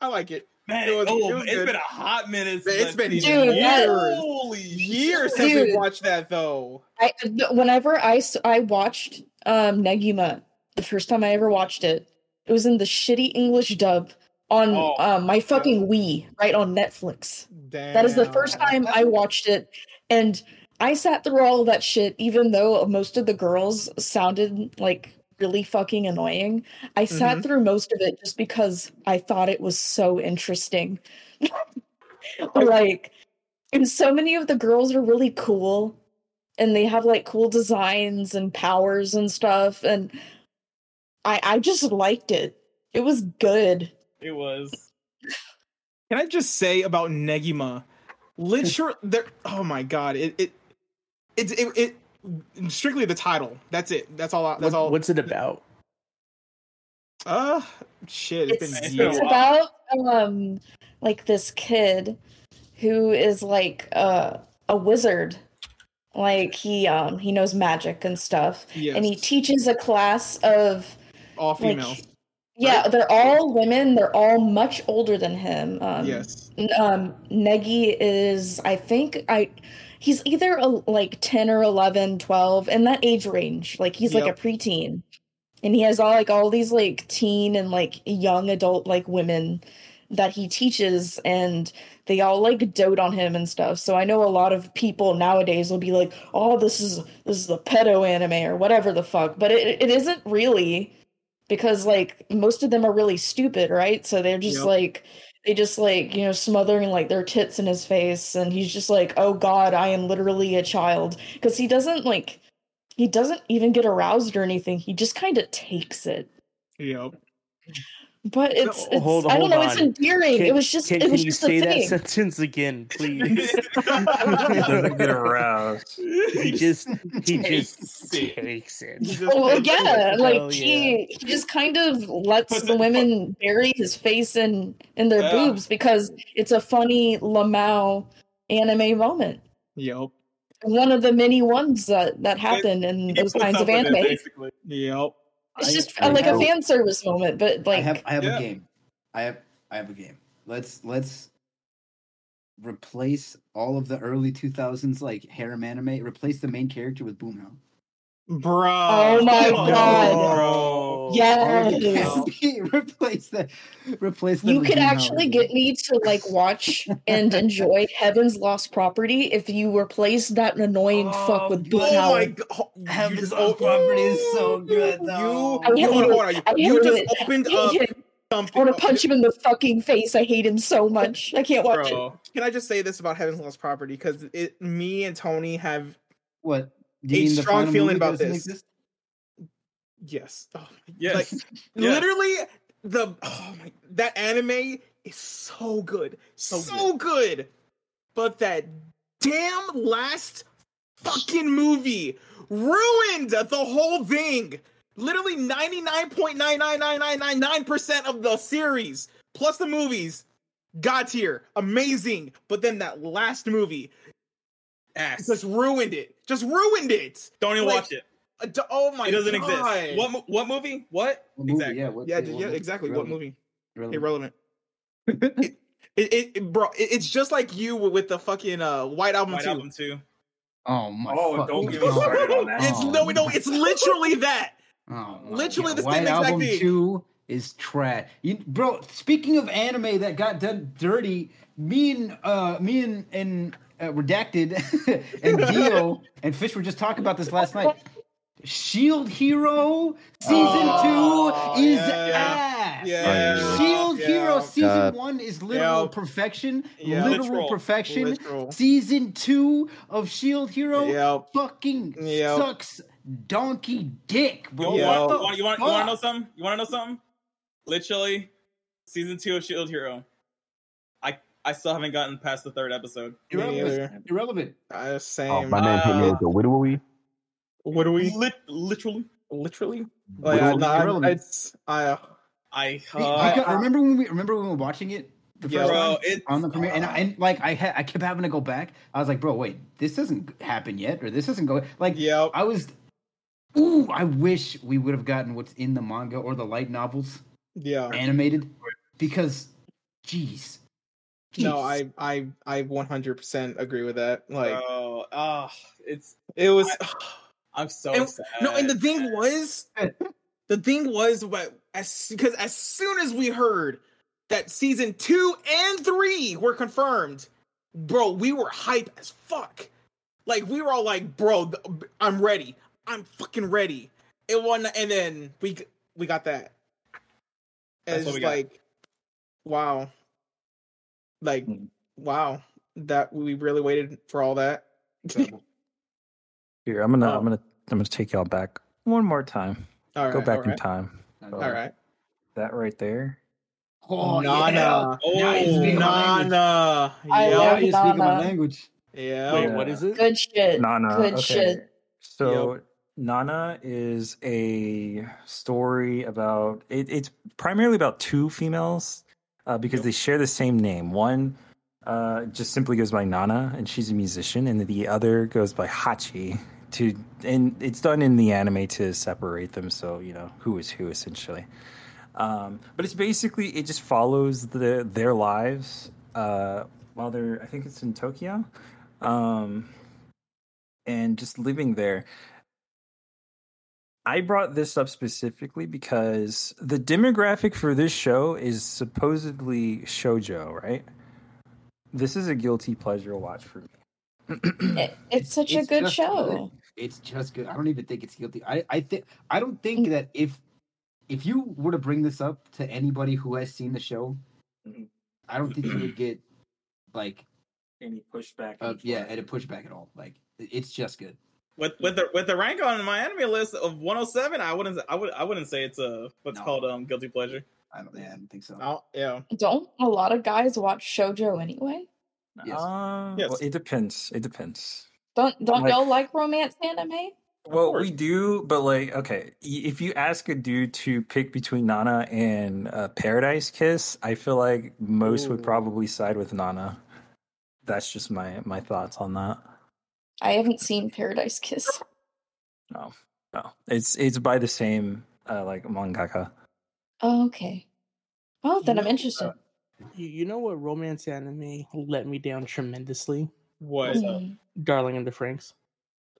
[SPEAKER 5] I like it.
[SPEAKER 1] Man,
[SPEAKER 5] It was- it
[SPEAKER 1] oh,
[SPEAKER 5] was
[SPEAKER 1] it's
[SPEAKER 5] good.
[SPEAKER 1] been a hot minute.
[SPEAKER 5] It's
[SPEAKER 1] since-
[SPEAKER 5] been
[SPEAKER 7] Dude, that-
[SPEAKER 5] years.
[SPEAKER 1] Holy
[SPEAKER 5] Years
[SPEAKER 1] shit.
[SPEAKER 5] since we
[SPEAKER 7] Dude.
[SPEAKER 5] watched that, though.
[SPEAKER 7] I whenever I s- I watched um Negima the first time I ever watched it, it was in the shitty English dub on
[SPEAKER 1] Oh,
[SPEAKER 7] um, my fucking Wii, right on Netflix.
[SPEAKER 5] Damn.
[SPEAKER 7] That is the first time I watched it, and I sat through all of that shit. Even though most of the girls sounded like really fucking annoying, I sat through most of it just because I thought it was so interesting. like, and so many of the girls are really cool, and they have like cool designs and powers and stuff, and I I just liked it. It was good.
[SPEAKER 1] It was.
[SPEAKER 5] Can I just say about Negima? Literally, there. Oh my god! It it it it, it strictly the title. That's it. That's all. I, that's
[SPEAKER 4] What-
[SPEAKER 5] all.
[SPEAKER 4] What's it about?
[SPEAKER 5] Uh, shit. It's,
[SPEAKER 7] it's,
[SPEAKER 5] been
[SPEAKER 1] been a
[SPEAKER 5] years.
[SPEAKER 7] it's
[SPEAKER 1] while.
[SPEAKER 7] about um like this kid who is like uh, a wizard like he um he knows magic and stuff
[SPEAKER 5] Yes.
[SPEAKER 7] and he teaches a class of
[SPEAKER 5] all
[SPEAKER 7] like
[SPEAKER 5] females.
[SPEAKER 7] yeah
[SPEAKER 5] right?
[SPEAKER 7] they're all women they're all much older than him um
[SPEAKER 5] yes.
[SPEAKER 7] n- um negi is i think i he's either a, like 10 or 11 12 in that age range like he's like
[SPEAKER 5] Yep.
[SPEAKER 7] a preteen and he has all like all these like teen and like young adult like women that he teaches and they all like dote on him and stuff so i know a lot of people nowadays will be like oh this is this is a pedo anime or whatever the fuck but it, it isn't really because like most of them are really stupid right so they're just
[SPEAKER 5] Yep.
[SPEAKER 7] like they just like you know smothering like their tits in his face and he's just like oh god i am literally a child because he doesn't like he doesn't even get aroused or anything he just kind of takes it
[SPEAKER 5] Yep.
[SPEAKER 7] but it's, it's
[SPEAKER 4] hold-
[SPEAKER 7] i
[SPEAKER 4] hold
[SPEAKER 7] don't know it's
[SPEAKER 4] on.
[SPEAKER 7] endearing it was just
[SPEAKER 4] Can,
[SPEAKER 7] it
[SPEAKER 4] can
[SPEAKER 7] was
[SPEAKER 4] you
[SPEAKER 7] just
[SPEAKER 4] say
[SPEAKER 7] a
[SPEAKER 4] that
[SPEAKER 7] thing
[SPEAKER 4] sentence again, please?
[SPEAKER 6] Doesn't get aroused.
[SPEAKER 4] he just he just
[SPEAKER 1] Takes it.
[SPEAKER 4] takes it.
[SPEAKER 5] Just-
[SPEAKER 7] Oh yeah, like
[SPEAKER 4] Hell
[SPEAKER 7] he he just kind of lets
[SPEAKER 1] Puts
[SPEAKER 7] the
[SPEAKER 1] it-
[SPEAKER 7] women bury his face in in their
[SPEAKER 1] Yeah.
[SPEAKER 7] boobs because it's a funny Lamau anime moment.
[SPEAKER 5] Yep.
[SPEAKER 7] One of the many ones that that happen in
[SPEAKER 1] He
[SPEAKER 7] those
[SPEAKER 1] puts
[SPEAKER 7] kinds
[SPEAKER 1] up
[SPEAKER 7] of
[SPEAKER 1] with it,
[SPEAKER 7] anime.
[SPEAKER 1] basically.
[SPEAKER 5] Yep.
[SPEAKER 7] it's
[SPEAKER 2] I-
[SPEAKER 7] just
[SPEAKER 2] I
[SPEAKER 7] uh, like
[SPEAKER 2] have-
[SPEAKER 7] a fan service moment, but like
[SPEAKER 2] I have I have
[SPEAKER 1] Yeah.
[SPEAKER 2] a game. I have I have a game. Let's let's replace all of the early 2000s like harem anime. Replace the main character with Boomhound.
[SPEAKER 5] Bro.
[SPEAKER 7] Oh my God.
[SPEAKER 5] Bro.
[SPEAKER 2] All of the
[SPEAKER 7] yes.
[SPEAKER 2] cast- replace the replace them
[SPEAKER 7] You
[SPEAKER 2] with
[SPEAKER 7] could
[SPEAKER 2] Boomhound.
[SPEAKER 7] actually get me to like watch and enjoy Heaven's Lost Property if you replaced that annoying fuck
[SPEAKER 2] Oh,
[SPEAKER 5] Oh
[SPEAKER 7] with Boot
[SPEAKER 5] my
[SPEAKER 7] Howard.
[SPEAKER 5] god. You
[SPEAKER 2] Heaven's
[SPEAKER 5] just
[SPEAKER 2] Own
[SPEAKER 5] op- oh,
[SPEAKER 2] Property is so good
[SPEAKER 5] You,
[SPEAKER 2] though.
[SPEAKER 7] I
[SPEAKER 5] you,
[SPEAKER 7] hate
[SPEAKER 5] hold
[SPEAKER 7] it.
[SPEAKER 5] on, you,
[SPEAKER 7] I hate
[SPEAKER 5] you just
[SPEAKER 7] it.
[SPEAKER 5] opened
[SPEAKER 7] I hate
[SPEAKER 5] up
[SPEAKER 7] him. I
[SPEAKER 5] something.
[SPEAKER 7] want to punch him in the fucking face. I hate him so much. I can't watch it.
[SPEAKER 5] Bro, can I just say this about Heaven's Lost Property? Because it, me and Tony have
[SPEAKER 2] What? Do
[SPEAKER 5] a
[SPEAKER 2] you mean the
[SPEAKER 5] strong
[SPEAKER 2] final
[SPEAKER 5] feeling
[SPEAKER 2] movie
[SPEAKER 5] about
[SPEAKER 2] doesn't
[SPEAKER 5] this.
[SPEAKER 2] exist?
[SPEAKER 5] yes, oh,
[SPEAKER 1] Yes. Yes.
[SPEAKER 5] literally the oh my that anime is so good, so, good. but that damn last fucking movie ruined the whole thing. Literally 99.99999% of the series plus the movies god tier, amazing, but then that last movie
[SPEAKER 1] Ass.
[SPEAKER 5] just ruined it. Just ruined it.
[SPEAKER 1] Don't even
[SPEAKER 5] like-
[SPEAKER 1] watch it.
[SPEAKER 5] Uh, d- oh my
[SPEAKER 1] It doesn't
[SPEAKER 5] God.
[SPEAKER 1] exist. What mo- what movie? What?
[SPEAKER 2] What movie?
[SPEAKER 1] Exactly.
[SPEAKER 2] Yeah, what,
[SPEAKER 5] Yeah,
[SPEAKER 2] what
[SPEAKER 5] yeah,
[SPEAKER 2] movie?
[SPEAKER 5] exactly. What
[SPEAKER 2] Relevant.
[SPEAKER 5] movie?
[SPEAKER 8] Mm.
[SPEAKER 2] Relevant.
[SPEAKER 5] Irrelevant. it, it, it- bro, it- it's just like you with the fucking uh, White Album
[SPEAKER 1] White
[SPEAKER 5] too.
[SPEAKER 1] Album too.
[SPEAKER 2] Oh my.
[SPEAKER 9] Oh,
[SPEAKER 2] fucking
[SPEAKER 9] don't get me
[SPEAKER 2] God.
[SPEAKER 9] started on that.
[SPEAKER 5] It's no, no, it's literally that.
[SPEAKER 2] Oh my
[SPEAKER 5] Literally
[SPEAKER 2] God.
[SPEAKER 5] the same
[SPEAKER 2] White
[SPEAKER 5] exact
[SPEAKER 2] album
[SPEAKER 5] thing.
[SPEAKER 2] two is trash. You, bro, speaking of anime that got done dirty, me and uh, me and and uh, redacted and Dio and Fish were just talking about this last night. Shield Hero season
[SPEAKER 5] Oh,
[SPEAKER 2] two is
[SPEAKER 5] yeah.
[SPEAKER 2] ass.
[SPEAKER 3] Yeah.
[SPEAKER 2] Shield
[SPEAKER 5] Yeah.
[SPEAKER 2] Hero season
[SPEAKER 3] God.
[SPEAKER 2] one is literal
[SPEAKER 5] Yeah.
[SPEAKER 2] perfection,
[SPEAKER 5] Yeah.
[SPEAKER 2] literal
[SPEAKER 1] Literal.
[SPEAKER 2] perfection.
[SPEAKER 5] Literal.
[SPEAKER 2] Season two of Shield Hero
[SPEAKER 5] Yep.
[SPEAKER 2] fucking
[SPEAKER 5] Yep.
[SPEAKER 2] sucks donkey dick,
[SPEAKER 1] You
[SPEAKER 2] bro.
[SPEAKER 1] want, you
[SPEAKER 5] Yeah.
[SPEAKER 2] What the
[SPEAKER 1] want, you want, you want to know
[SPEAKER 2] fuck?
[SPEAKER 1] something? You want to know something? Literally, season two of Shield E Hero. I I still haven't gotten past the third episode.
[SPEAKER 5] Me
[SPEAKER 2] Irrelevant.
[SPEAKER 5] neither.
[SPEAKER 2] Irrelevant.
[SPEAKER 5] Uh,
[SPEAKER 8] Oh,
[SPEAKER 5] same.
[SPEAKER 8] my man hit me
[SPEAKER 1] Uh,
[SPEAKER 8] with the widowy.
[SPEAKER 5] what are we?
[SPEAKER 1] Lit- literally,
[SPEAKER 5] Literally?
[SPEAKER 2] Widowy
[SPEAKER 1] Oh,
[SPEAKER 5] Like, Oh, I, no,
[SPEAKER 2] irrelevant.
[SPEAKER 5] I, it's, I, uh,
[SPEAKER 1] I
[SPEAKER 2] Be-
[SPEAKER 1] uh,
[SPEAKER 2] because- remember when we remember when we were watching it the
[SPEAKER 5] Yeah. uh,
[SPEAKER 2] first
[SPEAKER 1] bro.
[SPEAKER 2] time
[SPEAKER 1] It
[SPEAKER 2] on the premiere, and, I, and like I had I kept having to go back. I was like, bro, wait, this doesn't happen yet, or this isn't going like.
[SPEAKER 5] yep.
[SPEAKER 2] I was. Ooh, I wish we would have gotten what's in the manga or the light novels
[SPEAKER 5] Yeah.
[SPEAKER 2] animated, because, jeez.
[SPEAKER 5] No,
[SPEAKER 2] Jeez.
[SPEAKER 5] I, I, I 100% agree with that. Like,
[SPEAKER 1] bro, ah, it's
[SPEAKER 5] it was.
[SPEAKER 1] I'm so
[SPEAKER 5] And-
[SPEAKER 1] sad.
[SPEAKER 5] No, and the thing was, the thing was, what as because as soon as we heard that season two and three were confirmed, bro, we were hype as fuck. Like we were all like, bro, th- I'm ready. I'm fucking ready. It won, and then we g- we got that. And
[SPEAKER 1] That's what
[SPEAKER 5] it's
[SPEAKER 1] we
[SPEAKER 5] just
[SPEAKER 1] got.
[SPEAKER 5] like, wow, like
[SPEAKER 6] Hmm.
[SPEAKER 5] wow, that we really waited for all that.
[SPEAKER 6] Here, I'm gonna,
[SPEAKER 5] Oh.
[SPEAKER 6] I'm gonna, I'm gonna take y'all back one more time.
[SPEAKER 5] All right,
[SPEAKER 6] Go back
[SPEAKER 5] all
[SPEAKER 6] in
[SPEAKER 5] right,
[SPEAKER 6] time.
[SPEAKER 2] All
[SPEAKER 5] All right.
[SPEAKER 6] That right there.
[SPEAKER 2] Oh, yeah.
[SPEAKER 5] Nana.
[SPEAKER 1] Oh,
[SPEAKER 2] Now you speak my language.
[SPEAKER 5] Nana.
[SPEAKER 7] I
[SPEAKER 5] Yep.
[SPEAKER 2] Now
[SPEAKER 7] love
[SPEAKER 2] you speak my
[SPEAKER 7] Nana.
[SPEAKER 2] language.
[SPEAKER 5] Yeah.
[SPEAKER 4] Wait,
[SPEAKER 6] Yeah.
[SPEAKER 4] what is it?
[SPEAKER 7] Good shit.
[SPEAKER 6] Nana.
[SPEAKER 7] Good
[SPEAKER 6] okay.
[SPEAKER 7] shit.
[SPEAKER 6] So Nana is a story about it, it's primarily about two females uh, because they share the same name. One uh, just simply goes by Nana, and she's a musician, and the other goes by Hachi. To and it's done in the anime to separate them, so you know who is who essentially. Um, but it's basically it just follows the their lives uh, while they're I think it's in Tokyo, um, and just living there. I brought this up specifically because the demographic for this show is supposedly shojo, right? This is a guilty pleasure watch for me.
[SPEAKER 7] It- it's such
[SPEAKER 2] It's
[SPEAKER 7] a good
[SPEAKER 2] just
[SPEAKER 7] show.
[SPEAKER 2] It's just good. I don't even think it's guilty. I, I think I don't
[SPEAKER 8] Mm.
[SPEAKER 2] think that if if you were to bring this up to anybody who has seen the show,
[SPEAKER 5] Mm-hmm.
[SPEAKER 6] Mhm.
[SPEAKER 2] I don't think you would get like
[SPEAKER 6] Any pushback?
[SPEAKER 2] uh, yeah, at a pushback at all. Like it- it's just good.
[SPEAKER 1] with with the with the rank on my anime list of 107, I wouldn't I would I wouldn't say it's a what's
[SPEAKER 2] No.
[SPEAKER 1] called um guilty pleasure.
[SPEAKER 2] I don't, yeah, I don't think so.
[SPEAKER 5] Oh, yeah.
[SPEAKER 7] Don't a lot of guys watch shojo anyway?
[SPEAKER 2] Yes.
[SPEAKER 6] Uh,
[SPEAKER 1] Yes.
[SPEAKER 6] well, it depends. It depends.
[SPEAKER 7] Don't don't
[SPEAKER 6] Like-
[SPEAKER 7] y'all like romance anime?
[SPEAKER 6] Well,
[SPEAKER 1] course.
[SPEAKER 6] we do, but like, okay, y- if you ask a dude to pick between Nana and uh, Paradise Kiss, I feel like most
[SPEAKER 5] Ooh.
[SPEAKER 6] would probably side with Nana. That's just my my thoughts on that.
[SPEAKER 7] I haven't seen Paradise Kiss.
[SPEAKER 6] No, no, it's it's by the same uh, like mangaka.
[SPEAKER 7] Oh, okay. Oh, then I'm
[SPEAKER 4] Yeah.
[SPEAKER 7] interested.
[SPEAKER 4] You, you know what romance anime let me down tremendously?
[SPEAKER 5] What?
[SPEAKER 1] What's up?
[SPEAKER 7] Mm.
[SPEAKER 4] Darling and the Franks.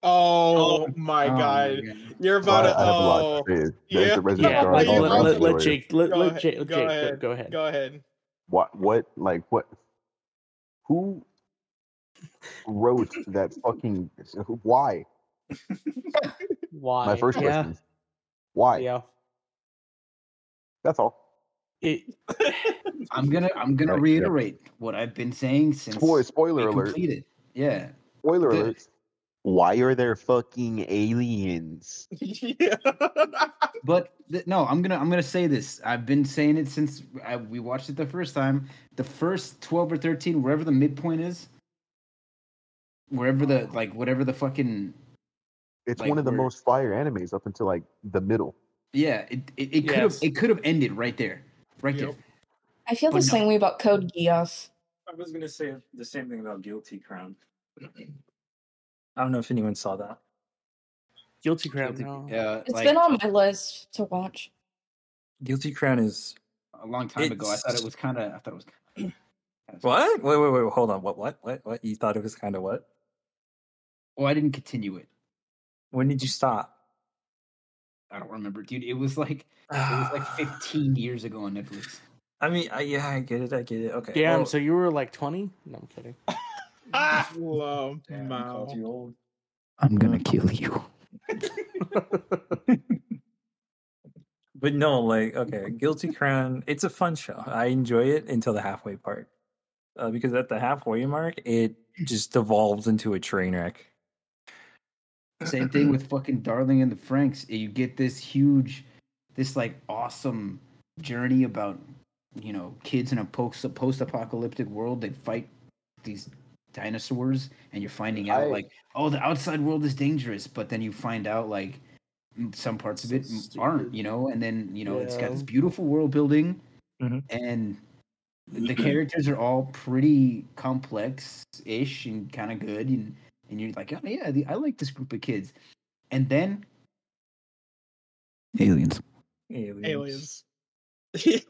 [SPEAKER 5] Oh, my
[SPEAKER 2] Oh my
[SPEAKER 5] god.
[SPEAKER 2] God.
[SPEAKER 5] You're about
[SPEAKER 8] I,
[SPEAKER 5] to.
[SPEAKER 8] I have a
[SPEAKER 5] Oh,
[SPEAKER 8] lot to say.
[SPEAKER 5] yeah.
[SPEAKER 8] There's the Resident
[SPEAKER 5] Yeah,
[SPEAKER 4] Yeah,
[SPEAKER 5] Darling
[SPEAKER 4] like,
[SPEAKER 5] and
[SPEAKER 8] Guardian
[SPEAKER 5] the Franks
[SPEAKER 4] let, let, let
[SPEAKER 8] story.
[SPEAKER 4] Jake let,
[SPEAKER 5] Go
[SPEAKER 4] let
[SPEAKER 5] ahead,
[SPEAKER 4] Jake
[SPEAKER 5] go
[SPEAKER 4] Jake
[SPEAKER 5] ahead,
[SPEAKER 4] go ahead.
[SPEAKER 5] go ahead.
[SPEAKER 8] What? What? Like what? Who wrote that fucking? Why?
[SPEAKER 4] Why?
[SPEAKER 8] My first
[SPEAKER 4] yeah,
[SPEAKER 8] question. Why?
[SPEAKER 4] yeah.
[SPEAKER 8] That's all.
[SPEAKER 4] It,
[SPEAKER 2] I'm gonna I'm gonna
[SPEAKER 8] Right, yeah.
[SPEAKER 2] reiterate what I've been saying since
[SPEAKER 8] Spoiler,
[SPEAKER 2] we
[SPEAKER 8] spoiler alert.
[SPEAKER 2] completed. Yeah.
[SPEAKER 8] Spoiler
[SPEAKER 2] The-
[SPEAKER 8] alert. Why are there fucking aliens?
[SPEAKER 5] yeah.
[SPEAKER 2] But th- no, I'm gonna I'm gonna say this. I've been saying it since I, we watched it the first time. The first twelve or thirteen, wherever the midpoint is, wherever the like whatever the fucking
[SPEAKER 8] It's
[SPEAKER 2] Like,
[SPEAKER 8] one of the
[SPEAKER 2] we're-
[SPEAKER 8] most fire animes up until like the middle.
[SPEAKER 2] Yeah, it it, it could have
[SPEAKER 5] Yes.
[SPEAKER 2] it could have ended right there, right
[SPEAKER 5] Yep.
[SPEAKER 2] there.
[SPEAKER 7] I feel the
[SPEAKER 2] But no.
[SPEAKER 7] same way about Code Geass.
[SPEAKER 6] I was gonna say the same thing about Guilty Crown. I don't know if anyone saw that.
[SPEAKER 4] Guilty Crown.
[SPEAKER 2] Guilty-
[SPEAKER 4] No.
[SPEAKER 2] uh,
[SPEAKER 7] It's
[SPEAKER 2] like,
[SPEAKER 7] been on my list to watch.
[SPEAKER 6] Guilty Crown is
[SPEAKER 2] a long time ago. I thought
[SPEAKER 6] It's-
[SPEAKER 2] it was kind of. I thought it was. kinda-
[SPEAKER 6] what? Wait, wait, wait. Hold on. What? What? What? What? You thought it was kind of what?
[SPEAKER 2] Well, Oh, I didn't continue it.
[SPEAKER 6] When did you stop?
[SPEAKER 2] I don't remember, dude. It was like it was like 15 years ago on Netflix.
[SPEAKER 6] I mean, I, yeah, I get it. I get it. Okay.
[SPEAKER 4] Damn.
[SPEAKER 6] well-
[SPEAKER 4] so you were like twenty? No, I'm kidding.
[SPEAKER 5] Ah, love
[SPEAKER 6] Damn, I
[SPEAKER 5] Mao.
[SPEAKER 6] called you old.
[SPEAKER 2] I'm gonna kill you.
[SPEAKER 6] But no, like, okay, Guilty Crown, it's a fun show. I enjoy it until the halfway part. Uh, because at the halfway mark, it just devolves into a train wreck.
[SPEAKER 2] Same thing with fucking Darling and the Franks. You get this huge, this like awesome journey about you know kids in a post post apocalyptic world. They fight these dinosaurs, and you're finding out
[SPEAKER 8] I-
[SPEAKER 2] like, oh, the outside world is dangerous. But then you find out like m- some parts of
[SPEAKER 4] So
[SPEAKER 2] it m- aren't,
[SPEAKER 4] stupid.
[SPEAKER 2] you know. And then you know it's got this
[SPEAKER 4] Yeah.
[SPEAKER 2] beautiful world building,
[SPEAKER 6] Mhm.
[SPEAKER 2] and the characters are all pretty complex ish and kind of good and and you're like oh yeah the, i like this group of kids and then aliens
[SPEAKER 6] Aliens.
[SPEAKER 5] aliens.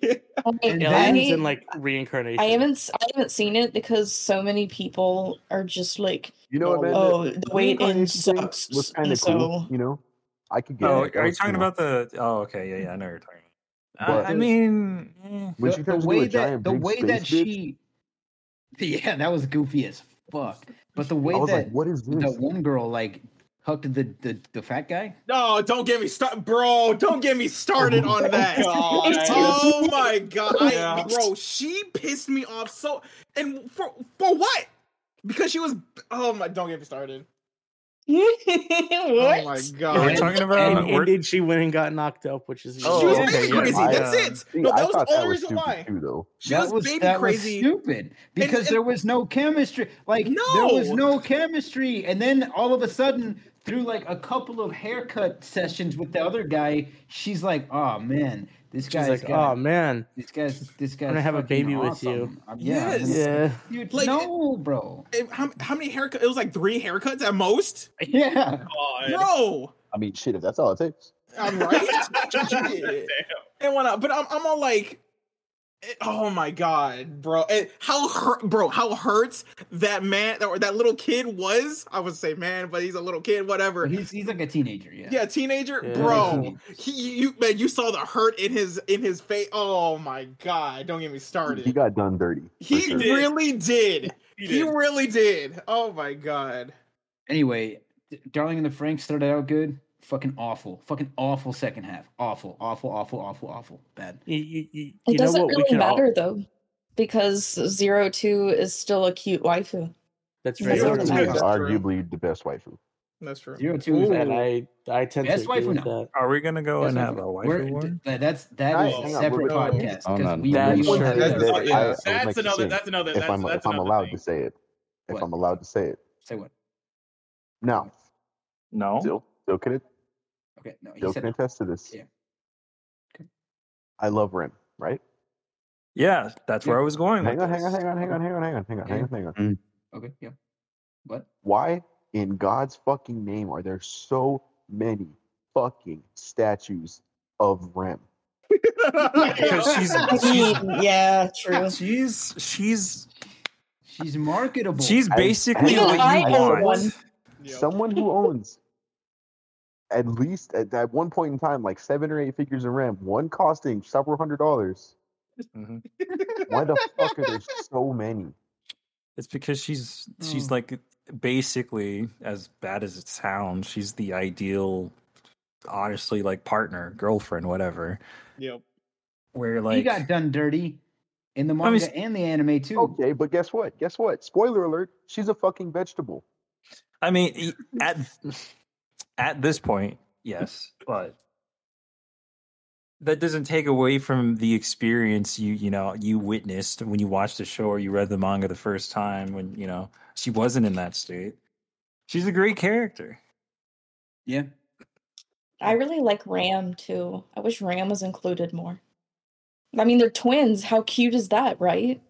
[SPEAKER 7] Like,
[SPEAKER 2] And
[SPEAKER 7] I,
[SPEAKER 4] Aliens and like reincarnation.
[SPEAKER 7] I haven't s- I haven't seen it because so many people are just like,
[SPEAKER 8] You know what, man?
[SPEAKER 7] oh, the way it ends
[SPEAKER 8] reincarnation thing
[SPEAKER 7] sucks.
[SPEAKER 8] Was kind
[SPEAKER 7] and
[SPEAKER 8] of cool.
[SPEAKER 7] so
[SPEAKER 8] You know, I could get.
[SPEAKER 6] Oh,
[SPEAKER 8] it. That
[SPEAKER 6] are you
[SPEAKER 8] was
[SPEAKER 6] talking
[SPEAKER 8] cool.
[SPEAKER 6] about the. Oh, okay. Yeah, yeah, I know what you're talking about.
[SPEAKER 8] But-
[SPEAKER 6] I, I mean, eh,
[SPEAKER 8] When she
[SPEAKER 2] the, the
[SPEAKER 8] turns into
[SPEAKER 2] way
[SPEAKER 8] a
[SPEAKER 2] that
[SPEAKER 8] giant
[SPEAKER 2] the
[SPEAKER 8] big
[SPEAKER 2] way that
[SPEAKER 8] space bitch,
[SPEAKER 2] she yeah that was goofy as fuck but the way
[SPEAKER 8] I was
[SPEAKER 2] that
[SPEAKER 8] like, what is this?
[SPEAKER 2] that one girl like hugged the the, the fat guy
[SPEAKER 5] No, don't get me started, bro. Don't get me started on that. Oh my god, I,
[SPEAKER 7] Yeah.
[SPEAKER 5] bro, she pissed me off so. And for for what? Because she was. Oh my! Don't get me started.
[SPEAKER 7] what?
[SPEAKER 5] Oh my
[SPEAKER 6] we're
[SPEAKER 5] god.
[SPEAKER 2] And-
[SPEAKER 6] talking
[SPEAKER 4] And,
[SPEAKER 6] about.
[SPEAKER 4] and
[SPEAKER 6] we're-
[SPEAKER 4] did she went and got knocked up? Which is
[SPEAKER 6] Oh,
[SPEAKER 5] she was
[SPEAKER 6] okay,
[SPEAKER 5] baby
[SPEAKER 6] yeah,
[SPEAKER 5] crazy.
[SPEAKER 8] I,
[SPEAKER 5] That's
[SPEAKER 8] uh,
[SPEAKER 5] it.
[SPEAKER 8] See,
[SPEAKER 5] no,
[SPEAKER 8] I
[SPEAKER 5] that was
[SPEAKER 8] thought
[SPEAKER 5] the
[SPEAKER 8] that
[SPEAKER 5] only
[SPEAKER 8] was
[SPEAKER 5] reason
[SPEAKER 8] stupid
[SPEAKER 5] why.
[SPEAKER 8] too, though.
[SPEAKER 5] She was, baby
[SPEAKER 2] that
[SPEAKER 5] crazy.
[SPEAKER 2] was stupid because
[SPEAKER 5] and-
[SPEAKER 2] there was no chemistry. Like there was
[SPEAKER 5] No.
[SPEAKER 2] no chemistry, and then all of a sudden, through like a couple of haircut sessions with the other guy, she's like, "Oh man, this
[SPEAKER 4] She's
[SPEAKER 2] guy's
[SPEAKER 4] like,
[SPEAKER 2] got
[SPEAKER 4] oh man,
[SPEAKER 2] this guy's this guy's
[SPEAKER 4] gonna have a
[SPEAKER 2] fucking
[SPEAKER 4] baby with you."
[SPEAKER 2] awesome. Um, yeah, I'm
[SPEAKER 5] Yes.
[SPEAKER 2] gonna-
[SPEAKER 4] yeah.
[SPEAKER 2] dude,
[SPEAKER 5] Like, it-
[SPEAKER 2] no, bro.
[SPEAKER 5] And How, how many haircuts? It was like three haircuts at most,
[SPEAKER 2] Yeah,
[SPEAKER 5] bro.
[SPEAKER 8] I mean, shit, if that's all it takes.
[SPEAKER 5] I'm right. Shit. and whatnot. But I'm, I'm all like, it- oh my god, bro! It, how hurt, bro? How hurts that man or that little kid was? I would say man, but he's a little kid, whatever.
[SPEAKER 2] But he's he's like a teenager. Yeah,
[SPEAKER 5] yeah, teenager,
[SPEAKER 4] Yeah.
[SPEAKER 5] bro.
[SPEAKER 2] Mhm.
[SPEAKER 5] He, you man, you saw the hurt in his in his face. Oh my god! Don't get me started.
[SPEAKER 8] He got done dirty. for
[SPEAKER 5] He
[SPEAKER 8] sure.
[SPEAKER 1] did.
[SPEAKER 5] really did.
[SPEAKER 1] He
[SPEAKER 5] He
[SPEAKER 1] did.
[SPEAKER 5] really did. Oh my god.
[SPEAKER 2] Anyway, D- Darling and the Franks started out good. Fucking awful. Fucking awful second half. Awful. Awful. Awful. Awful. Awful. Bad.
[SPEAKER 4] You, you, you,
[SPEAKER 7] It
[SPEAKER 4] you know
[SPEAKER 7] doesn't
[SPEAKER 4] what? we
[SPEAKER 7] really
[SPEAKER 4] can
[SPEAKER 7] matter
[SPEAKER 4] all.
[SPEAKER 7] though, because Zero Two is still a cute waifu.
[SPEAKER 4] That's
[SPEAKER 7] It
[SPEAKER 4] very
[SPEAKER 7] doesn't
[SPEAKER 8] Zero
[SPEAKER 7] really
[SPEAKER 8] Two
[SPEAKER 4] true.
[SPEAKER 7] matter.
[SPEAKER 8] is
[SPEAKER 5] That's true.
[SPEAKER 8] arguably the best waifu.
[SPEAKER 5] That's true.
[SPEAKER 2] Zero two is
[SPEAKER 5] Ooh.
[SPEAKER 4] And I, I tend
[SPEAKER 2] Best
[SPEAKER 4] to agree
[SPEAKER 2] waifu
[SPEAKER 4] with
[SPEAKER 2] now.
[SPEAKER 4] that.
[SPEAKER 6] eh, are we going to go Oh, and
[SPEAKER 2] That's
[SPEAKER 6] have a
[SPEAKER 2] not-
[SPEAKER 6] wife
[SPEAKER 2] we're-
[SPEAKER 6] war?
[SPEAKER 2] th- that- that's that is
[SPEAKER 8] Hang on,
[SPEAKER 2] a
[SPEAKER 8] we're-
[SPEAKER 2] separate
[SPEAKER 5] no.
[SPEAKER 2] podcast
[SPEAKER 3] Hold
[SPEAKER 2] because
[SPEAKER 3] on.
[SPEAKER 2] we
[SPEAKER 4] That
[SPEAKER 2] we
[SPEAKER 4] sure
[SPEAKER 2] should
[SPEAKER 4] is.
[SPEAKER 2] do that.
[SPEAKER 8] That
[SPEAKER 1] Yeah,
[SPEAKER 8] I- I would
[SPEAKER 1] that's
[SPEAKER 8] like to
[SPEAKER 1] another.
[SPEAKER 8] say,
[SPEAKER 1] That's another.
[SPEAKER 8] If
[SPEAKER 1] That's
[SPEAKER 8] I'm
[SPEAKER 1] that's
[SPEAKER 8] if I'm
[SPEAKER 1] another
[SPEAKER 8] allowed
[SPEAKER 1] thing.
[SPEAKER 8] to say it, if
[SPEAKER 2] What?
[SPEAKER 8] I'm allowed to say it.
[SPEAKER 2] Say what?
[SPEAKER 8] Now,
[SPEAKER 6] No.
[SPEAKER 8] still, still can
[SPEAKER 2] Okay, no, he
[SPEAKER 8] still
[SPEAKER 2] said
[SPEAKER 8] can attest to this.
[SPEAKER 2] Yeah. Okay.
[SPEAKER 8] I love Rim, right?
[SPEAKER 6] Yeah, that's where I was going.
[SPEAKER 8] Hang
[SPEAKER 6] with
[SPEAKER 8] on, hang on,
[SPEAKER 6] this.
[SPEAKER 8] hang on, hang on, hang on, hang on, hang on, hang on, hang on.
[SPEAKER 2] okay, yeah. What?
[SPEAKER 8] Why in God's fucking name are there so many fucking statues of Rim?
[SPEAKER 6] Because she's-
[SPEAKER 7] I mean, yeah, true.
[SPEAKER 6] She's she's
[SPEAKER 2] She's marketable.
[SPEAKER 6] she's
[SPEAKER 8] I-
[SPEAKER 6] basically
[SPEAKER 8] Even
[SPEAKER 6] what
[SPEAKER 7] I
[SPEAKER 6] you
[SPEAKER 7] own
[SPEAKER 6] want.
[SPEAKER 7] one.
[SPEAKER 5] Yep.
[SPEAKER 8] Someone who owns at least at, at one point in time like seven or eight figures of Rim, one costing several hundred dollars.
[SPEAKER 2] Mm-hmm.
[SPEAKER 6] Mhm.
[SPEAKER 8] Why the fuck are there so many?
[SPEAKER 6] It's because she's she's
[SPEAKER 2] Oh.
[SPEAKER 6] like basically as bad as it sounds, she's the ideal, honestly, like partner, girlfriend, whatever.
[SPEAKER 5] Yep.
[SPEAKER 6] Where
[SPEAKER 2] he
[SPEAKER 6] like
[SPEAKER 2] got done dirty in the
[SPEAKER 6] I mean,
[SPEAKER 2] manga and the anime too.
[SPEAKER 8] Okay, but guess what? Guess what? Spoiler alert, she's a fucking vegetable.
[SPEAKER 6] I mean e- at at this point, yes, but that doesn't take away from the experience you you know you witnessed when you watched the show or you read the manga the first time when you know she wasn't in that state. She's a great character.
[SPEAKER 2] Yeah.
[SPEAKER 7] I really like Ram too. I wish Ram was included more. I mean, they're twins. How cute is that, right?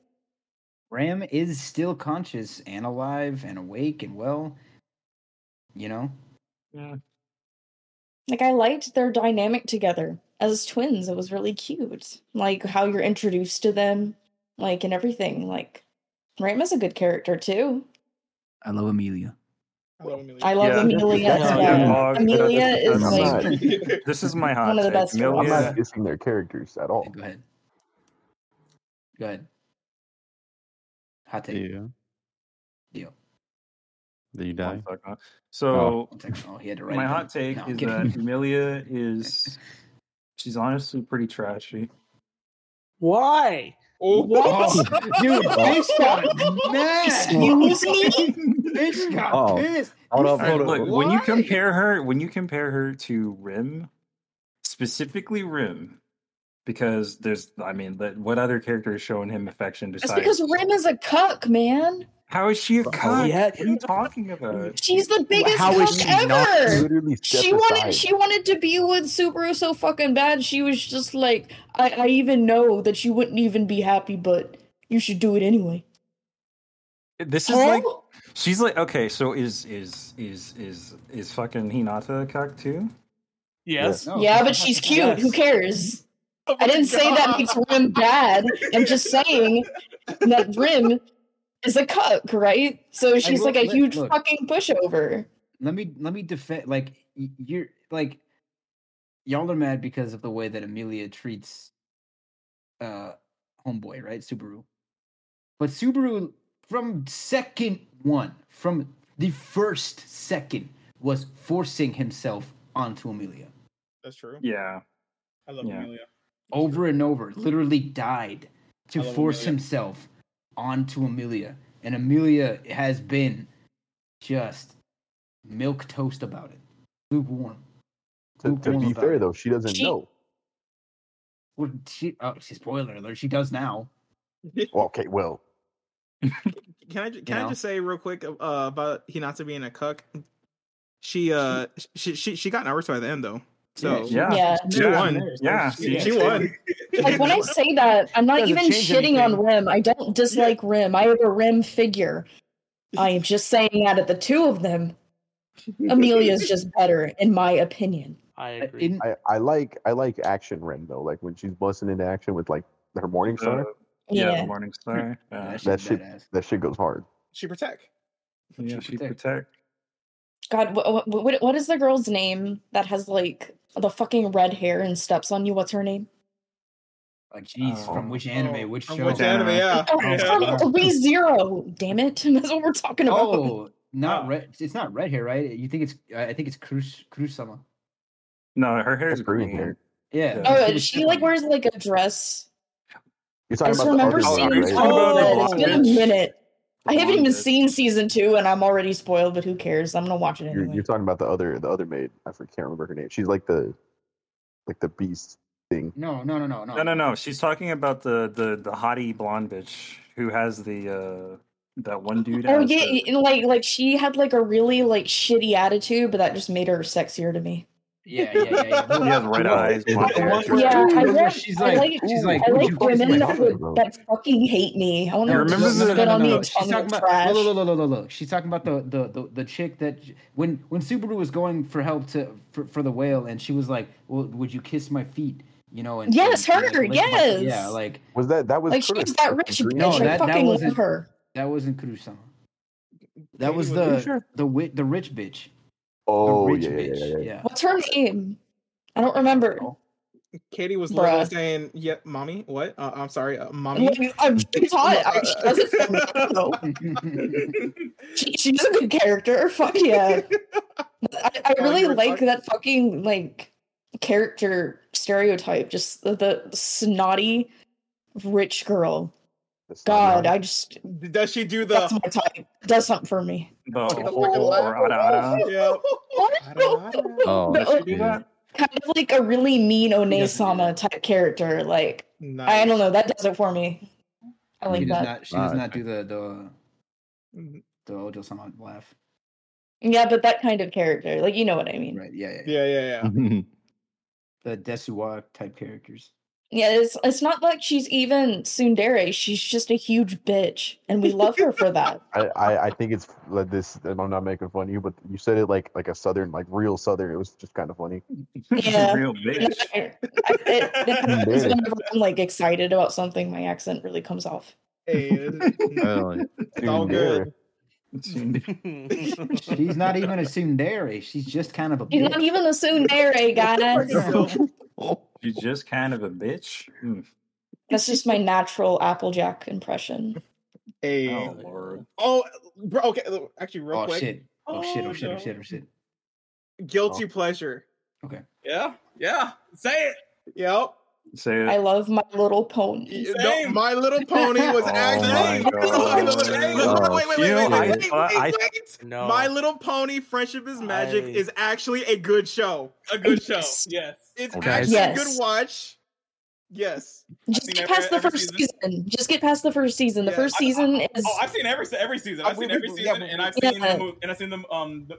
[SPEAKER 2] Ram is still conscious and alive and awake and well. You know?
[SPEAKER 7] Like, I liked their dynamic together as twins. It was really cute. Like, how you're introduced to them, like, and everything. Like, Ram is a good character too.
[SPEAKER 2] I love Amelia.
[SPEAKER 5] I love Amelia.
[SPEAKER 7] I love
[SPEAKER 6] Yeah.
[SPEAKER 7] Amelia as
[SPEAKER 6] Yeah.
[SPEAKER 7] well.
[SPEAKER 6] Yeah.
[SPEAKER 7] Amelia
[SPEAKER 6] Yeah.
[SPEAKER 7] is
[SPEAKER 8] I'm
[SPEAKER 7] like,
[SPEAKER 8] not-
[SPEAKER 6] This is my hot
[SPEAKER 7] One of the
[SPEAKER 6] take.
[SPEAKER 7] best
[SPEAKER 2] Oh,
[SPEAKER 8] I'm
[SPEAKER 7] ones.
[SPEAKER 8] not
[SPEAKER 6] Amelia,
[SPEAKER 8] dissing their characters at all.
[SPEAKER 2] Go ahead. Go ahead. Hot take.
[SPEAKER 3] Yeah.
[SPEAKER 2] Deal.
[SPEAKER 3] Did you
[SPEAKER 6] One
[SPEAKER 3] die?
[SPEAKER 6] second. so
[SPEAKER 2] One second. Oh, he had to write.
[SPEAKER 6] my
[SPEAKER 2] it down.
[SPEAKER 6] hot take
[SPEAKER 2] No, I'm
[SPEAKER 6] is
[SPEAKER 2] kidding.
[SPEAKER 6] that Amelia is she's honestly pretty trashy.
[SPEAKER 4] Why?
[SPEAKER 5] Oh,
[SPEAKER 2] Oh, dude, bitch got mad.
[SPEAKER 7] excuse me?
[SPEAKER 2] bitch got
[SPEAKER 3] Oh.
[SPEAKER 2] pissed.
[SPEAKER 3] Hold
[SPEAKER 2] You
[SPEAKER 3] up,
[SPEAKER 2] said,
[SPEAKER 3] hold up.
[SPEAKER 6] look, when you
[SPEAKER 2] "Why?"
[SPEAKER 6] compare her, when you compare her to Rim, specifically Rim, because there's, I mean, that what other character is showing him affection
[SPEAKER 7] That's
[SPEAKER 6] besides?
[SPEAKER 7] because Rim is a cuck, man.
[SPEAKER 6] How is she a cunt?
[SPEAKER 4] yeah.
[SPEAKER 6] What are you talking about?
[SPEAKER 7] She's the biggest
[SPEAKER 4] How
[SPEAKER 7] cuck
[SPEAKER 4] is she
[SPEAKER 7] ever.
[SPEAKER 4] not
[SPEAKER 8] Literally, step
[SPEAKER 7] she wanted
[SPEAKER 8] aside.
[SPEAKER 7] she wanted to be with Subaru so fucking bad. She was just like, I, I even know that you wouldn't even be happy, but you should do it anyway.
[SPEAKER 6] This is
[SPEAKER 7] Huh?
[SPEAKER 6] like she's like okay, so is is is is is fucking Hinata a cuck too?
[SPEAKER 4] Yes.
[SPEAKER 2] No,
[SPEAKER 7] yeah, but she's cute. Who
[SPEAKER 4] Yes.
[SPEAKER 7] cares?
[SPEAKER 5] Oh
[SPEAKER 7] I
[SPEAKER 5] my
[SPEAKER 7] didn't say that
[SPEAKER 5] God.
[SPEAKER 7] makes Rim bad. I'm just saying that Rim is a cuck, right? So she's
[SPEAKER 2] look-
[SPEAKER 7] like a
[SPEAKER 2] look-
[SPEAKER 7] huge
[SPEAKER 2] look.
[SPEAKER 7] fucking pushover.
[SPEAKER 2] Let me let me defend. Like y- you're like y'all are mad because of the way that Amelia treats uh homeboy, right? Subaru. But Subaru from second one, from the first second, was forcing himself onto Amelia
[SPEAKER 5] That's true.
[SPEAKER 6] Yeah,
[SPEAKER 5] I love
[SPEAKER 6] Yeah.
[SPEAKER 5] Amelia.
[SPEAKER 2] over and over. Literally died to
[SPEAKER 5] I love
[SPEAKER 2] force
[SPEAKER 5] Amelia.
[SPEAKER 2] himself onto Amelia, and Amelia has been just milk toast about it, lukewarm.
[SPEAKER 8] To, to
[SPEAKER 2] lukewarm
[SPEAKER 8] be
[SPEAKER 2] about
[SPEAKER 8] fair
[SPEAKER 2] it.
[SPEAKER 8] though, she doesn't
[SPEAKER 7] She-
[SPEAKER 8] know.
[SPEAKER 2] Well, she, oh, she, spoiler alert, she does now.
[SPEAKER 8] Well, okay, well,
[SPEAKER 5] Can I ju- can
[SPEAKER 2] know?
[SPEAKER 5] I just say real quick uh, about Hinata being a cuck? She uh she she she got Naruto at the end though. So
[SPEAKER 6] Yeah.
[SPEAKER 7] yeah.
[SPEAKER 5] She won.
[SPEAKER 6] Yeah,
[SPEAKER 5] She,
[SPEAKER 6] yeah.
[SPEAKER 5] she won.
[SPEAKER 7] like when I say that, I'm not
[SPEAKER 4] Doesn't
[SPEAKER 7] even
[SPEAKER 4] change
[SPEAKER 7] shitting on
[SPEAKER 4] anything.
[SPEAKER 7] Rim. I don't dislike Rim. I have a Rim figure. I am just saying out of the two of them, Amelia's just better, in my opinion.
[SPEAKER 4] I
[SPEAKER 2] Uh,
[SPEAKER 4] agree.
[SPEAKER 2] In,
[SPEAKER 8] I, I like I like action Ren though. Like when she's busting into action with like her morning star,
[SPEAKER 6] Uh, yeah,
[SPEAKER 7] Yeah.
[SPEAKER 6] the Morning Star. Uh,
[SPEAKER 2] that shit,
[SPEAKER 8] that shit-
[SPEAKER 2] badass.
[SPEAKER 8] that shit goes hard.
[SPEAKER 5] she protect.
[SPEAKER 6] yeah,
[SPEAKER 2] she
[SPEAKER 6] she
[SPEAKER 2] protect.
[SPEAKER 6] protect.
[SPEAKER 7] God, what, what what is the girl's name that has like the fucking red hair and steps on you? What's her name?
[SPEAKER 2] Like, jeez, from
[SPEAKER 6] Oh.
[SPEAKER 2] which anime,
[SPEAKER 5] Oh,
[SPEAKER 2] which
[SPEAKER 5] from
[SPEAKER 2] show?
[SPEAKER 5] Which anime? Yeah.
[SPEAKER 7] Oh,
[SPEAKER 6] Yeah.
[SPEAKER 7] From ReZero. Damn it. That's what we're talking about.
[SPEAKER 2] Oh, not
[SPEAKER 5] Ah.
[SPEAKER 2] red. It's not red hair, right? You think it's? uh, I I think it's Cruz Cruzama.
[SPEAKER 6] No, her hair
[SPEAKER 8] That's
[SPEAKER 6] is
[SPEAKER 8] green
[SPEAKER 6] green.
[SPEAKER 8] hair.
[SPEAKER 2] Yeah.
[SPEAKER 6] Yeah.
[SPEAKER 2] but
[SPEAKER 7] Oh,
[SPEAKER 2] was
[SPEAKER 7] she like
[SPEAKER 2] different.
[SPEAKER 7] wears like a dress.
[SPEAKER 8] You're
[SPEAKER 7] I
[SPEAKER 8] talking
[SPEAKER 7] just
[SPEAKER 8] about the
[SPEAKER 7] remember
[SPEAKER 8] other
[SPEAKER 7] seeing
[SPEAKER 8] one,
[SPEAKER 6] Are you
[SPEAKER 8] right?
[SPEAKER 6] talking
[SPEAKER 7] all
[SPEAKER 6] about
[SPEAKER 7] of
[SPEAKER 6] the
[SPEAKER 7] that.
[SPEAKER 6] blonde
[SPEAKER 7] It's been a
[SPEAKER 6] bitch?
[SPEAKER 7] minute. I haven't even
[SPEAKER 6] Blonde bitch.
[SPEAKER 7] seen season two, and I'm already spoiled. But who cares? I'm gonna watch it
[SPEAKER 8] You're,
[SPEAKER 7] anyway.
[SPEAKER 8] you're talking about the other the other maid. I for- can't remember her name. She's like the like the beast thing.
[SPEAKER 2] No, no, no, no, no.
[SPEAKER 6] No, no, no. She's talking about the the the hottie blonde bitch who has the uh that one dude.
[SPEAKER 7] Oh
[SPEAKER 6] has
[SPEAKER 7] yeah,
[SPEAKER 6] the-
[SPEAKER 7] and, like like she had like a really like shitty attitude, but that just made her sexier to me.
[SPEAKER 2] Yeah, yeah, yeah. yeah.
[SPEAKER 6] He has red
[SPEAKER 2] the one-
[SPEAKER 6] eyes,
[SPEAKER 8] the
[SPEAKER 6] blonde
[SPEAKER 2] the
[SPEAKER 6] hair.
[SPEAKER 2] one where-
[SPEAKER 7] Yeah,
[SPEAKER 2] the
[SPEAKER 7] I
[SPEAKER 2] one where
[SPEAKER 7] want-
[SPEAKER 2] she's
[SPEAKER 7] I
[SPEAKER 2] like,
[SPEAKER 7] like-
[SPEAKER 2] she's like,
[SPEAKER 7] I
[SPEAKER 2] "Would
[SPEAKER 7] like
[SPEAKER 2] you fuck
[SPEAKER 7] women
[SPEAKER 2] my
[SPEAKER 7] that,
[SPEAKER 2] daughter?"
[SPEAKER 7] would,
[SPEAKER 8] bro?
[SPEAKER 7] that fucking hate me. I want
[SPEAKER 6] You
[SPEAKER 7] them
[SPEAKER 6] remember
[SPEAKER 7] to
[SPEAKER 6] the-
[SPEAKER 7] spit on me and tell
[SPEAKER 2] She's
[SPEAKER 7] me
[SPEAKER 2] talking about
[SPEAKER 7] I'm trash.
[SPEAKER 2] look, look, look, look, look, look. She's talking about the, the the the chick that when when Subaru was going for help to for, for the whale, and she was like, "Well, would you kiss my feet?" You know, and
[SPEAKER 7] Yes,
[SPEAKER 2] and- and,
[SPEAKER 7] her,
[SPEAKER 2] like, lick my- yeah,
[SPEAKER 7] yes.
[SPEAKER 2] like
[SPEAKER 8] Was that that was
[SPEAKER 7] Like
[SPEAKER 8] Chris,
[SPEAKER 7] she's that
[SPEAKER 8] with the
[SPEAKER 7] rich
[SPEAKER 8] green
[SPEAKER 2] No,
[SPEAKER 7] bitch.
[SPEAKER 8] hair?
[SPEAKER 7] I
[SPEAKER 2] that- that
[SPEAKER 7] fucking love
[SPEAKER 2] wasn't-
[SPEAKER 7] her.
[SPEAKER 2] that wasn't Kurusama. That
[SPEAKER 5] Katie was-
[SPEAKER 2] was the
[SPEAKER 5] Are you
[SPEAKER 2] the
[SPEAKER 5] sure?
[SPEAKER 2] the wit the rich bitch, the
[SPEAKER 8] Oh
[SPEAKER 2] rich
[SPEAKER 8] yeah, yeah,
[SPEAKER 2] bitch,
[SPEAKER 8] yeah, yeah, yeah.
[SPEAKER 2] yeah.
[SPEAKER 7] What's her name? I don't remember.
[SPEAKER 2] Oh,
[SPEAKER 5] Katie was
[SPEAKER 7] Bruh.
[SPEAKER 5] literally saying, "Yeah, mommy. What? Uh, I'm sorry, uh, mommy."
[SPEAKER 7] Like, I'm she's hot. I- She does it for me. though. She, she's a good character. Fuck yeah. I, I
[SPEAKER 5] Oh,
[SPEAKER 7] really
[SPEAKER 5] you were
[SPEAKER 7] like
[SPEAKER 5] talking-
[SPEAKER 7] that fucking like character stereotype. Just the, the snotty rich girl.
[SPEAKER 8] That's
[SPEAKER 2] Oh,
[SPEAKER 8] not
[SPEAKER 7] God,
[SPEAKER 8] right.
[SPEAKER 7] I just
[SPEAKER 5] Does she do the?
[SPEAKER 7] that's my type. Does something for me.
[SPEAKER 6] The
[SPEAKER 5] the
[SPEAKER 6] whole
[SPEAKER 5] fucking
[SPEAKER 6] or
[SPEAKER 5] laugh.
[SPEAKER 6] ada ada.
[SPEAKER 5] Yeah.
[SPEAKER 3] Oh,
[SPEAKER 7] No,
[SPEAKER 6] Does she do
[SPEAKER 3] Yeah.
[SPEAKER 6] that?
[SPEAKER 7] kind of like a really mean One
[SPEAKER 2] doesn't do
[SPEAKER 7] Sama type character. Like I
[SPEAKER 5] Nice.
[SPEAKER 7] don't know, that does it for me. I
[SPEAKER 2] She does
[SPEAKER 7] like that.
[SPEAKER 2] not. She does
[SPEAKER 3] Ah,
[SPEAKER 2] not
[SPEAKER 3] okay.
[SPEAKER 2] do the the
[SPEAKER 5] know.
[SPEAKER 2] the Ojo-sama laugh.
[SPEAKER 7] Yeah, but that kind of character, like you know what I mean.
[SPEAKER 2] Right. Yeah.
[SPEAKER 5] Yeah,
[SPEAKER 2] yeah.
[SPEAKER 5] yeah, yeah.
[SPEAKER 2] The Desuwa type characters.
[SPEAKER 7] Yeah, it's it's not like she's even tsundere. She's just a huge bitch, and we love her for that.
[SPEAKER 8] I, I, I think it's like this. and I'm not making fun of you, but you said it like like a southern, like real southern. It was just kind of funny.
[SPEAKER 7] Yeah.
[SPEAKER 6] Real bitch.
[SPEAKER 7] I- I- it- it happens whenever I'm like excited about something, my accent really comes off.
[SPEAKER 5] Hey, it's,
[SPEAKER 3] Really?
[SPEAKER 5] it's all
[SPEAKER 8] Tsundere.
[SPEAKER 5] good.
[SPEAKER 2] She's not even a tsundere. She's just kind of a
[SPEAKER 7] She's
[SPEAKER 2] bitch.
[SPEAKER 7] not even a tsundere, guys.
[SPEAKER 6] She's just kind of a bitch. Hmm.
[SPEAKER 7] That's just my natural Applejack impression.
[SPEAKER 5] Hey.
[SPEAKER 6] Oh
[SPEAKER 5] Oh,
[SPEAKER 6] lord.
[SPEAKER 5] bro, okay. look, Actually, real
[SPEAKER 2] oh,
[SPEAKER 5] quick.
[SPEAKER 2] shit. oh shit! Oh shit!
[SPEAKER 5] no.
[SPEAKER 2] Oh shit! Oh shit!
[SPEAKER 5] Guilty pleasure.
[SPEAKER 1] Yeah, yeah. Say it.
[SPEAKER 5] Yep.
[SPEAKER 6] So
[SPEAKER 7] I love my little pony.
[SPEAKER 5] Y- No,
[SPEAKER 1] Same.
[SPEAKER 5] My Little Pony was
[SPEAKER 6] Oh
[SPEAKER 5] actually.
[SPEAKER 6] my
[SPEAKER 5] Look, look, look,
[SPEAKER 1] God.
[SPEAKER 5] look,
[SPEAKER 6] Oh,
[SPEAKER 5] Wait, wait,
[SPEAKER 6] you
[SPEAKER 5] wait,
[SPEAKER 6] know,
[SPEAKER 5] wait,
[SPEAKER 6] I
[SPEAKER 5] wait,
[SPEAKER 6] thought-
[SPEAKER 5] wait,
[SPEAKER 6] I-
[SPEAKER 5] wait.
[SPEAKER 4] no.
[SPEAKER 5] My Little Pony: Friendship is Magic
[SPEAKER 4] I-
[SPEAKER 5] is actually a good show.
[SPEAKER 1] A good show.
[SPEAKER 7] Yes.
[SPEAKER 1] Yes.
[SPEAKER 5] It's
[SPEAKER 6] Okay.
[SPEAKER 5] actually
[SPEAKER 7] Yes.
[SPEAKER 5] a good watch. Yes.
[SPEAKER 7] Just
[SPEAKER 1] seen
[SPEAKER 7] get
[SPEAKER 1] every-
[SPEAKER 7] past the
[SPEAKER 1] every
[SPEAKER 7] first
[SPEAKER 1] season.
[SPEAKER 7] season. Just get past the first season. The
[SPEAKER 5] Yeah,
[SPEAKER 7] first
[SPEAKER 1] I- I-
[SPEAKER 7] season is
[SPEAKER 1] Oh, I've seen every se- every season.
[SPEAKER 5] Uh,
[SPEAKER 1] I've
[SPEAKER 5] we-
[SPEAKER 1] seen
[SPEAKER 5] we-
[SPEAKER 1] every
[SPEAKER 5] we-
[SPEAKER 1] season,
[SPEAKER 5] yeah,
[SPEAKER 1] and I've
[SPEAKER 7] we-
[SPEAKER 1] seen
[SPEAKER 7] Yeah.
[SPEAKER 1] the mo- and I've seen them um the,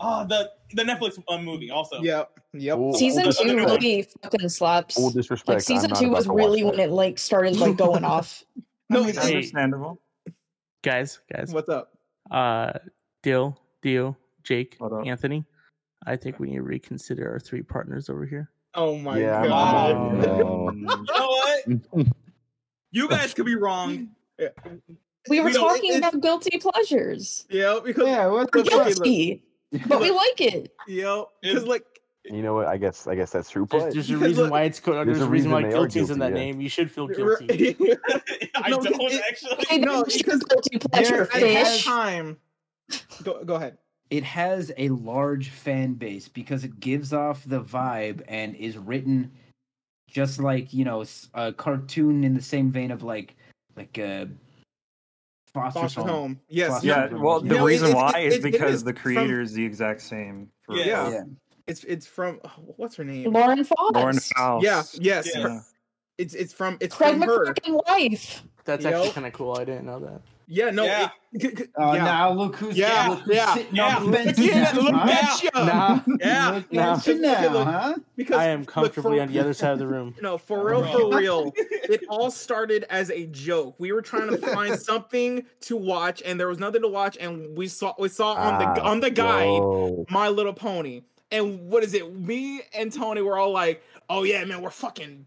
[SPEAKER 1] ah the the Netflix um, movie also.
[SPEAKER 5] Yep. Yep.
[SPEAKER 8] Full-
[SPEAKER 7] season
[SPEAKER 8] full
[SPEAKER 7] two
[SPEAKER 8] disrespect-
[SPEAKER 7] really fucking slaps.
[SPEAKER 8] Full disrespect.
[SPEAKER 7] Like
[SPEAKER 8] I'm
[SPEAKER 7] season
[SPEAKER 8] not
[SPEAKER 7] two
[SPEAKER 8] about
[SPEAKER 7] was
[SPEAKER 8] to watch
[SPEAKER 7] really
[SPEAKER 8] that.
[SPEAKER 7] when it like started like going off.
[SPEAKER 6] no,
[SPEAKER 4] mean,
[SPEAKER 6] it's
[SPEAKER 4] hey.
[SPEAKER 6] understandable.
[SPEAKER 4] guys, guys.
[SPEAKER 5] What's up?
[SPEAKER 4] Uh, Dill, Dio, Jake,
[SPEAKER 6] What up?
[SPEAKER 4] Anthony. I think we need to reconsider our three partners over here.
[SPEAKER 5] Oh my
[SPEAKER 8] Yeah, I'm-
[SPEAKER 5] god.
[SPEAKER 8] I'm-
[SPEAKER 3] Um,
[SPEAKER 1] You know what? You guys could be wrong.
[SPEAKER 7] We were
[SPEAKER 1] We don't-
[SPEAKER 7] talking about guilty pleasures.
[SPEAKER 5] Yeah, because
[SPEAKER 2] Yeah. What
[SPEAKER 7] We're
[SPEAKER 5] Look, okay,
[SPEAKER 2] the
[SPEAKER 5] look.
[SPEAKER 7] guilty, but we like it.
[SPEAKER 5] yeah,
[SPEAKER 1] It's-
[SPEAKER 5] because like
[SPEAKER 8] You know what? I guess I guess that's true.
[SPEAKER 4] There's,
[SPEAKER 8] But
[SPEAKER 4] there's a
[SPEAKER 5] because
[SPEAKER 4] reason
[SPEAKER 5] look-
[SPEAKER 4] why it's called. There's, a reason, why
[SPEAKER 8] they are
[SPEAKER 4] guilty's in
[SPEAKER 8] guilty,
[SPEAKER 4] that
[SPEAKER 8] yeah.
[SPEAKER 4] name. You should feel guilty.
[SPEAKER 1] I
[SPEAKER 5] No,
[SPEAKER 1] don't
[SPEAKER 5] it-
[SPEAKER 1] actually.
[SPEAKER 7] I
[SPEAKER 5] no,
[SPEAKER 7] know it's
[SPEAKER 5] because
[SPEAKER 7] guilty pleasure
[SPEAKER 2] there- I
[SPEAKER 5] at
[SPEAKER 2] have-
[SPEAKER 7] fish.
[SPEAKER 5] that time. Go go ahead.
[SPEAKER 2] it has a large fan base because it gives off the vibe and is written just like you know s- a cartoon in the same vein of like like uh foster,
[SPEAKER 5] Foster's
[SPEAKER 2] home.
[SPEAKER 5] home. Yes.
[SPEAKER 2] Foster's
[SPEAKER 5] Yeah.
[SPEAKER 6] Yeah, well, the
[SPEAKER 2] No,
[SPEAKER 5] it-
[SPEAKER 6] reason
[SPEAKER 5] it-
[SPEAKER 6] why
[SPEAKER 5] it-
[SPEAKER 6] is
[SPEAKER 5] it- it
[SPEAKER 6] because
[SPEAKER 5] is
[SPEAKER 6] the
[SPEAKER 5] from-
[SPEAKER 6] creator is the exact same. For
[SPEAKER 1] Yeah.
[SPEAKER 5] Yeah.
[SPEAKER 2] Yeah.
[SPEAKER 5] It's it's from oh, what's her name?
[SPEAKER 7] Lauren Foss.
[SPEAKER 6] Lauren Faust.
[SPEAKER 5] Yeah. Yes.
[SPEAKER 1] Yeah.
[SPEAKER 5] It's it's from it's
[SPEAKER 7] Craig
[SPEAKER 5] from her.
[SPEAKER 7] McCracken wife.
[SPEAKER 4] That's
[SPEAKER 5] Yo.
[SPEAKER 4] actually kind of cool. I didn't know that.
[SPEAKER 5] Yeah. No.
[SPEAKER 1] Yeah.
[SPEAKER 5] it- c- c-
[SPEAKER 4] Uh,
[SPEAKER 2] Oh,
[SPEAKER 5] yeah.
[SPEAKER 2] now look who's,
[SPEAKER 5] Yeah,
[SPEAKER 2] look who's
[SPEAKER 5] yeah,
[SPEAKER 2] sitting
[SPEAKER 1] yeah.
[SPEAKER 2] on the bench.
[SPEAKER 5] Yeah,
[SPEAKER 2] now,
[SPEAKER 5] look
[SPEAKER 2] huh?
[SPEAKER 5] at you.
[SPEAKER 4] Nah,
[SPEAKER 1] Yeah.
[SPEAKER 2] Look
[SPEAKER 4] Nah.
[SPEAKER 2] at you
[SPEAKER 5] Look at-
[SPEAKER 2] now,
[SPEAKER 5] look-
[SPEAKER 2] huh?
[SPEAKER 5] Because
[SPEAKER 4] I am
[SPEAKER 5] look, for-
[SPEAKER 4] comfortably on the other side of the room.
[SPEAKER 5] No, for real,
[SPEAKER 1] Bro.
[SPEAKER 5] for real. It all started as a joke. We were trying to find something to watch, and there was nothing to watch, and we saw we saw on the
[SPEAKER 8] Ah,
[SPEAKER 5] on the guide
[SPEAKER 8] whoa.
[SPEAKER 5] My Little Pony. And what is it? Me and Tony were all like, "Oh yeah, man, we're fucking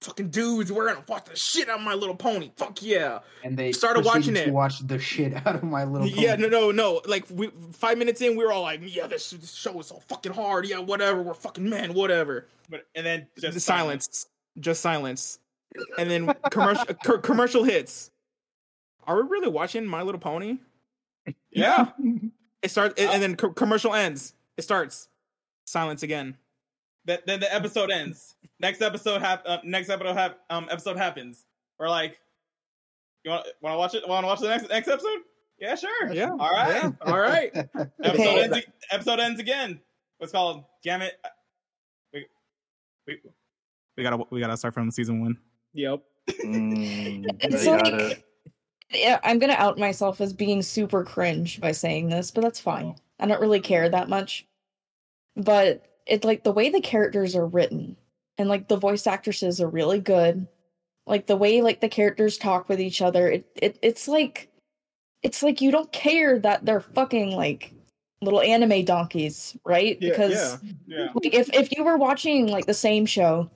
[SPEAKER 5] fucking dudes. We're gonna watch the shit out of My Little Pony. Fuck yeah,
[SPEAKER 2] And they
[SPEAKER 5] Started
[SPEAKER 2] proceeded
[SPEAKER 5] watching
[SPEAKER 2] to
[SPEAKER 5] it.
[SPEAKER 2] Watch the shit out of my little.
[SPEAKER 5] yeah."
[SPEAKER 2] Pony.
[SPEAKER 5] No, no, no. Like we five minutes in, we were all like, "Yeah, this, this show is so fucking hard. Yeah, whatever. We're fucking men, whatever."
[SPEAKER 1] But and then just
[SPEAKER 5] just silence. just silence, and then commercial co- commercial hits. Are we really watching My Little Pony?
[SPEAKER 1] Yeah.
[SPEAKER 5] It starts, and then co- commercial ends. It starts, silence again.
[SPEAKER 1] That, then the episode ends. Next episode hap- uh, Next episode hap- um episode happens. We're like, you want want to watch it? Want to watch the next next episode? Yeah, sure.
[SPEAKER 5] Yeah.
[SPEAKER 1] All right.
[SPEAKER 5] Yeah. All right.
[SPEAKER 1] Episode,
[SPEAKER 7] Okay.
[SPEAKER 1] ends, episode ends again. What's called? Damn it. We, we, we gotta we gotta start from season one.
[SPEAKER 5] Yep.
[SPEAKER 6] Mm,
[SPEAKER 7] It's
[SPEAKER 6] they
[SPEAKER 7] like-
[SPEAKER 6] gotta-
[SPEAKER 7] Yeah, I'm gonna out myself as being super cringe by saying this, but that's fine.
[SPEAKER 5] Oh.
[SPEAKER 7] I don't really care that much. But it's like the way the characters are written and like the voice actresses are really good. Like the way like the characters talk with each other, it, it it's like it's like you don't care that they're fucking like little anime donkeys, right?
[SPEAKER 5] Yeah,
[SPEAKER 7] because
[SPEAKER 5] yeah.
[SPEAKER 1] Yeah.
[SPEAKER 7] like if if you were watching like the same show,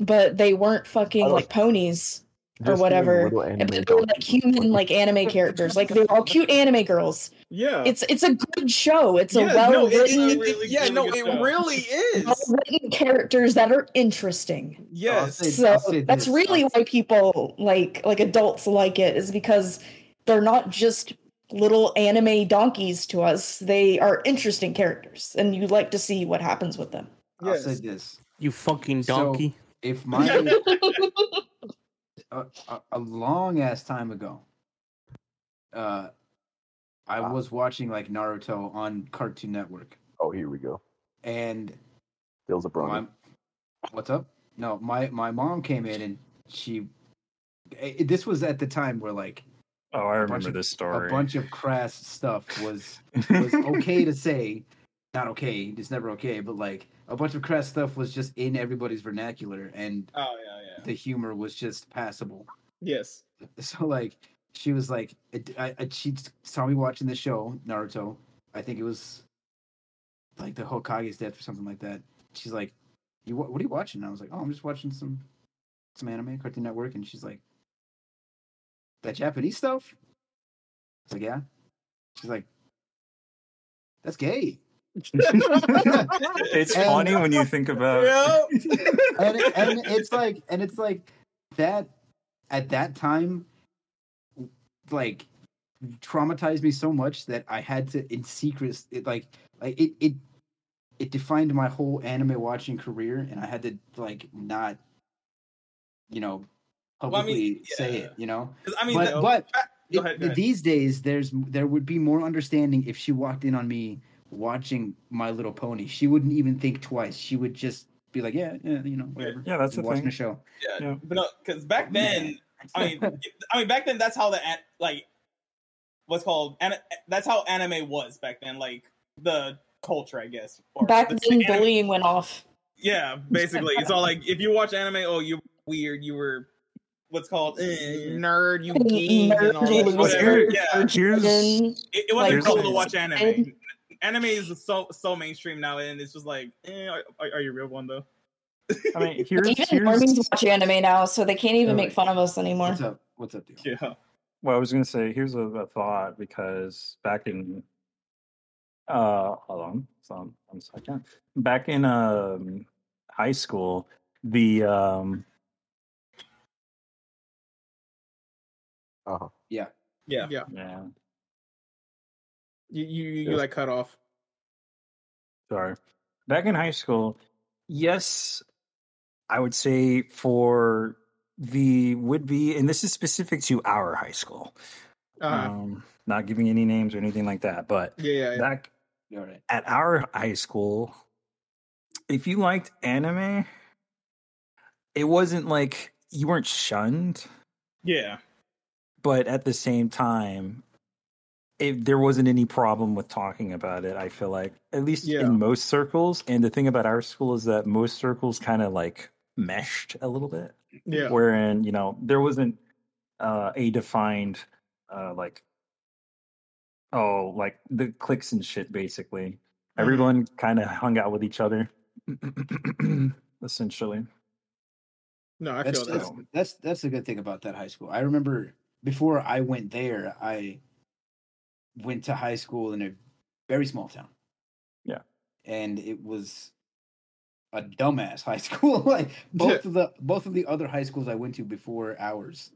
[SPEAKER 7] but they weren't fucking
[SPEAKER 8] I don't-
[SPEAKER 7] like ponies
[SPEAKER 8] Just
[SPEAKER 7] or
[SPEAKER 8] being a
[SPEAKER 7] whatever,
[SPEAKER 8] little anime
[SPEAKER 7] and- but they're like
[SPEAKER 8] donkey.
[SPEAKER 7] human like anime characters. Like they're all cute anime girls.
[SPEAKER 5] Yeah.
[SPEAKER 7] It's it's a good show. It's a
[SPEAKER 5] Yeah,
[SPEAKER 7] well
[SPEAKER 5] no, it- it-
[SPEAKER 7] written,
[SPEAKER 5] it-
[SPEAKER 1] Really,
[SPEAKER 5] yeah,
[SPEAKER 1] really
[SPEAKER 5] no,
[SPEAKER 1] good
[SPEAKER 5] it
[SPEAKER 1] show.
[SPEAKER 5] really
[SPEAKER 7] well
[SPEAKER 5] is.
[SPEAKER 7] written characters that are interesting.
[SPEAKER 5] Yes.
[SPEAKER 2] I'll say-
[SPEAKER 7] So
[SPEAKER 2] I'll say
[SPEAKER 7] that's
[SPEAKER 2] this,
[SPEAKER 7] really
[SPEAKER 2] I'll-
[SPEAKER 7] why people like like adults like it is because they're not just little anime donkeys to us. They are interesting characters, and you like to see what happens with them.
[SPEAKER 2] I'll say
[SPEAKER 5] Yes.
[SPEAKER 2] this:
[SPEAKER 4] You fucking
[SPEAKER 2] So-
[SPEAKER 4] donkey.
[SPEAKER 2] if my a, a, a long ass time ago, uh, I
[SPEAKER 8] Wow.
[SPEAKER 2] was watching like Naruto on Cartoon Network,
[SPEAKER 8] Oh, here we go.
[SPEAKER 2] and
[SPEAKER 8] Bill's a brony.
[SPEAKER 2] my, what's up? No, eh, my my mom came in and she. eh, This was at the time where like
[SPEAKER 6] Oh, I
[SPEAKER 2] A bunch
[SPEAKER 6] remember
[SPEAKER 2] of- a
[SPEAKER 6] this story.
[SPEAKER 2] bunch of crass stuff was was okay to say, not okay. It's never okay, but like a bunch of crass stuff was just in everybody's vernacular, and
[SPEAKER 1] Oh yeah, yeah.
[SPEAKER 2] the humor was just passable.
[SPEAKER 1] Yes.
[SPEAKER 2] So like she was like, I, I, she saw me watching the show Naruto. I think it was like the Hokage's death or something like that. She's like, "You wa- what are you watching?" And I was like, "Oh, I'm just watching some some anime, Cartoon Network." And she's like, "That Japanese stuff?" I was like, "Yeah." She's like, "That's gay."
[SPEAKER 6] it's
[SPEAKER 2] And-
[SPEAKER 6] funny when you think about.
[SPEAKER 2] and, it, and it's like and it's like that at that time like traumatized me so much that i had to in secret it like like it it it defined my whole anime watching career and i had to like not you know
[SPEAKER 1] Well, I
[SPEAKER 2] publicly
[SPEAKER 1] mean,
[SPEAKER 2] say
[SPEAKER 1] yeah.
[SPEAKER 2] it you know
[SPEAKER 1] 'Cause, I mean,
[SPEAKER 2] But-
[SPEAKER 1] the-
[SPEAKER 2] but-
[SPEAKER 1] Go
[SPEAKER 2] it-
[SPEAKER 1] ahead, go ahead.
[SPEAKER 2] these days there's there would be more understanding if she walked in on me watching my little pony she wouldn't even think twice she would just be like yeah yeah you know whatever
[SPEAKER 6] Yeah, that's the
[SPEAKER 2] watching
[SPEAKER 6] thing.
[SPEAKER 2] a show
[SPEAKER 6] Yeah.
[SPEAKER 1] but no, because back then, I mean, I mean, back then that's how the an- like what's called an- that's how anime was back then, like the culture, I guess. or
[SPEAKER 7] Back
[SPEAKER 1] the
[SPEAKER 7] then,
[SPEAKER 1] anime-
[SPEAKER 7] bullying went off.
[SPEAKER 1] Yeah, basically, it's all like if you watch anime, oh, you're weird, you were what's called. eh.
[SPEAKER 5] Nerd, you geek, and all that.
[SPEAKER 7] Nerdy
[SPEAKER 6] What's
[SPEAKER 1] Whatever,
[SPEAKER 7] loser.
[SPEAKER 6] weird-
[SPEAKER 1] yeah.
[SPEAKER 6] Here's
[SPEAKER 7] friggin'
[SPEAKER 1] It, it wasn't
[SPEAKER 7] Like,
[SPEAKER 1] cool to
[SPEAKER 6] there's-
[SPEAKER 1] watch anime. Anime is so so mainstream now, and it's just like, eh, are, are- are you a real one though?
[SPEAKER 6] I mean, here's,
[SPEAKER 7] Even
[SPEAKER 6] here's
[SPEAKER 7] Mormons watch anime now, so they can't even
[SPEAKER 2] Oh,
[SPEAKER 7] make
[SPEAKER 2] wait.
[SPEAKER 7] fun of us anymore.
[SPEAKER 2] what's up what's up dude
[SPEAKER 1] Yeah.
[SPEAKER 6] well, I was gonna say. Here's a, a thought because back in, uh, hold on, so one second. Back in um high school, the um
[SPEAKER 8] Uh-huh.
[SPEAKER 1] Yeah.
[SPEAKER 5] Yeah,
[SPEAKER 6] yeah,
[SPEAKER 5] you you, you like cut off.
[SPEAKER 6] sorry. Back in high school, yes, I would say for the would be, and this is specific to our high school.
[SPEAKER 5] Uh,
[SPEAKER 6] Um, not giving any names or anything like that, but
[SPEAKER 5] yeah, yeah, yeah.
[SPEAKER 6] back
[SPEAKER 2] You all right
[SPEAKER 6] at our high school, if you liked anime, it wasn't like you weren't shunned,
[SPEAKER 1] Yeah.
[SPEAKER 6] but at the same time, it, there wasn't any problem with talking about it. I feel like, at least
[SPEAKER 5] Yeah.
[SPEAKER 6] in most circles. And the thing about our school is that most circles kind of like meshed a little bit,
[SPEAKER 5] yeah.
[SPEAKER 6] wherein you know there wasn't uh, a defined uh, like oh like the cliques and shit. Basically, everyone kind of hung out with each other, essentially.
[SPEAKER 5] No, I
[SPEAKER 2] that's,
[SPEAKER 5] feel
[SPEAKER 2] that's,
[SPEAKER 5] that.
[SPEAKER 2] that's that's the good thing about that high school i remember before i went there i went to high school in a very small town
[SPEAKER 6] Yeah.
[SPEAKER 2] and it was a dumbass high school like both of the both of the other high schools i went to before ours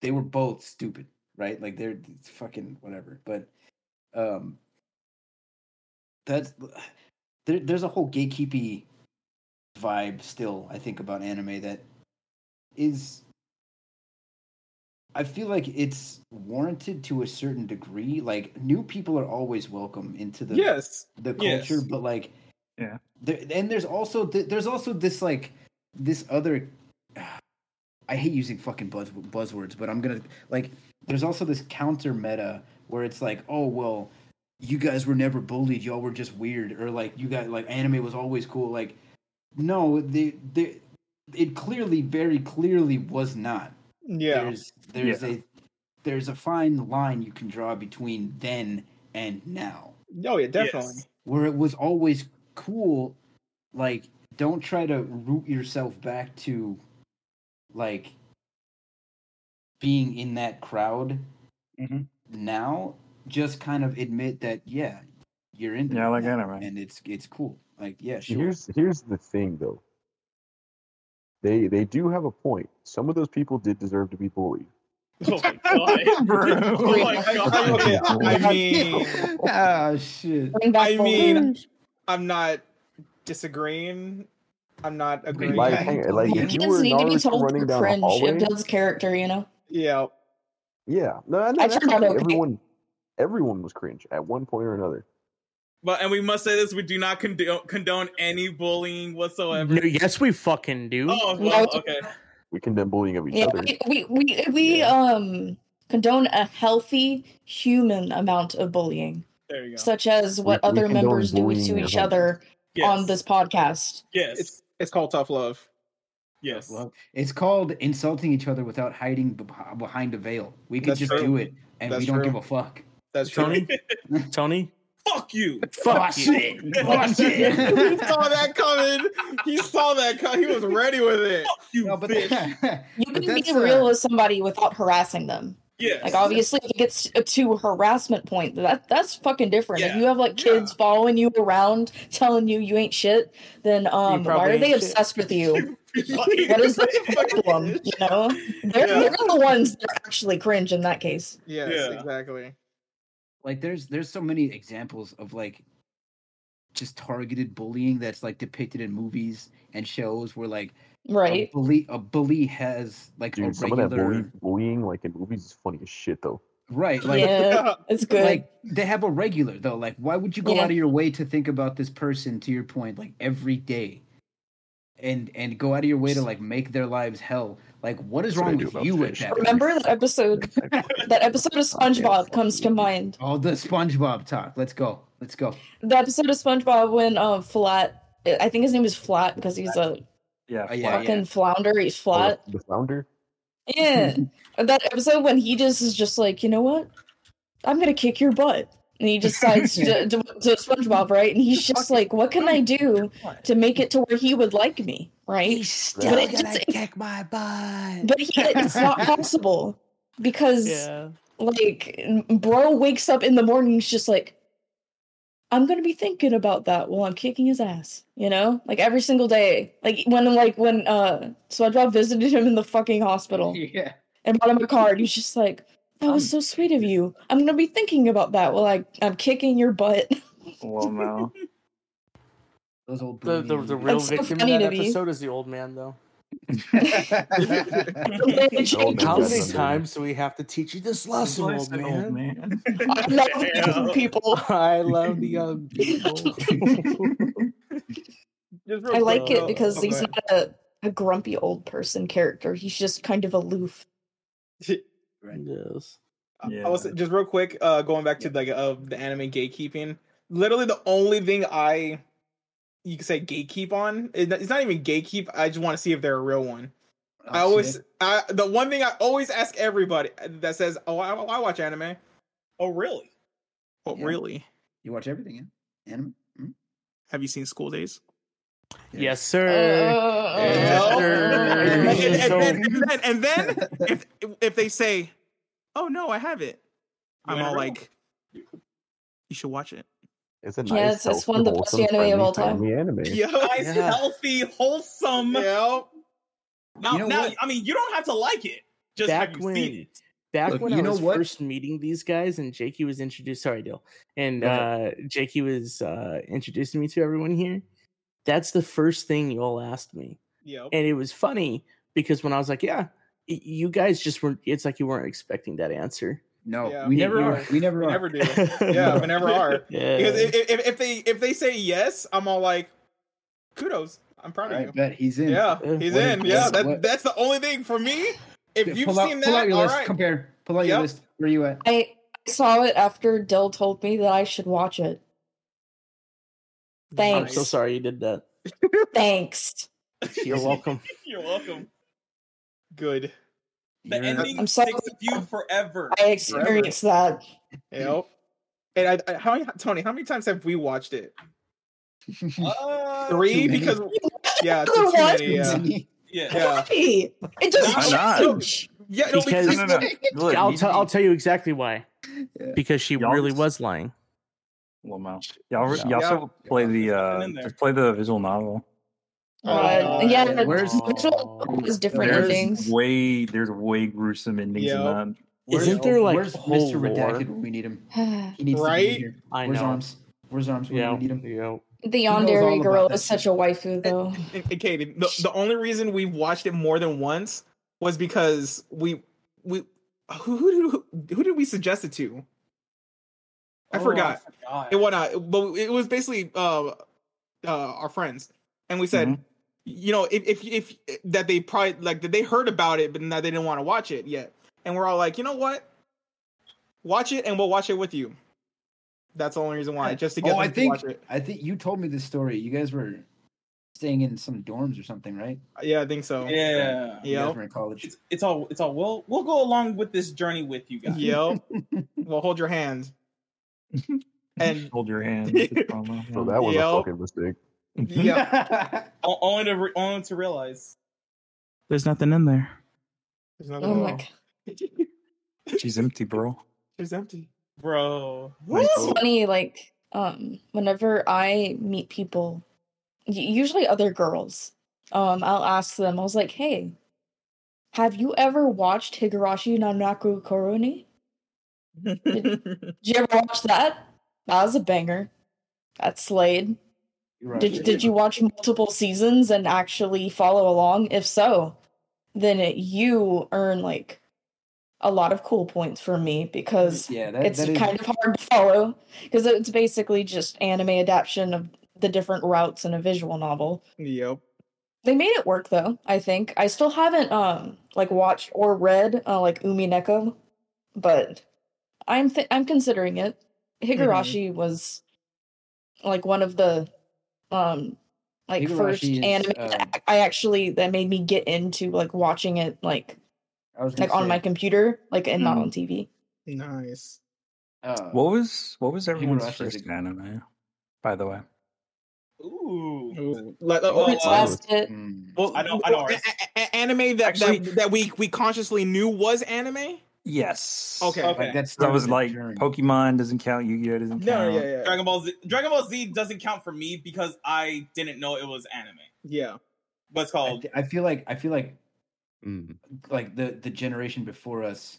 [SPEAKER 2] they were both stupid right like they're it's fucking whatever but um that's there, there's a whole gatekeepy vibe still i think about anime that is i feel like it's warranted to a certain degree like new people are always welcome into the
[SPEAKER 1] Yes.
[SPEAKER 2] the
[SPEAKER 1] Yes.
[SPEAKER 2] culture but like
[SPEAKER 6] Yeah.
[SPEAKER 2] there, and there's also th- there's also this like this other i hate using fucking buzz, buzzwords but i'm gonna like there's also this counter meta where it's like oh well you guys were never bullied y'all were just weird or like you guys like anime was always cool like no the the it clearly very clearly was not
[SPEAKER 5] Yeah,
[SPEAKER 2] there's there's a there's a fine line you can draw between then and now
[SPEAKER 5] oh yeah, definitely.
[SPEAKER 1] Yes.
[SPEAKER 2] where it was always cool like don't try to root yourself back to like being in that crowd
[SPEAKER 6] Mhm.
[SPEAKER 2] now just kind of admit that yeah you're in
[SPEAKER 6] Yeah, I like
[SPEAKER 2] now,
[SPEAKER 6] anime.
[SPEAKER 2] and it's it's cool like yeah
[SPEAKER 8] So
[SPEAKER 2] sure
[SPEAKER 8] Here's here's the thing though. They they do have a point. Some of those people did deserve to be bullied.
[SPEAKER 1] Oh my god. oh my
[SPEAKER 5] I,
[SPEAKER 1] god.
[SPEAKER 5] okay, I mean,
[SPEAKER 2] oh shit
[SPEAKER 7] Bring back
[SPEAKER 5] I
[SPEAKER 7] bullying.
[SPEAKER 5] mean, I'm not disagreeing. I'm not agreeing.
[SPEAKER 8] Like,
[SPEAKER 2] Yeah.
[SPEAKER 8] hang, like if
[SPEAKER 2] Kids
[SPEAKER 8] you
[SPEAKER 7] kids
[SPEAKER 8] were
[SPEAKER 7] need to be
[SPEAKER 8] Naruto
[SPEAKER 7] told
[SPEAKER 8] running
[SPEAKER 7] they're
[SPEAKER 8] down a
[SPEAKER 7] cringe. It
[SPEAKER 8] hallway,
[SPEAKER 7] builds character, you know.
[SPEAKER 5] Yeah,
[SPEAKER 8] yeah, no, no,
[SPEAKER 7] I
[SPEAKER 8] that's
[SPEAKER 7] turned out
[SPEAKER 8] okay.
[SPEAKER 7] okay.
[SPEAKER 8] everyone. Everyone was cringe at one point or another.
[SPEAKER 1] But and we must say this: we do not condone, condone any bullying whatsoever.
[SPEAKER 4] No, yes, we fucking do.
[SPEAKER 1] Oh well, okay.
[SPEAKER 8] We condemn bullying of each
[SPEAKER 7] Yeah,
[SPEAKER 8] other.
[SPEAKER 7] we we we, we um condone a healthy human amount of bullying,
[SPEAKER 1] There you go.
[SPEAKER 7] such as what
[SPEAKER 8] We- we
[SPEAKER 7] other
[SPEAKER 8] condone
[SPEAKER 7] members do
[SPEAKER 8] bullying
[SPEAKER 7] to
[SPEAKER 8] as
[SPEAKER 7] each
[SPEAKER 8] well.
[SPEAKER 7] other
[SPEAKER 1] yes.
[SPEAKER 7] on this podcast.
[SPEAKER 1] Yes.
[SPEAKER 5] It's it's called tough love.
[SPEAKER 1] yes.
[SPEAKER 2] Well, it's called insulting each other without hiding beh- behind a veil. We could
[SPEAKER 5] That's
[SPEAKER 2] just
[SPEAKER 5] true.
[SPEAKER 2] do it, and we
[SPEAKER 5] That's
[SPEAKER 2] don't
[SPEAKER 5] true.
[SPEAKER 2] give a fuck.
[SPEAKER 5] That's true.
[SPEAKER 6] Tony, Tony,
[SPEAKER 1] Fuck you.
[SPEAKER 2] Fuck shit. Fuck
[SPEAKER 5] he
[SPEAKER 2] shit.
[SPEAKER 5] saw that coming. He saw that coming. He was ready with it.
[SPEAKER 1] Fuck you,
[SPEAKER 2] No, but
[SPEAKER 1] bitch.
[SPEAKER 7] You
[SPEAKER 2] But
[SPEAKER 7] can
[SPEAKER 2] that's,
[SPEAKER 7] be
[SPEAKER 2] uh,
[SPEAKER 7] real with somebody without harassing them.
[SPEAKER 1] yes.
[SPEAKER 7] Like obviously, if it gets uh, to harassment point, that that's fucking different. If
[SPEAKER 1] Yeah.
[SPEAKER 7] you have like kids following you around, telling you you ain't shit, then um, why
[SPEAKER 4] probably
[SPEAKER 7] are they
[SPEAKER 4] ain't shit.
[SPEAKER 7] obsessed with you? What is the problem? You know, they're,
[SPEAKER 5] Yeah.
[SPEAKER 7] they're the ones that actually cringe in that case.
[SPEAKER 5] Yes,
[SPEAKER 1] Yeah.
[SPEAKER 5] exactly.
[SPEAKER 2] like there's there's so many examples of like just targeted bullying that's like depicted in movies and shows where like
[SPEAKER 7] Right.
[SPEAKER 2] a bully a bully has like
[SPEAKER 8] Dude,
[SPEAKER 2] a
[SPEAKER 8] some of that
[SPEAKER 2] regular
[SPEAKER 8] bully, bullying, like in movies, is funny as shit though.
[SPEAKER 2] right like
[SPEAKER 7] yeah. It's good.
[SPEAKER 2] like they have a regular though like why would you go
[SPEAKER 7] Yeah.
[SPEAKER 2] out of your way to think about this person to your point like every day and and go out of your way to like make their lives hell like what is
[SPEAKER 8] That's what I
[SPEAKER 2] wrong
[SPEAKER 8] do
[SPEAKER 2] with
[SPEAKER 8] about
[SPEAKER 2] you at
[SPEAKER 8] fish.
[SPEAKER 2] that point?
[SPEAKER 7] Remember the episode that episode of SpongeBob comes to mind.
[SPEAKER 2] all the spongebob talk let's go let's go
[SPEAKER 7] The episode of SpongeBob when uh, Flat, I think his name is Flat because he's a
[SPEAKER 6] yeah,
[SPEAKER 2] Uh, yeah,
[SPEAKER 7] fucking flounder. He's
[SPEAKER 8] Oh,
[SPEAKER 7] flat.
[SPEAKER 8] the flounder?
[SPEAKER 7] Yeah. that episode when he just is just like, you know what? I'm gonna kick your butt. And he decides to, to, to SpongeBob, right? And he's just like, what can I do to make it to where he would like me, right?
[SPEAKER 8] But
[SPEAKER 7] it gonna just-
[SPEAKER 2] kick my butt.
[SPEAKER 7] But he, it's not possible because
[SPEAKER 4] Yeah.
[SPEAKER 7] like bro wakes up in the morning he's just like i'm gonna be thinking about that while i'm kicking his ass you know like every single day like when like when uh spongebob visited him in the fucking hospital
[SPEAKER 2] yeah,
[SPEAKER 7] and bought him a card he's just like that was so sweet of you i'm gonna be thinking about that while I, i'm kicking your butt
[SPEAKER 6] well, no,
[SPEAKER 2] those old
[SPEAKER 4] The, the, the
[SPEAKER 2] Mm.
[SPEAKER 4] real
[SPEAKER 7] That's so
[SPEAKER 4] victim in
[SPEAKER 7] funny
[SPEAKER 4] that
[SPEAKER 7] to me.
[SPEAKER 4] episode is the old man, though.
[SPEAKER 8] Oh,
[SPEAKER 4] How
[SPEAKER 8] that's
[SPEAKER 4] many
[SPEAKER 8] underrated.
[SPEAKER 4] times do we have to teach you this lesson, old man?
[SPEAKER 7] i love young people
[SPEAKER 4] I love the young people.
[SPEAKER 5] Just real
[SPEAKER 7] i like
[SPEAKER 5] quick,
[SPEAKER 7] it
[SPEAKER 5] uh,
[SPEAKER 7] because
[SPEAKER 5] oh,
[SPEAKER 7] he's
[SPEAKER 5] go
[SPEAKER 7] not a, a grumpy old person character he's just kind of aloof
[SPEAKER 5] ahead.
[SPEAKER 4] yes.
[SPEAKER 5] I-
[SPEAKER 6] Yeah.
[SPEAKER 5] I was just real quick, uh, going back to like uh, the anime gatekeeping. Literally, the only thing I you could say gatekeep on is that- it's not even gatekeep. I just want to see if they're a real one.
[SPEAKER 2] Oh,
[SPEAKER 5] I always, I the one thing I always ask everybody that says, "Oh, I, I watch anime."
[SPEAKER 1] oh, really?
[SPEAKER 5] Well,
[SPEAKER 2] Yeah.
[SPEAKER 5] Oh, really?
[SPEAKER 2] you watch everything, yeah? Anime. Mm?
[SPEAKER 5] Have you seen School Days?
[SPEAKER 4] Yes, sir.
[SPEAKER 7] Uh,
[SPEAKER 5] No. and,
[SPEAKER 4] Yes,
[SPEAKER 5] and-
[SPEAKER 4] sir.
[SPEAKER 5] and then, and then, and then if if they say, "Oh no, I haven't," I'm
[SPEAKER 1] ain't
[SPEAKER 5] all
[SPEAKER 1] real.
[SPEAKER 5] like, "You should watch it."
[SPEAKER 8] It's a nice,
[SPEAKER 7] Yeah, it's- it's
[SPEAKER 8] healthy,
[SPEAKER 7] one of the best
[SPEAKER 8] wholesome,
[SPEAKER 7] anime of all
[SPEAKER 8] friendly
[SPEAKER 7] time.
[SPEAKER 8] family Anime.
[SPEAKER 1] Nice,
[SPEAKER 4] Yeah.
[SPEAKER 1] healthy, wholesome.
[SPEAKER 5] yeah.
[SPEAKER 1] Now,
[SPEAKER 2] You know
[SPEAKER 1] now
[SPEAKER 2] what?
[SPEAKER 1] I mean, you don't have to like it. Just
[SPEAKER 4] Back
[SPEAKER 1] have you seen
[SPEAKER 4] when,
[SPEAKER 1] it.
[SPEAKER 4] back
[SPEAKER 2] Look,
[SPEAKER 4] when
[SPEAKER 2] you
[SPEAKER 4] I
[SPEAKER 2] know
[SPEAKER 4] was
[SPEAKER 2] what?
[SPEAKER 4] first meeting these guys, and Jakey was introduced. Sorry, Dale. And
[SPEAKER 2] Go
[SPEAKER 4] uh, Jakey was uh, introducing me to everyone here. That's the first thing you all asked me.
[SPEAKER 5] Yep.
[SPEAKER 4] and it was funny because when I was like, "Yeah, y- you guys just weren't," it's like you weren't expecting that answer.
[SPEAKER 2] No,
[SPEAKER 5] Yeah.
[SPEAKER 2] we
[SPEAKER 4] Yeah,
[SPEAKER 2] never
[SPEAKER 4] you
[SPEAKER 2] are.
[SPEAKER 4] are.
[SPEAKER 2] We never
[SPEAKER 5] We
[SPEAKER 2] are.
[SPEAKER 5] never do. Yeah, we never are.
[SPEAKER 4] Yeah.
[SPEAKER 5] Because if, if, if they if they say yes, I'm all like, kudos. I'm proud
[SPEAKER 2] All right,
[SPEAKER 5] of you.
[SPEAKER 2] bet he's in.
[SPEAKER 5] Yeah,
[SPEAKER 4] Yeah.
[SPEAKER 5] he's
[SPEAKER 2] What-
[SPEAKER 5] in. Yeah,
[SPEAKER 2] what-
[SPEAKER 5] that,
[SPEAKER 2] what-
[SPEAKER 5] that's the only thing for me.
[SPEAKER 2] Yeah,
[SPEAKER 5] If you've
[SPEAKER 2] pull out,
[SPEAKER 5] seen
[SPEAKER 2] pull
[SPEAKER 5] that,
[SPEAKER 2] out your
[SPEAKER 5] all
[SPEAKER 2] list.
[SPEAKER 5] right.
[SPEAKER 2] Compare. Pull out your
[SPEAKER 5] Yep.
[SPEAKER 2] list. Where you at?
[SPEAKER 7] I saw it after Dill told me that I should watch it.
[SPEAKER 4] I'm
[SPEAKER 7] Thanks.
[SPEAKER 4] so sorry you did that.
[SPEAKER 7] Thanks.
[SPEAKER 4] You're welcome.
[SPEAKER 1] You're welcome.
[SPEAKER 5] Good.
[SPEAKER 1] The
[SPEAKER 2] You're-
[SPEAKER 1] ending
[SPEAKER 7] I'm sorry.
[SPEAKER 1] sticks with you forever.
[SPEAKER 7] I experienced that.
[SPEAKER 5] Yep. And I, I, how many, Tony? How many times have we watched it?
[SPEAKER 1] Uh,
[SPEAKER 5] Three
[SPEAKER 2] Too many.
[SPEAKER 5] because yeah,
[SPEAKER 7] Another
[SPEAKER 5] too, too
[SPEAKER 7] one?
[SPEAKER 5] many. Yeah,
[SPEAKER 1] Yeah.
[SPEAKER 5] yeah,
[SPEAKER 7] Hey, it
[SPEAKER 6] Why
[SPEAKER 7] doesn't
[SPEAKER 6] not?
[SPEAKER 7] change.
[SPEAKER 5] yeah. No,
[SPEAKER 4] Because-
[SPEAKER 5] because
[SPEAKER 6] no, no, no. Look,
[SPEAKER 4] I'll
[SPEAKER 6] you-
[SPEAKER 4] tell. I'll tell you exactly why.
[SPEAKER 2] Yeah.
[SPEAKER 4] Because she
[SPEAKER 6] Y'all
[SPEAKER 4] really
[SPEAKER 6] just-
[SPEAKER 4] was lying.
[SPEAKER 6] well, no. Y'all, re-
[SPEAKER 4] No.
[SPEAKER 6] y'all also play the
[SPEAKER 1] There's nothing
[SPEAKER 6] uh,
[SPEAKER 1] in there.
[SPEAKER 6] just play the visual novel.
[SPEAKER 7] Uh, yeah,
[SPEAKER 2] yeah,
[SPEAKER 7] but
[SPEAKER 2] where's-
[SPEAKER 7] visual has different
[SPEAKER 2] There's-
[SPEAKER 7] endings.
[SPEAKER 6] way there's way gruesome endings
[SPEAKER 5] Yep.
[SPEAKER 6] in that.
[SPEAKER 2] Where's-
[SPEAKER 4] Isn't there like
[SPEAKER 2] where's
[SPEAKER 4] whole
[SPEAKER 2] Mr. Redacted
[SPEAKER 4] lore?
[SPEAKER 2] when we need him?
[SPEAKER 7] the
[SPEAKER 2] He needs to be
[SPEAKER 5] Right?
[SPEAKER 2] in here.
[SPEAKER 4] I
[SPEAKER 2] Where's
[SPEAKER 4] know.
[SPEAKER 2] arms? Where's arms when
[SPEAKER 4] Yeah.
[SPEAKER 2] we need him?
[SPEAKER 4] Yeah.
[SPEAKER 2] knows all
[SPEAKER 7] Yandere
[SPEAKER 2] about
[SPEAKER 7] girl
[SPEAKER 2] that
[SPEAKER 7] is such a
[SPEAKER 2] shit?
[SPEAKER 7] waifu, though.
[SPEAKER 5] and, and Katie, the, the only reason we watched it more than once was because we we who who who, who did we suggest it to? I
[SPEAKER 2] Oh,
[SPEAKER 5] forgot.
[SPEAKER 1] forgot.
[SPEAKER 5] it went out, but it was basically uh, uh, our friends, and we said,
[SPEAKER 6] Mhm.
[SPEAKER 2] Mm-hmm.
[SPEAKER 5] you know, if, if if that they probably like that they heard about it, but now they didn't want to watch it yet, and we're all like, you know what, Watch it, and we'll watch it with you. That's the only reason why, just to get
[SPEAKER 2] oh,
[SPEAKER 5] them
[SPEAKER 2] I
[SPEAKER 5] to
[SPEAKER 2] think
[SPEAKER 5] watch it.
[SPEAKER 2] I think you told me this story. You guys were staying in some dorms or something, right?
[SPEAKER 5] Yeah, I think so.
[SPEAKER 1] Yeah.
[SPEAKER 2] You guys
[SPEAKER 5] Yep.
[SPEAKER 2] were in college.
[SPEAKER 1] It's, it's all it's all we'll we'll go along with this journey with you guys.
[SPEAKER 5] Yep. well, hold your hand. And
[SPEAKER 6] Hold your hand.
[SPEAKER 8] So Oh, that was
[SPEAKER 5] Yep.
[SPEAKER 8] a fucking mistake.
[SPEAKER 5] yeah,
[SPEAKER 1] O- Only to re- only to realize.
[SPEAKER 9] There's nothing in there.
[SPEAKER 5] there's another
[SPEAKER 7] Oh my
[SPEAKER 5] wall.
[SPEAKER 7] god.
[SPEAKER 6] She's empty, bro.
[SPEAKER 5] It's empty.
[SPEAKER 1] Bro.
[SPEAKER 7] It's funny, like, um, whenever I meet people, y- usually other girls, um, I'll ask them, I was like, hey, have you ever watched Higurashi no Naku Koroni? Did you ever watch that? That was a banger. That slayed.
[SPEAKER 2] You're right.
[SPEAKER 7] Did, did you watch multiple seasons and actually follow along? If so, then it, you earn like a lot of cool points from me because
[SPEAKER 2] Yeah, that,
[SPEAKER 7] it's
[SPEAKER 2] that is-
[SPEAKER 7] kind of hard to follow because it's basically just anime adaptation of the different routes in a visual novel.
[SPEAKER 5] Yep.
[SPEAKER 7] They made it work though, I think. I still haven't um like watched or read uh, like Umi Neko, but I'm th- I'm considering it.
[SPEAKER 2] Mm-hmm.
[SPEAKER 7] Higurashi was like one of the um like first
[SPEAKER 2] Higurashi is,
[SPEAKER 7] anime
[SPEAKER 2] um,
[SPEAKER 7] that I actually that made me get into like watching it like
[SPEAKER 2] I was gonna
[SPEAKER 7] like on
[SPEAKER 2] say,
[SPEAKER 7] my computer like and not on TV.
[SPEAKER 5] Nice.
[SPEAKER 2] uh,
[SPEAKER 6] What was what was everyone's
[SPEAKER 2] Higurashi's
[SPEAKER 6] first
[SPEAKER 2] a-
[SPEAKER 6] anime? By the way,
[SPEAKER 1] Ooh.
[SPEAKER 5] Ooh. Like,
[SPEAKER 1] Oh,
[SPEAKER 7] Prince
[SPEAKER 1] uh,
[SPEAKER 7] Basket.
[SPEAKER 2] mm,
[SPEAKER 5] well,
[SPEAKER 1] I know- I know
[SPEAKER 5] well,
[SPEAKER 1] ours.
[SPEAKER 5] a- a- a- anime that,
[SPEAKER 6] Actually-
[SPEAKER 5] that that we we consciously knew was anime.
[SPEAKER 6] yes.
[SPEAKER 5] Okay.
[SPEAKER 1] Okay.
[SPEAKER 2] like that's
[SPEAKER 6] So that was like Pokemon doesn't count. Yu-Gi-Oh doesn't count.
[SPEAKER 5] No, yeah, yeah,
[SPEAKER 1] Dragon Ball Z Dragon Ball Z doesn't count for me because I didn't know it was anime.
[SPEAKER 5] yeah.
[SPEAKER 1] What's
[SPEAKER 2] I,
[SPEAKER 1] called
[SPEAKER 2] th- I feel like I feel like
[SPEAKER 8] Mm.
[SPEAKER 2] like the the generation before us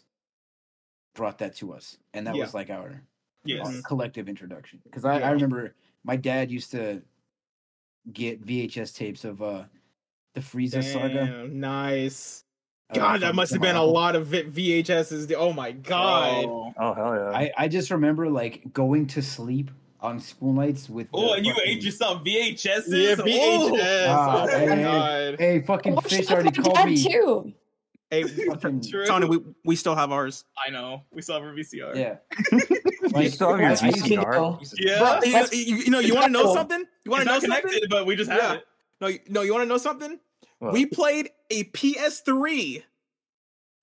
[SPEAKER 2] brought that to us, and that
[SPEAKER 5] Yeah.
[SPEAKER 2] was like our
[SPEAKER 1] yes.
[SPEAKER 2] our
[SPEAKER 6] Mm-hmm.
[SPEAKER 5] Oh
[SPEAKER 2] collective introduction. Because I,
[SPEAKER 5] Yeah.
[SPEAKER 2] I remember my dad used to get VHS tapes of uh the Frieza saga.
[SPEAKER 5] Damn, nice.
[SPEAKER 2] uh,
[SPEAKER 5] God, that
[SPEAKER 2] from-
[SPEAKER 5] must have
[SPEAKER 2] from my
[SPEAKER 5] been a
[SPEAKER 2] uncle.
[SPEAKER 5] lot of v- VHSs. Oh my god.
[SPEAKER 1] Oh,
[SPEAKER 6] Oh hell yeah.
[SPEAKER 2] I, I just remember like going to sleep on school nights with. the
[SPEAKER 1] Oh, and you
[SPEAKER 2] fucking-
[SPEAKER 1] ate yourself VHSs.
[SPEAKER 5] Yeah,
[SPEAKER 1] Ooh.
[SPEAKER 5] VHS.
[SPEAKER 2] Ah,
[SPEAKER 5] oh my
[SPEAKER 2] man.
[SPEAKER 5] god.
[SPEAKER 2] Hey, fucking
[SPEAKER 7] Watch
[SPEAKER 2] fish
[SPEAKER 7] that
[SPEAKER 2] already
[SPEAKER 7] with my
[SPEAKER 2] called
[SPEAKER 7] dad,
[SPEAKER 2] me.
[SPEAKER 7] too.
[SPEAKER 5] Hey,
[SPEAKER 2] Fucking-
[SPEAKER 1] True.
[SPEAKER 5] Tony, we, we still have ours.
[SPEAKER 1] I know. We saw our VCR.
[SPEAKER 2] Yeah.
[SPEAKER 6] you still have your
[SPEAKER 2] I- I used to-
[SPEAKER 6] VCR? Jesus
[SPEAKER 1] Yeah.
[SPEAKER 5] Bro,
[SPEAKER 6] Christ.
[SPEAKER 5] you, know- you, you know, you want to know
[SPEAKER 7] Exactly.
[SPEAKER 5] something? You
[SPEAKER 1] It's
[SPEAKER 5] want to know
[SPEAKER 1] not connected,
[SPEAKER 5] something?
[SPEAKER 1] but we just have
[SPEAKER 5] Yeah.
[SPEAKER 1] it.
[SPEAKER 5] No, you- no, you want to know something?
[SPEAKER 6] Well,
[SPEAKER 5] We played a PS3.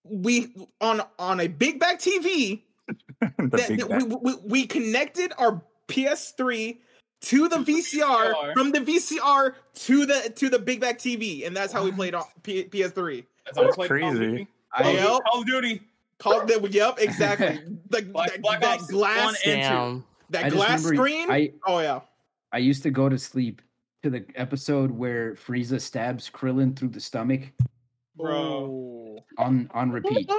[SPEAKER 5] We on on a big back TV.
[SPEAKER 6] the
[SPEAKER 5] that,
[SPEAKER 6] big
[SPEAKER 5] that
[SPEAKER 6] bad-
[SPEAKER 5] we, we, we connected our PS3 to the VCR
[SPEAKER 1] VCR.
[SPEAKER 5] from the VCR to the to the big back TV, and that's how we played on P- PS3.
[SPEAKER 1] That's, how we
[SPEAKER 6] That's
[SPEAKER 1] played Call of
[SPEAKER 6] crazy.
[SPEAKER 1] Duty.
[SPEAKER 5] I- uh,
[SPEAKER 1] Call of- Call of Duty.
[SPEAKER 5] Called the yep, exactly. Like
[SPEAKER 1] Black-
[SPEAKER 5] that,
[SPEAKER 1] Black
[SPEAKER 5] that
[SPEAKER 1] Ops One
[SPEAKER 5] glass
[SPEAKER 1] and-
[SPEAKER 4] Damn.
[SPEAKER 5] that
[SPEAKER 2] I just
[SPEAKER 5] glass
[SPEAKER 2] remember
[SPEAKER 5] screen.
[SPEAKER 2] I
[SPEAKER 5] oh yeah,
[SPEAKER 2] I used to go to sleep to the episode where Frieza stabs Krillin through the stomach
[SPEAKER 5] bro,
[SPEAKER 2] on on repeat.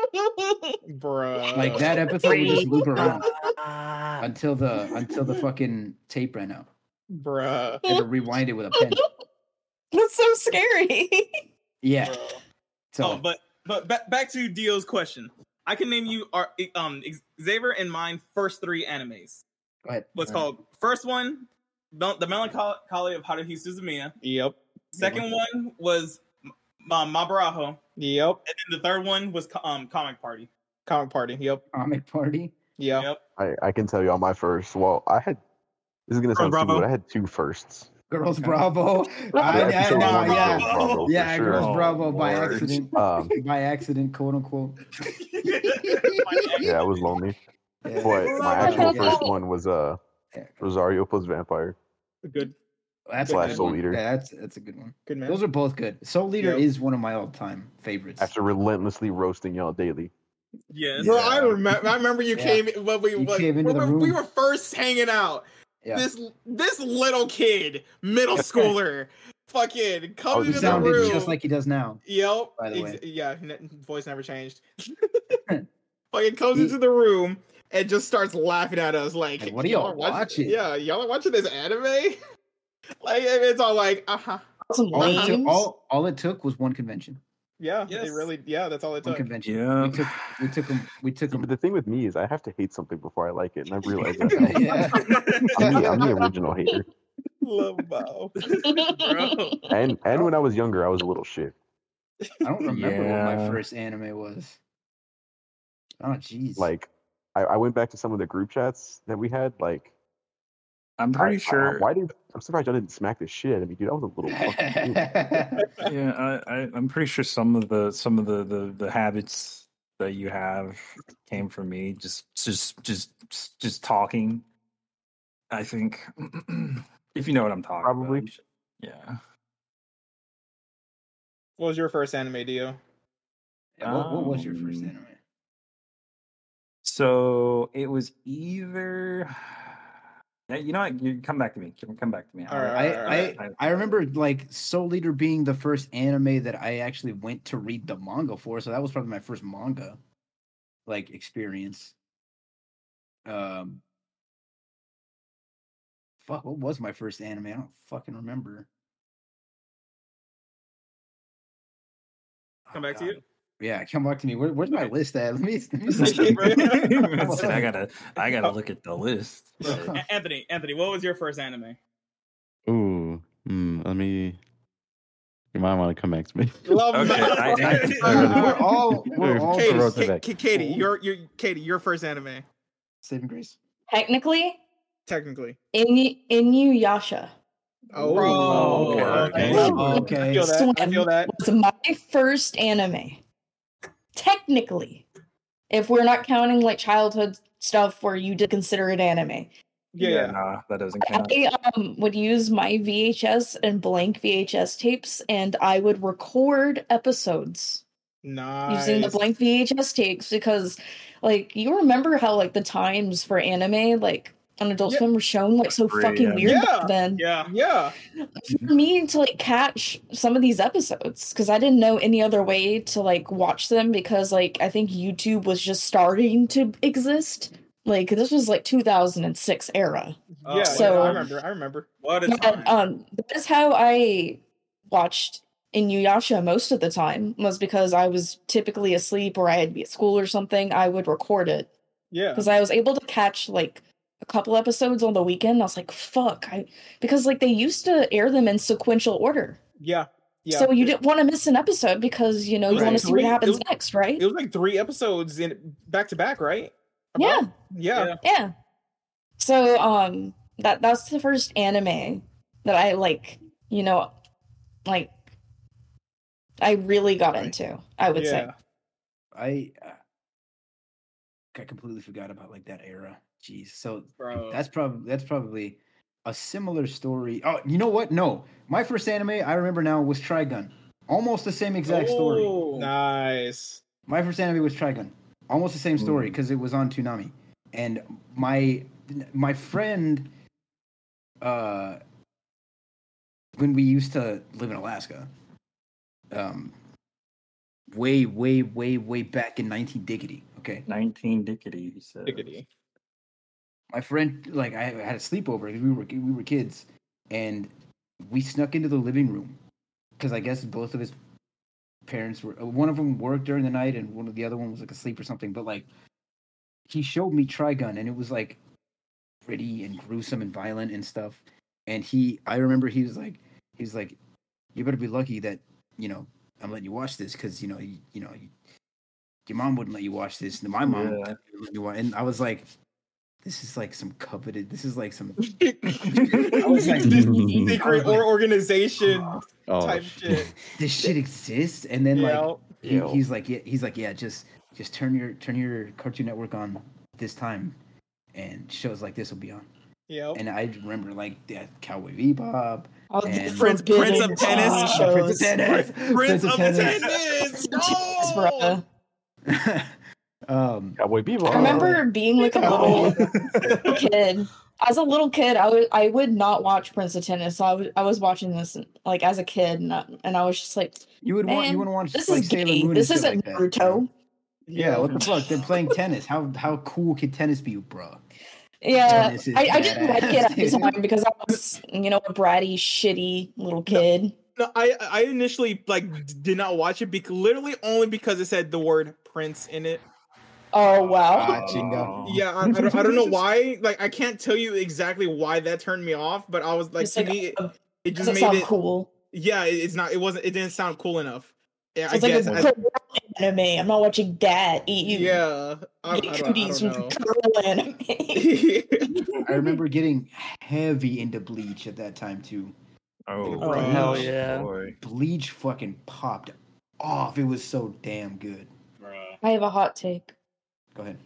[SPEAKER 5] bro.
[SPEAKER 8] Oh.
[SPEAKER 2] Like that episode would just loop around
[SPEAKER 7] Ah.
[SPEAKER 2] until the until the fucking tape ran out.
[SPEAKER 5] bro.
[SPEAKER 2] I had to rewind it with a pen.
[SPEAKER 7] That's so scary.
[SPEAKER 2] Yeah. So
[SPEAKER 1] Oh, but but ba- back to Dio's question. I can name you our um Xavier and mine first three animes.
[SPEAKER 2] go ahead.
[SPEAKER 1] What's called first one, Mel- the melancholy of Haruhi Suzumiya.
[SPEAKER 5] Yep,
[SPEAKER 1] Second one was um, Ma Mabaraho,
[SPEAKER 5] yep.
[SPEAKER 1] and the third one was co- um Comic Party.
[SPEAKER 5] Comic party. Yep,
[SPEAKER 2] Comic party.
[SPEAKER 5] yeah.
[SPEAKER 1] Yep.
[SPEAKER 8] I, I can tell you on my first. Well, I had. This is gonna
[SPEAKER 5] From
[SPEAKER 8] sound stupid.
[SPEAKER 5] Bravo?
[SPEAKER 8] but I had two firsts.
[SPEAKER 2] Girls Bravo.
[SPEAKER 8] The
[SPEAKER 2] I, I,
[SPEAKER 8] episode
[SPEAKER 2] no,
[SPEAKER 8] one was
[SPEAKER 2] yeah.
[SPEAKER 8] Girls Bravo, for
[SPEAKER 2] Yeah,
[SPEAKER 8] sure.
[SPEAKER 2] Girls Bravo by
[SPEAKER 6] Lord.
[SPEAKER 2] accident.
[SPEAKER 8] Um,
[SPEAKER 2] by accident, quote unquote.
[SPEAKER 8] yeah, I was lonely.
[SPEAKER 2] Yeah.
[SPEAKER 8] But my actual
[SPEAKER 7] Yeah.
[SPEAKER 8] first one was uh
[SPEAKER 2] Yeah.
[SPEAKER 8] Rosario plus Vampire
[SPEAKER 5] Good,
[SPEAKER 2] That's a
[SPEAKER 8] slash
[SPEAKER 2] good
[SPEAKER 8] Soul
[SPEAKER 2] one.
[SPEAKER 8] Leader.
[SPEAKER 2] Yeah, that's that's a good one.
[SPEAKER 5] good man.
[SPEAKER 2] Those are both good. Soul Leader
[SPEAKER 5] Yep.
[SPEAKER 2] is one of my all-time favorites.
[SPEAKER 8] After relentlessly roasting y'all daily.
[SPEAKER 1] Yes.
[SPEAKER 5] Bro, I remember. I remember you
[SPEAKER 2] Yeah.
[SPEAKER 5] came when we
[SPEAKER 2] You
[SPEAKER 5] like,
[SPEAKER 2] came into
[SPEAKER 5] when
[SPEAKER 2] the
[SPEAKER 5] we-
[SPEAKER 2] room.
[SPEAKER 5] we were first hanging out.
[SPEAKER 2] Yeah.
[SPEAKER 5] This this little kid, middle schooler, fucking
[SPEAKER 8] Oh,
[SPEAKER 5] coming
[SPEAKER 8] he
[SPEAKER 5] into
[SPEAKER 2] He
[SPEAKER 5] the
[SPEAKER 2] sounded
[SPEAKER 5] room.
[SPEAKER 2] just like he does now.
[SPEAKER 5] yep.
[SPEAKER 2] by the way.
[SPEAKER 5] ex- yeah, n- voice never changed. fucking comes
[SPEAKER 2] He-
[SPEAKER 5] into the room and just starts laughing at us like,
[SPEAKER 2] Like, what are y'all watching?"
[SPEAKER 5] Yeah, y'all are watching this anime. like it's all like, uh huh.
[SPEAKER 7] Some
[SPEAKER 2] All it, took,
[SPEAKER 7] lames.
[SPEAKER 2] all, all it took was one convention.
[SPEAKER 5] Yeah,
[SPEAKER 1] Yes.
[SPEAKER 5] it really. Yeah, that's all it
[SPEAKER 2] One
[SPEAKER 5] took.
[SPEAKER 2] convention.
[SPEAKER 6] Yeah.
[SPEAKER 2] We took we took him we took
[SPEAKER 8] But
[SPEAKER 2] him.
[SPEAKER 8] the thing with me is I have to hate something before I like it, and I've realized that. now.
[SPEAKER 2] yeah.
[SPEAKER 8] I'm the, I'm the original hater.
[SPEAKER 5] Love Bow.
[SPEAKER 1] Bro.
[SPEAKER 8] And and when I was younger, I was a little shit.
[SPEAKER 2] I don't remember what my
[SPEAKER 6] Yeah.
[SPEAKER 2] first anime was. Oh jeez.
[SPEAKER 8] Like I, I went back to some of the group chats that we had. Like,
[SPEAKER 6] I'm
[SPEAKER 8] I-
[SPEAKER 6] pretty
[SPEAKER 8] I-
[SPEAKER 6] sure.
[SPEAKER 8] why did I'm surprised y'all didn't smack the shit out of me, dude. I was a little fucking. dude.
[SPEAKER 6] yeah, I, I, I'm pretty sure some of the some of the, the the habits that you have came from me. Just just just just, just talking. I think if you know what I'm talking about,
[SPEAKER 8] Probably.
[SPEAKER 6] you should- Yeah.
[SPEAKER 5] What was your first anime, Dio?
[SPEAKER 2] Yeah, what, what was your first
[SPEAKER 6] Um,
[SPEAKER 2] anime?
[SPEAKER 6] So it was either. Yeah, you know what? You come back to me. Come- Come back to me.
[SPEAKER 5] All right,
[SPEAKER 2] I,
[SPEAKER 5] all
[SPEAKER 2] I
[SPEAKER 5] right.
[SPEAKER 6] I-
[SPEAKER 2] I remember like Soul Leader being the first anime that I actually went to read the manga for, so that was probably my first manga like experience. Um Fuck, what was my first anime? I don't fucking remember.
[SPEAKER 1] Come
[SPEAKER 2] Oh,
[SPEAKER 1] back to
[SPEAKER 2] God.
[SPEAKER 1] you.
[SPEAKER 2] Yeah, come back to me. Where, where's my list at? Let me, let me see.
[SPEAKER 6] Shit, I oh. gotta, I gotta look at the list. Shit.
[SPEAKER 1] A- Anthony, Anthony, what was your first anime?
[SPEAKER 3] Ooh, mm, let me. You might want to come back to me.
[SPEAKER 5] Love
[SPEAKER 6] Okay, I- I-
[SPEAKER 2] we're all we're all
[SPEAKER 3] Katie,
[SPEAKER 2] just
[SPEAKER 3] Katie.
[SPEAKER 5] Katie, Katie, Katie,
[SPEAKER 2] Cool.
[SPEAKER 5] your your Katie, your first anime,
[SPEAKER 2] saving grace.
[SPEAKER 7] Technically,
[SPEAKER 5] technically.
[SPEAKER 7] in Inuyasha
[SPEAKER 5] Oh,
[SPEAKER 1] Bro.
[SPEAKER 6] okay,
[SPEAKER 5] okay.
[SPEAKER 6] okay.
[SPEAKER 5] Woo. I
[SPEAKER 2] Okay.
[SPEAKER 5] feel that. I feel that.
[SPEAKER 7] was my first anime. Technically, if we're not counting like childhood stuff where you did consider it anime,
[SPEAKER 5] Yeah, yeah.
[SPEAKER 6] nah, that doesn't count.
[SPEAKER 7] I um, would use my VHS and blank VHS tapes, and I would record episodes
[SPEAKER 5] Nice.
[SPEAKER 7] using the blank VHS tapes because, like, you remember how like the times for anime, like on Adult
[SPEAKER 5] Yeah.
[SPEAKER 7] Swim, were shown like so
[SPEAKER 6] Free,
[SPEAKER 7] fucking
[SPEAKER 6] yeah.
[SPEAKER 7] weird
[SPEAKER 5] Yeah.
[SPEAKER 7] back then.
[SPEAKER 1] Yeah.
[SPEAKER 5] Yeah.
[SPEAKER 7] For me to like catch some of these episodes because I didn't know any other way to like watch them because like I think YouTube was just starting to exist. Like this was like 2006 era.
[SPEAKER 5] Oh, Yeah, yeah,
[SPEAKER 7] So-
[SPEAKER 5] I remember. I remember.
[SPEAKER 1] What a
[SPEAKER 7] Yeah,
[SPEAKER 1] time.
[SPEAKER 7] um, that's how I watched Inuyasha most of the time was because I was typically asleep or I had to be at school or something. I would record it
[SPEAKER 5] Yeah.
[SPEAKER 7] because I was able to catch like a couple episodes on the weekend. I was like, "Fuck!" I because like they used to air them in sequential order,
[SPEAKER 5] Yeah. Yeah.
[SPEAKER 7] so you didn't want to miss an episode because you know you
[SPEAKER 5] Right.
[SPEAKER 7] want to see what
[SPEAKER 5] Three-
[SPEAKER 7] happens
[SPEAKER 5] it-
[SPEAKER 7] next, right?
[SPEAKER 5] It was like three episodes in back to back, right?
[SPEAKER 7] yeah,
[SPEAKER 5] About- Yeah.
[SPEAKER 1] Yeah.
[SPEAKER 7] Yeah. So um that that's the first anime that I like, you know, like I really got
[SPEAKER 2] Right.
[SPEAKER 7] into, I would say.
[SPEAKER 5] yeah.
[SPEAKER 2] I uh, I completely forgot about like that era. Jeez. So
[SPEAKER 1] Bro.
[SPEAKER 5] Oh.
[SPEAKER 2] that's probably that's probably a similar story. Oh, you know what? No, my first anime I remember now was Trigun. Almost the same exact story.
[SPEAKER 1] Oh,
[SPEAKER 5] Nice.
[SPEAKER 2] My first anime was Trigun. Almost the same story
[SPEAKER 6] Mm.
[SPEAKER 2] because it was on Toonami, and my my friend, uh, when we used to live in Alaska, um, way way way way back in nineteen diggity. Okay,
[SPEAKER 6] Nineteen dickety. You said.
[SPEAKER 5] Diggity.
[SPEAKER 2] my friend like I had a sleepover 'cause we were we were kids, and we snuck into the living room because I guess both of his parents were uh, one of them worked during the night and one of the other one was like asleep or something. But like he showed me Trigun and it was like pretty and gruesome and violent and stuff. And he I remember he was like he was like you better be lucky that you know I'm letting you watch this because you know you, you know you, your mom wouldn't let you watch this and my mom
[SPEAKER 6] Yeah.
[SPEAKER 2] wouldn't let me watch. And I was like. This is like some coveted. This is like some was like-
[SPEAKER 6] Mm,
[SPEAKER 2] Mm-hmm.
[SPEAKER 3] oh
[SPEAKER 5] Secret or organization type
[SPEAKER 3] shit.
[SPEAKER 5] shit.
[SPEAKER 2] this shit exists. And then like
[SPEAKER 5] Yeah.
[SPEAKER 2] he,
[SPEAKER 3] Ew.
[SPEAKER 2] he's like yeah he's like yeah just just turn your turn your cartoon network on this time and shows like this will be on
[SPEAKER 5] Yeah.
[SPEAKER 2] and i remember like yeah, cowboy bebop
[SPEAKER 7] All
[SPEAKER 2] the And-
[SPEAKER 1] Prince- Prince of Tennis
[SPEAKER 2] Ah,
[SPEAKER 1] shows.
[SPEAKER 2] Prince of Tennis,
[SPEAKER 1] Prince of
[SPEAKER 5] Tennis.
[SPEAKER 7] bruh.
[SPEAKER 2] um
[SPEAKER 8] Cowboy Bebop.
[SPEAKER 7] I remember being like a little kid. As a little kid, I would I would not watch Prince of Tennis. So I was I was watching this like as a kid, and I, and I was just like,
[SPEAKER 2] you would want you
[SPEAKER 7] Man,
[SPEAKER 2] would want
[SPEAKER 7] "This
[SPEAKER 2] like
[SPEAKER 7] is
[SPEAKER 2] Sailor
[SPEAKER 7] gay.
[SPEAKER 2] Moon
[SPEAKER 7] This
[SPEAKER 2] and shit
[SPEAKER 7] isn't
[SPEAKER 2] like that, you
[SPEAKER 7] Naruto."
[SPEAKER 2] know? yeah what the fuck they're playing tennis how how cool could tennis be bro
[SPEAKER 7] Yeah,
[SPEAKER 2] Dennis is
[SPEAKER 7] I, I didn't like it at the
[SPEAKER 2] badass.
[SPEAKER 7] time because I was, you know, a bratty, shitty little kid.
[SPEAKER 5] No, I I initially like d- did not watch it because literally only because it said the word prince in it.
[SPEAKER 7] Oh wow!
[SPEAKER 2] Ah, Chinga.
[SPEAKER 6] Oh.
[SPEAKER 5] Yeah, I, I, don't, I don't know why. Like I can't tell you exactly why that turned me off, but I was like
[SPEAKER 7] Just
[SPEAKER 5] to
[SPEAKER 7] like,
[SPEAKER 5] me it,
[SPEAKER 7] uh,
[SPEAKER 5] it
[SPEAKER 7] does
[SPEAKER 5] just
[SPEAKER 7] it
[SPEAKER 5] made
[SPEAKER 7] sound
[SPEAKER 5] it
[SPEAKER 7] cool?
[SPEAKER 5] yeah, it, it's not it wasn't it didn't sound cool enough. Yeah,
[SPEAKER 7] So
[SPEAKER 5] I
[SPEAKER 7] it's like
[SPEAKER 5] guess
[SPEAKER 7] a
[SPEAKER 5] I-
[SPEAKER 7] girl anime. I'm not watching that. Eat you.
[SPEAKER 5] Yeah, I, I
[SPEAKER 7] Get
[SPEAKER 5] don't, I
[SPEAKER 7] cooties
[SPEAKER 5] don't
[SPEAKER 7] from
[SPEAKER 5] know.
[SPEAKER 7] girl anime.
[SPEAKER 2] I remember getting heavy into Bleach at that time too.
[SPEAKER 6] Oh,
[SPEAKER 5] Oh, hell
[SPEAKER 4] yeah.
[SPEAKER 6] boy.
[SPEAKER 2] Bleach fucking popped off. It was so damn good.
[SPEAKER 1] Bruh.
[SPEAKER 7] I have a hot take.
[SPEAKER 2] Go ahead.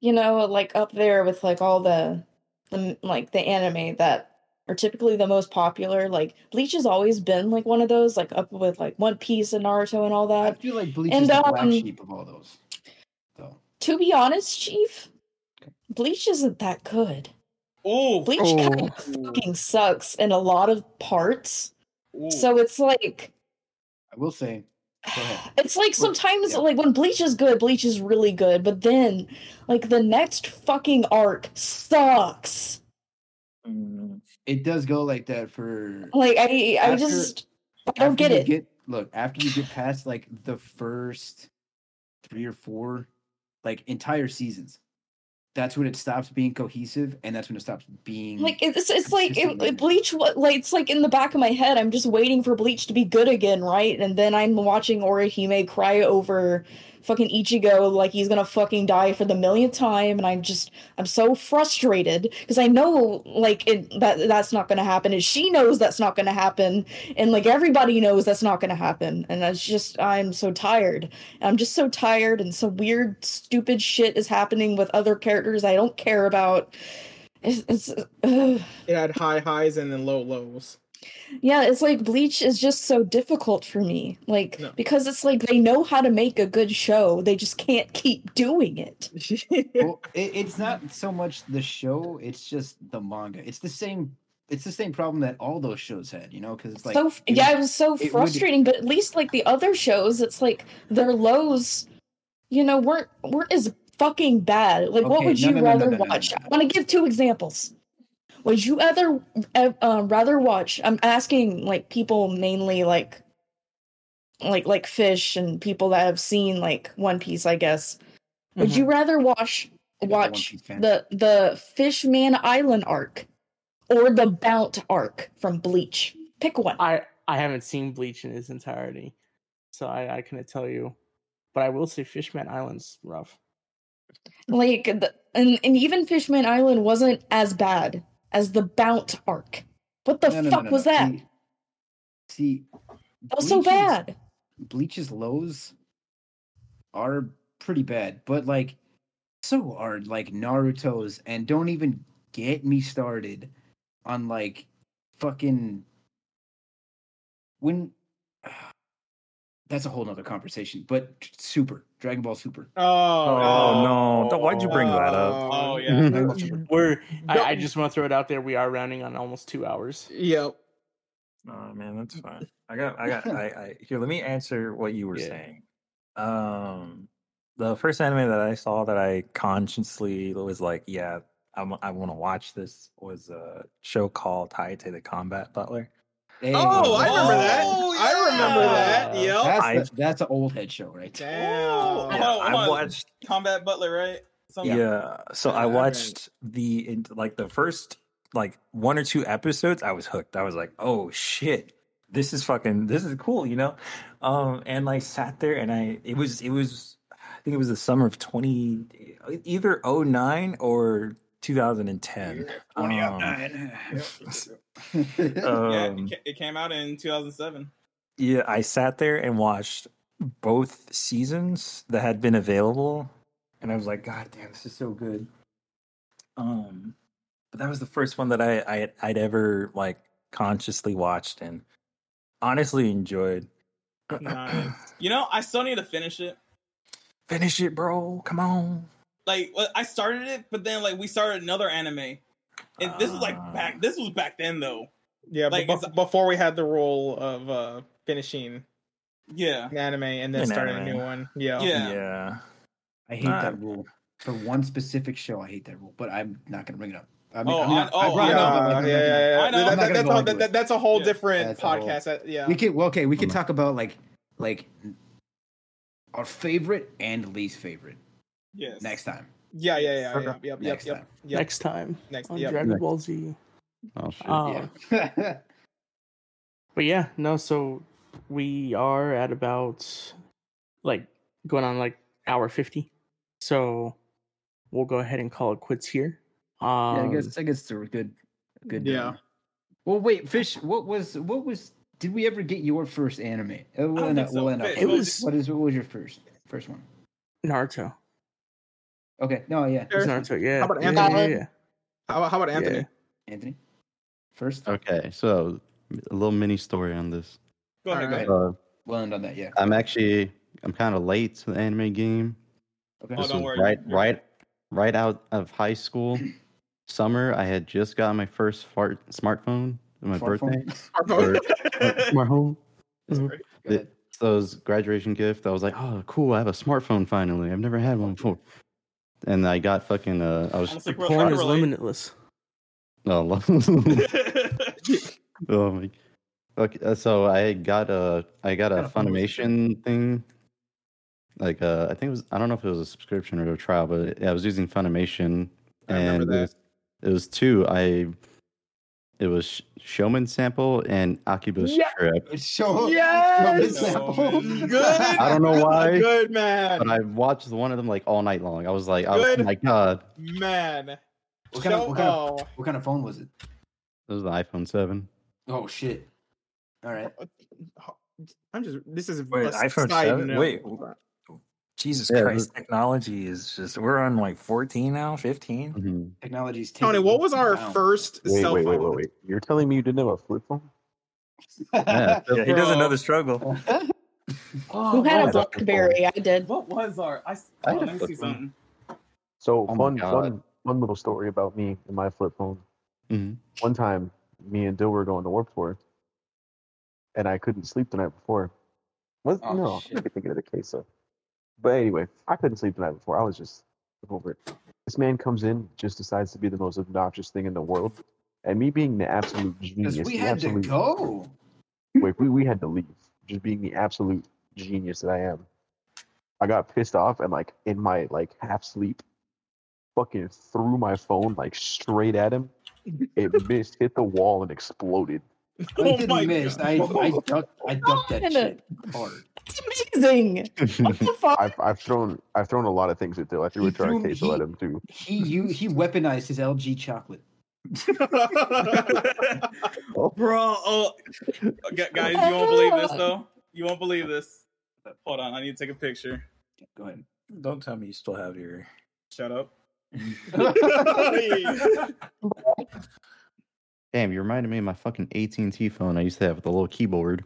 [SPEAKER 7] You know, like up there with like all the, the like the anime that are typically the most popular. Like Bleach has always been like one of those, like up with like One Piece and Naruto and all
[SPEAKER 2] I
[SPEAKER 7] that.
[SPEAKER 2] feel like Bleach
[SPEAKER 7] and,
[SPEAKER 2] is the black
[SPEAKER 7] um,
[SPEAKER 2] sheep of all those. So
[SPEAKER 7] To be honest, Chief, Bleach isn't that good.
[SPEAKER 1] Ooh,
[SPEAKER 7] Bleach kind of
[SPEAKER 2] Oh.
[SPEAKER 7] fucking sucks in a lot of parts.
[SPEAKER 1] ooh.
[SPEAKER 7] So it's like
[SPEAKER 2] I will say, go ahead.
[SPEAKER 7] it's like sometimes
[SPEAKER 2] yeah.
[SPEAKER 7] like when Bleach is good, Bleach is really good, but then like the next fucking arc sucks.
[SPEAKER 2] It does go like that for.
[SPEAKER 7] Like I I
[SPEAKER 2] After-
[SPEAKER 7] just Oh, I don't
[SPEAKER 2] after
[SPEAKER 7] get
[SPEAKER 2] you
[SPEAKER 7] it.
[SPEAKER 2] look, after you get past like the first three or four, like entire seasons, that's when it stops being cohesive, and that's when it stops being
[SPEAKER 7] like it- it's it's like it,
[SPEAKER 2] consistent.
[SPEAKER 7] it- Bleach what like it's like in the back of my head I'm just waiting for Bleach to be good again, right? And then I'm watching Orihime cry over fucking Ichigo like he's going to fucking die for the millionth time and I'm just I'm so frustrated because I know like it that that's not going to happen and she knows that's not going to happen and like everybody knows that's not going to happen and that's just I'm so tired. I'm just so tired and some weird stupid shit is happening with other characters I don't care about. It's, it's ugh.
[SPEAKER 5] It had high highs and then low lows.
[SPEAKER 7] yeah, it's like Bleach is just so difficult for me. Like
[SPEAKER 5] No.
[SPEAKER 7] because it's like they know how to make a good show, they just can't keep doing it.
[SPEAKER 2] well, it, it's not so much the show; it's just the manga. It's the same. It's the same problem that all those shows had, you know, because it's like
[SPEAKER 7] so f-
[SPEAKER 2] it
[SPEAKER 7] yeah,
[SPEAKER 2] was-
[SPEAKER 7] it was so
[SPEAKER 2] would-
[SPEAKER 7] frustrating. But at least like the other shows, it's like their lows, you know, weren't weren't as fucking bad. Like what
[SPEAKER 2] Okay,
[SPEAKER 7] would
[SPEAKER 2] no,
[SPEAKER 7] you
[SPEAKER 2] no, no, no,
[SPEAKER 7] rather
[SPEAKER 2] no, no, no,
[SPEAKER 7] watch?
[SPEAKER 2] no.
[SPEAKER 7] I want to give two examples. Would you ever uh, um, rather watch? I'm asking like people mainly like like like fish and people that have seen like One Piece, I guess.
[SPEAKER 4] Mm-hmm.
[SPEAKER 7] Would you rather watch
[SPEAKER 2] Mm-hmm. I got the One
[SPEAKER 7] watch
[SPEAKER 2] Piece fan.
[SPEAKER 7] the the Fishman Island arc or the Bount arc from Bleach? Pick one.
[SPEAKER 4] I I haven't seen Bleach in its entirety, so I I couldn't tell you, but I will say Fishman Island's rough.
[SPEAKER 7] Like the, and and even Fishman Island wasn't as bad as the Bount arc. What the
[SPEAKER 2] No, no, no,
[SPEAKER 7] fuck
[SPEAKER 2] no,
[SPEAKER 7] was
[SPEAKER 2] no.
[SPEAKER 7] that?
[SPEAKER 2] See, see,
[SPEAKER 7] that was so
[SPEAKER 2] Bleach is-
[SPEAKER 7] bad.
[SPEAKER 2] Bleach's lows are pretty bad, but like so are like Naruto's and don't even get me started on like fucking when that's a whole nother conversation, but super Dragon Ball Super.
[SPEAKER 5] Oh,
[SPEAKER 6] Oh, no. Don't- Why'd you bring that up?
[SPEAKER 1] Oh yeah.
[SPEAKER 2] Dragon Ball Super.
[SPEAKER 4] We're I, I
[SPEAKER 5] No.
[SPEAKER 4] just want to throw it out there. We are rounding on almost two hours.
[SPEAKER 5] Yep.
[SPEAKER 6] Oh man, that's fine. I got, I got, I, I here. Let me answer what you were
[SPEAKER 4] Yeah.
[SPEAKER 6] saying. Um, the first anime that I saw that I consciously was like, yeah, I'm, I want to watch this was a show called Taite the Combat Butler.
[SPEAKER 2] Hey,
[SPEAKER 5] Oh, I remember that.
[SPEAKER 1] Oh,
[SPEAKER 5] I remember
[SPEAKER 1] yeah.
[SPEAKER 5] that. Yep.
[SPEAKER 2] That's,
[SPEAKER 6] I've-
[SPEAKER 2] the, that's an old head show, right? there.
[SPEAKER 1] Oh,
[SPEAKER 5] Damn.
[SPEAKER 1] yeah.
[SPEAKER 6] Yeah,
[SPEAKER 1] hold
[SPEAKER 6] I
[SPEAKER 1] on.
[SPEAKER 6] watched.
[SPEAKER 1] Combat Butler, right?
[SPEAKER 6] Yeah.
[SPEAKER 1] Something-
[SPEAKER 6] so
[SPEAKER 5] I
[SPEAKER 6] I
[SPEAKER 5] haven't-
[SPEAKER 6] watched the in, like the first like one or two episodes. I was hooked. I was like, oh shit, this is fucking this is cool, you know. Um, and I sat there and I it was it was I think it was the summer of twenty e, either 09 or two thousand and ten.
[SPEAKER 2] oh
[SPEAKER 6] Um,
[SPEAKER 1] Yeah,
[SPEAKER 6] um,
[SPEAKER 1] it, ca- it came out in 2007.
[SPEAKER 6] yeah, I sat there and watched both seasons that had been available, and I was like, God damn, this is so good. Um, but that was the first one that I, I I'd ever like consciously watched and honestly enjoyed.
[SPEAKER 5] Nice.
[SPEAKER 1] You know, I still need to finish it.
[SPEAKER 6] Finish it, bro. Come on.
[SPEAKER 1] Like well, I started it, but then like we started another anime, and this was like back. This was back then though.
[SPEAKER 5] Yeah,
[SPEAKER 1] Like,
[SPEAKER 5] but
[SPEAKER 1] it's-
[SPEAKER 5] bef- before we had the rule of uh finishing
[SPEAKER 1] Yeah,
[SPEAKER 5] an anime and then
[SPEAKER 6] An
[SPEAKER 5] starting a
[SPEAKER 6] anime.
[SPEAKER 5] new one. Yeah.
[SPEAKER 1] Yeah.
[SPEAKER 6] Yeah.
[SPEAKER 2] I hate
[SPEAKER 6] Uh,
[SPEAKER 2] that rule. For one specific show, I hate that rule, but I'm not going to bring it up. I mean,
[SPEAKER 1] Oh,
[SPEAKER 2] I'm not,
[SPEAKER 1] I-
[SPEAKER 2] I
[SPEAKER 1] oh,
[SPEAKER 2] brought it up. but I'm
[SPEAKER 5] yeah, yeah,
[SPEAKER 2] not
[SPEAKER 5] yeah,
[SPEAKER 2] gonna bring it up.
[SPEAKER 5] yeah.
[SPEAKER 1] I
[SPEAKER 5] That-
[SPEAKER 1] know. I'm not
[SPEAKER 5] that-
[SPEAKER 2] gonna
[SPEAKER 5] that's,
[SPEAKER 2] go
[SPEAKER 5] all,
[SPEAKER 2] into
[SPEAKER 5] that,
[SPEAKER 2] it.
[SPEAKER 5] that- that's a whole
[SPEAKER 1] Yeah.
[SPEAKER 5] different
[SPEAKER 2] That's a whole-
[SPEAKER 5] podcast. that- yeah.
[SPEAKER 2] We could well, okay. We could
[SPEAKER 6] Mm.
[SPEAKER 2] talk about like like our favorite and least favorite
[SPEAKER 1] yes.
[SPEAKER 2] next time.
[SPEAKER 5] yeah, yeah, yeah, yeah.
[SPEAKER 6] Okay.
[SPEAKER 5] Yep, yep,
[SPEAKER 2] Next
[SPEAKER 5] yep,
[SPEAKER 2] time.
[SPEAKER 5] yep.
[SPEAKER 4] Next time
[SPEAKER 5] Next,
[SPEAKER 4] on
[SPEAKER 5] yep.
[SPEAKER 4] Dragon
[SPEAKER 3] Next.
[SPEAKER 4] Ball Z.
[SPEAKER 3] Oh shit.
[SPEAKER 4] Um,
[SPEAKER 2] yeah.
[SPEAKER 4] But yeah, no. So we are at about like going on like hour 50 so we'll go ahead and call it quits here um
[SPEAKER 2] Yeah, I guess I guess they're a good, a good.
[SPEAKER 5] Yeah.
[SPEAKER 2] number. Well, wait, fish. What was what was? Did we ever get your first anime? Uh,
[SPEAKER 1] don't
[SPEAKER 2] We'll end
[SPEAKER 1] think
[SPEAKER 2] up. We'll
[SPEAKER 1] so.
[SPEAKER 2] end up.
[SPEAKER 1] Fish,
[SPEAKER 4] It
[SPEAKER 1] what
[SPEAKER 4] was-
[SPEAKER 2] What is what was your first first one?
[SPEAKER 4] naruto
[SPEAKER 2] Okay. No. Yeah.
[SPEAKER 4] It was
[SPEAKER 5] Sure.
[SPEAKER 4] naruto yeah
[SPEAKER 5] How about
[SPEAKER 4] yeah,
[SPEAKER 5] Anthony?
[SPEAKER 4] yeah, yeah.
[SPEAKER 5] How, how about Anthony?
[SPEAKER 4] Yeah.
[SPEAKER 2] Anthony. First.
[SPEAKER 8] Oh.
[SPEAKER 3] Okay, so a little mini story on this.
[SPEAKER 1] Go ahead, go
[SPEAKER 5] Alright.
[SPEAKER 1] ahead.
[SPEAKER 3] Uh,
[SPEAKER 2] We'll end on that. Yeah.
[SPEAKER 3] I'm actually I'm kind of late to the anime game.
[SPEAKER 2] Okay.
[SPEAKER 1] Oh,
[SPEAKER 3] This
[SPEAKER 1] don't
[SPEAKER 3] was
[SPEAKER 1] worry.
[SPEAKER 3] right
[SPEAKER 1] You're-
[SPEAKER 3] right right out of high school summer. I had just got my first fart smartphone on my
[SPEAKER 2] Fart phone.
[SPEAKER 3] birthday.
[SPEAKER 5] Or-
[SPEAKER 9] My whole
[SPEAKER 5] Sorry.
[SPEAKER 4] Mm-hmm.
[SPEAKER 2] Go ahead.
[SPEAKER 3] So it was a graduation gift. I was like, oh, cool! I have a smartphone finally. I've never had one before. And I got fucking. Uh, I was.
[SPEAKER 1] Honestly, bro, I
[SPEAKER 4] porn
[SPEAKER 1] can
[SPEAKER 4] is
[SPEAKER 1] relate.
[SPEAKER 4] limitless
[SPEAKER 3] Oh, oh my. Okay, uh, so I got a I got a
[SPEAKER 2] Kinda fun was it?
[SPEAKER 3] Funimation thing. Like uh, I think it was I don't know if it was a subscription or a trial, but I was using Funimation,
[SPEAKER 5] I remember
[SPEAKER 3] and
[SPEAKER 5] that.
[SPEAKER 3] It, was, it was two. I it was Showman Sample and Akiba's
[SPEAKER 5] Yeah.
[SPEAKER 3] Trip,
[SPEAKER 2] Show.
[SPEAKER 5] Yes!
[SPEAKER 1] No, man.
[SPEAKER 5] Good.
[SPEAKER 2] Oh
[SPEAKER 3] I don't know why.
[SPEAKER 5] Good man.
[SPEAKER 3] but I watched one of them like all night long. I was like, I- oh
[SPEAKER 5] Good.
[SPEAKER 3] my god,
[SPEAKER 5] Man.
[SPEAKER 2] What kind, of,
[SPEAKER 5] Show-
[SPEAKER 2] what, kind of,
[SPEAKER 5] oh.
[SPEAKER 2] what kind of phone was it?
[SPEAKER 3] this was the iPhone seven.
[SPEAKER 2] Oh shit! All right.
[SPEAKER 5] I'm just. This is
[SPEAKER 6] Wait,
[SPEAKER 5] a
[SPEAKER 6] iPhone
[SPEAKER 5] side
[SPEAKER 6] 7?
[SPEAKER 5] note.
[SPEAKER 6] Wait. Jesus
[SPEAKER 3] Yeah, this-
[SPEAKER 6] Christ, technology is just we're on like 14 now, 15.
[SPEAKER 3] Mhm.
[SPEAKER 2] Technology's
[SPEAKER 5] Tony, what was our
[SPEAKER 2] down.
[SPEAKER 5] first
[SPEAKER 8] Wait,
[SPEAKER 5] cell
[SPEAKER 8] wait,
[SPEAKER 5] phone?
[SPEAKER 8] wait, wait, wait. You're telling me you didn't have a flip phone?
[SPEAKER 3] Yeah, so-
[SPEAKER 6] Yeah, he doesn't know
[SPEAKER 1] Bro.
[SPEAKER 6] the struggle.
[SPEAKER 2] Oh,
[SPEAKER 7] Who had a
[SPEAKER 3] that's awful.
[SPEAKER 7] Blackberry? I did.
[SPEAKER 1] What was our? I, s-
[SPEAKER 3] I
[SPEAKER 1] oh,
[SPEAKER 3] had a
[SPEAKER 1] let me see
[SPEAKER 3] flip phone.
[SPEAKER 1] something.
[SPEAKER 8] So
[SPEAKER 3] Oh my
[SPEAKER 8] fun,
[SPEAKER 3] God.
[SPEAKER 8] fun, fun little story about me and my flip phone.
[SPEAKER 3] Mhm.
[SPEAKER 8] One time, me and Dill were going to Warped Tour, and I couldn't sleep the night before. Was
[SPEAKER 2] Oh,
[SPEAKER 8] no,
[SPEAKER 2] shit.
[SPEAKER 8] I could think of the case of. But anyway, I couldn't sleep the night before. I was just over it. This man comes in, just decides to be the most obnoxious thing in the world, and me being the absolute
[SPEAKER 2] Because
[SPEAKER 8] genius,
[SPEAKER 2] we
[SPEAKER 8] the
[SPEAKER 2] had to
[SPEAKER 8] absolute-
[SPEAKER 2] go.
[SPEAKER 8] Wait, we, we had to leave. Just being the absolute genius that I am. I got pissed off and like in my like half sleep, fucking threw my phone like straight at him. It missed, hit the wall, and exploded.
[SPEAKER 2] I
[SPEAKER 5] Oh my
[SPEAKER 2] didn't miss. I, I ducked. I ducked that
[SPEAKER 7] God.
[SPEAKER 2] shit hard.
[SPEAKER 7] It's amazing. What the fuck?
[SPEAKER 8] I've I've thrown I've thrown a lot of things at Dill. I threw
[SPEAKER 2] He
[SPEAKER 8] a jar of
[SPEAKER 2] threw-
[SPEAKER 8] queso
[SPEAKER 2] he-
[SPEAKER 8] at him too.
[SPEAKER 2] He you he weaponized his LG chocolate.
[SPEAKER 1] Bro, oh, gu- guys, you won't believe this though. You won't believe this. Hold on, I need to take a picture.
[SPEAKER 2] Go ahead.
[SPEAKER 6] Don't tell me you still have your
[SPEAKER 1] Shut up.
[SPEAKER 3] Damn, you reminded me of my fucking AT and T phone I used to have with a little keyboard.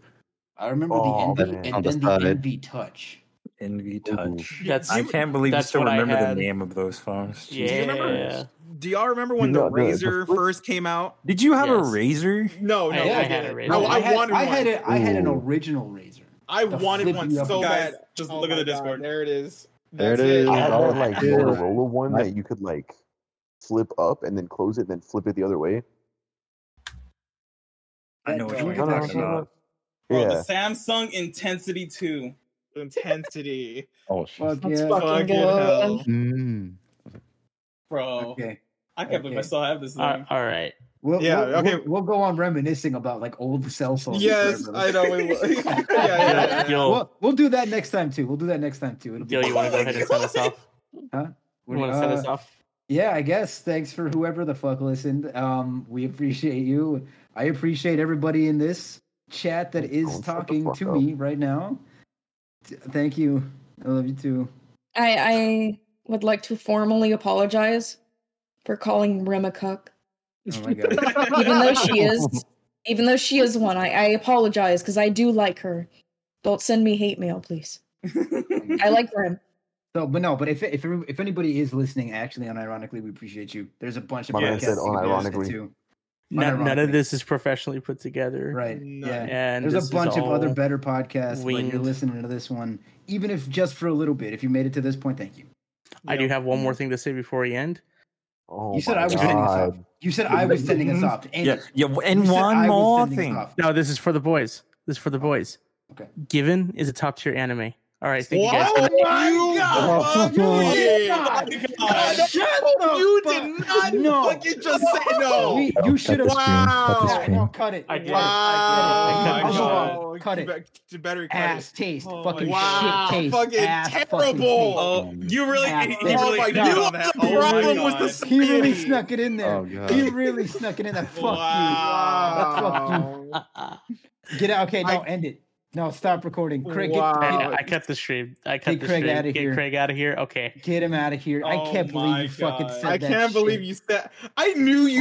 [SPEAKER 2] I remember
[SPEAKER 8] Oh,
[SPEAKER 2] the
[SPEAKER 8] man.
[SPEAKER 2] envy
[SPEAKER 3] On
[SPEAKER 2] and
[SPEAKER 3] the
[SPEAKER 2] then
[SPEAKER 3] side.
[SPEAKER 2] the envy touch.
[SPEAKER 6] NV
[SPEAKER 8] Ooh.
[SPEAKER 6] Touch.
[SPEAKER 4] that's
[SPEAKER 6] I can't believe you
[SPEAKER 4] that's
[SPEAKER 6] still
[SPEAKER 4] what I
[SPEAKER 6] remember the
[SPEAKER 4] had.
[SPEAKER 6] name of those phones.
[SPEAKER 4] yeah
[SPEAKER 6] Jesus Christ.
[SPEAKER 5] Do y'all remember when
[SPEAKER 8] No,
[SPEAKER 5] the
[SPEAKER 8] no, the
[SPEAKER 5] Razor
[SPEAKER 8] flip-
[SPEAKER 5] first came out?
[SPEAKER 6] Did you have
[SPEAKER 4] Yes.
[SPEAKER 6] a razor?
[SPEAKER 5] No, no,
[SPEAKER 4] I-
[SPEAKER 5] I,
[SPEAKER 4] I had
[SPEAKER 5] didn't.
[SPEAKER 4] a Razor.
[SPEAKER 5] No,
[SPEAKER 4] No,
[SPEAKER 5] I,
[SPEAKER 2] had,
[SPEAKER 5] wanted
[SPEAKER 2] I
[SPEAKER 5] one.
[SPEAKER 2] had a, I had an
[SPEAKER 3] Ooh.
[SPEAKER 2] original razor.
[SPEAKER 5] I
[SPEAKER 2] the
[SPEAKER 5] wanted
[SPEAKER 2] flip
[SPEAKER 5] one
[SPEAKER 2] you up.
[SPEAKER 5] so
[SPEAKER 1] Guys,
[SPEAKER 5] bad.
[SPEAKER 1] just
[SPEAKER 5] Oh
[SPEAKER 1] look at
[SPEAKER 5] my
[SPEAKER 1] the
[SPEAKER 5] God,
[SPEAKER 1] Discord.
[SPEAKER 5] there it is.
[SPEAKER 3] There
[SPEAKER 5] That's
[SPEAKER 3] it is.
[SPEAKER 8] I
[SPEAKER 3] Yeah.
[SPEAKER 8] had
[SPEAKER 3] Oh,
[SPEAKER 8] that like
[SPEAKER 3] yeah.
[SPEAKER 8] Motorola one
[SPEAKER 3] Nice.
[SPEAKER 8] that you could like flip up and then close it and then flip it the other way.
[SPEAKER 6] I know what
[SPEAKER 2] That,
[SPEAKER 6] you're
[SPEAKER 2] uh,
[SPEAKER 8] No, no,
[SPEAKER 6] talking
[SPEAKER 8] no, no.
[SPEAKER 6] about.
[SPEAKER 1] Bro,
[SPEAKER 8] Yeah.
[SPEAKER 1] the Samsung Intensity 2.
[SPEAKER 5] Intensity.
[SPEAKER 3] Oh shit.
[SPEAKER 2] Fuck
[SPEAKER 7] That's
[SPEAKER 2] yeah.
[SPEAKER 7] fucking
[SPEAKER 5] Fucking
[SPEAKER 7] good.
[SPEAKER 5] hell.
[SPEAKER 3] Mm.
[SPEAKER 1] Bro,
[SPEAKER 2] Okay.
[SPEAKER 1] I can't believe I
[SPEAKER 2] okay.
[SPEAKER 1] still have this
[SPEAKER 4] all
[SPEAKER 1] thing.
[SPEAKER 4] all right
[SPEAKER 2] We'll,
[SPEAKER 5] Yeah,
[SPEAKER 2] we'll,
[SPEAKER 5] okay.
[SPEAKER 2] We'll, we'll go on reminiscing about like old cell phones.
[SPEAKER 5] Yes,
[SPEAKER 2] forever.
[SPEAKER 5] I know. It was. yeah, yeah, yeah.
[SPEAKER 4] Yo,
[SPEAKER 2] We'll, we'll do that next time too. We'll do that next time too. It'll be
[SPEAKER 4] Gil, you want to go ahead and send us off? You
[SPEAKER 2] We're-
[SPEAKER 4] want to send us
[SPEAKER 2] uh,
[SPEAKER 4] off?
[SPEAKER 2] Yeah, I guess. Thanks for whoever the fuck listened. Um, we appreciate you. I appreciate everybody in this chat that
[SPEAKER 8] Don't
[SPEAKER 2] is
[SPEAKER 8] shut the
[SPEAKER 2] talking
[SPEAKER 8] fuck
[SPEAKER 2] to
[SPEAKER 8] up.
[SPEAKER 2] me right now. T- Thank you. I love you too.
[SPEAKER 7] I I would like to formally apologize for calling Rem a cuck.
[SPEAKER 2] Oh my god.
[SPEAKER 7] even though she is even though she is one i, I apologize because i do like her don't send me hate mail please i like rim
[SPEAKER 2] So, but no, but if if if anybody is listening, actually, unironically, we appreciate you. There's a bunch of
[SPEAKER 8] My man
[SPEAKER 2] podcasts
[SPEAKER 8] said
[SPEAKER 2] you can listen
[SPEAKER 8] unironically.
[SPEAKER 2] to.
[SPEAKER 4] None, none
[SPEAKER 2] Unironically.
[SPEAKER 4] of this is professionally put together.
[SPEAKER 2] right?
[SPEAKER 5] None.
[SPEAKER 2] Yeah.
[SPEAKER 4] And this
[SPEAKER 2] There's
[SPEAKER 4] is
[SPEAKER 2] a bunch of other
[SPEAKER 4] all-
[SPEAKER 2] better podcasts, but you're
[SPEAKER 4] winged.
[SPEAKER 2] listening to this one, even if just for a little bit. If you made it to this point, thank you.
[SPEAKER 4] I do have one more thing to say before we end.
[SPEAKER 8] Oh
[SPEAKER 2] You said
[SPEAKER 8] my
[SPEAKER 2] I was
[SPEAKER 8] God.
[SPEAKER 2] sending us off. You said I was sending us off. And
[SPEAKER 6] Yeah, yeah,
[SPEAKER 2] you
[SPEAKER 6] and
[SPEAKER 2] said I
[SPEAKER 6] one
[SPEAKER 2] was
[SPEAKER 6] more
[SPEAKER 2] sending us
[SPEAKER 6] thing.
[SPEAKER 2] off.
[SPEAKER 4] No, this is for the boys. This is for the boys.
[SPEAKER 2] Okay.
[SPEAKER 4] Given is a top tier anime. All right, thank you guys.
[SPEAKER 5] Oh my
[SPEAKER 1] You-
[SPEAKER 5] god!
[SPEAKER 2] Oh,
[SPEAKER 5] Fuck you! God,
[SPEAKER 1] God.
[SPEAKER 2] the
[SPEAKER 5] you
[SPEAKER 2] fuck-
[SPEAKER 5] did not
[SPEAKER 2] No. Oh
[SPEAKER 5] fucking just say no.
[SPEAKER 2] We- you should have.
[SPEAKER 5] this screen. Cut this
[SPEAKER 2] No,
[SPEAKER 5] screen.
[SPEAKER 2] no, cut it.
[SPEAKER 9] I did.
[SPEAKER 5] Wow!
[SPEAKER 2] Cut it.
[SPEAKER 5] Oh,
[SPEAKER 2] Cut it.
[SPEAKER 5] You be- you better cut
[SPEAKER 2] Ass taste.
[SPEAKER 1] Oh my
[SPEAKER 2] fucking
[SPEAKER 5] God.
[SPEAKER 2] shit taste.
[SPEAKER 5] Fucking
[SPEAKER 2] ass fucking
[SPEAKER 5] terrible.
[SPEAKER 2] taste.
[SPEAKER 1] Oh, you really?
[SPEAKER 2] Yeah.
[SPEAKER 1] he- he
[SPEAKER 2] Oh
[SPEAKER 1] really
[SPEAKER 2] my
[SPEAKER 1] picked
[SPEAKER 2] God.
[SPEAKER 1] on that.
[SPEAKER 5] The
[SPEAKER 1] Oh my
[SPEAKER 5] problem was
[SPEAKER 1] God.
[SPEAKER 5] the
[SPEAKER 2] He really
[SPEAKER 5] Shitty.
[SPEAKER 2] snuck it in
[SPEAKER 3] Oh
[SPEAKER 2] there.
[SPEAKER 3] god.
[SPEAKER 2] he really snuck it in there. Fuck
[SPEAKER 5] wow.
[SPEAKER 4] Uh,
[SPEAKER 2] you. Get out. Okay, no,
[SPEAKER 5] I-
[SPEAKER 2] end it. No, stop recording. Craig, get-
[SPEAKER 5] Wow.
[SPEAKER 4] I, I cut the stream. I cut
[SPEAKER 2] Get
[SPEAKER 4] the
[SPEAKER 2] Craig
[SPEAKER 4] stream.
[SPEAKER 2] outta
[SPEAKER 4] Get
[SPEAKER 2] here.
[SPEAKER 4] Craig out of here. Okay.
[SPEAKER 2] get him out of here. I
[SPEAKER 1] Oh
[SPEAKER 2] can't believe
[SPEAKER 1] my
[SPEAKER 2] you fucking
[SPEAKER 1] God.
[SPEAKER 2] said
[SPEAKER 5] I
[SPEAKER 2] that
[SPEAKER 5] can't believe
[SPEAKER 2] shit.
[SPEAKER 5] you said. I knew you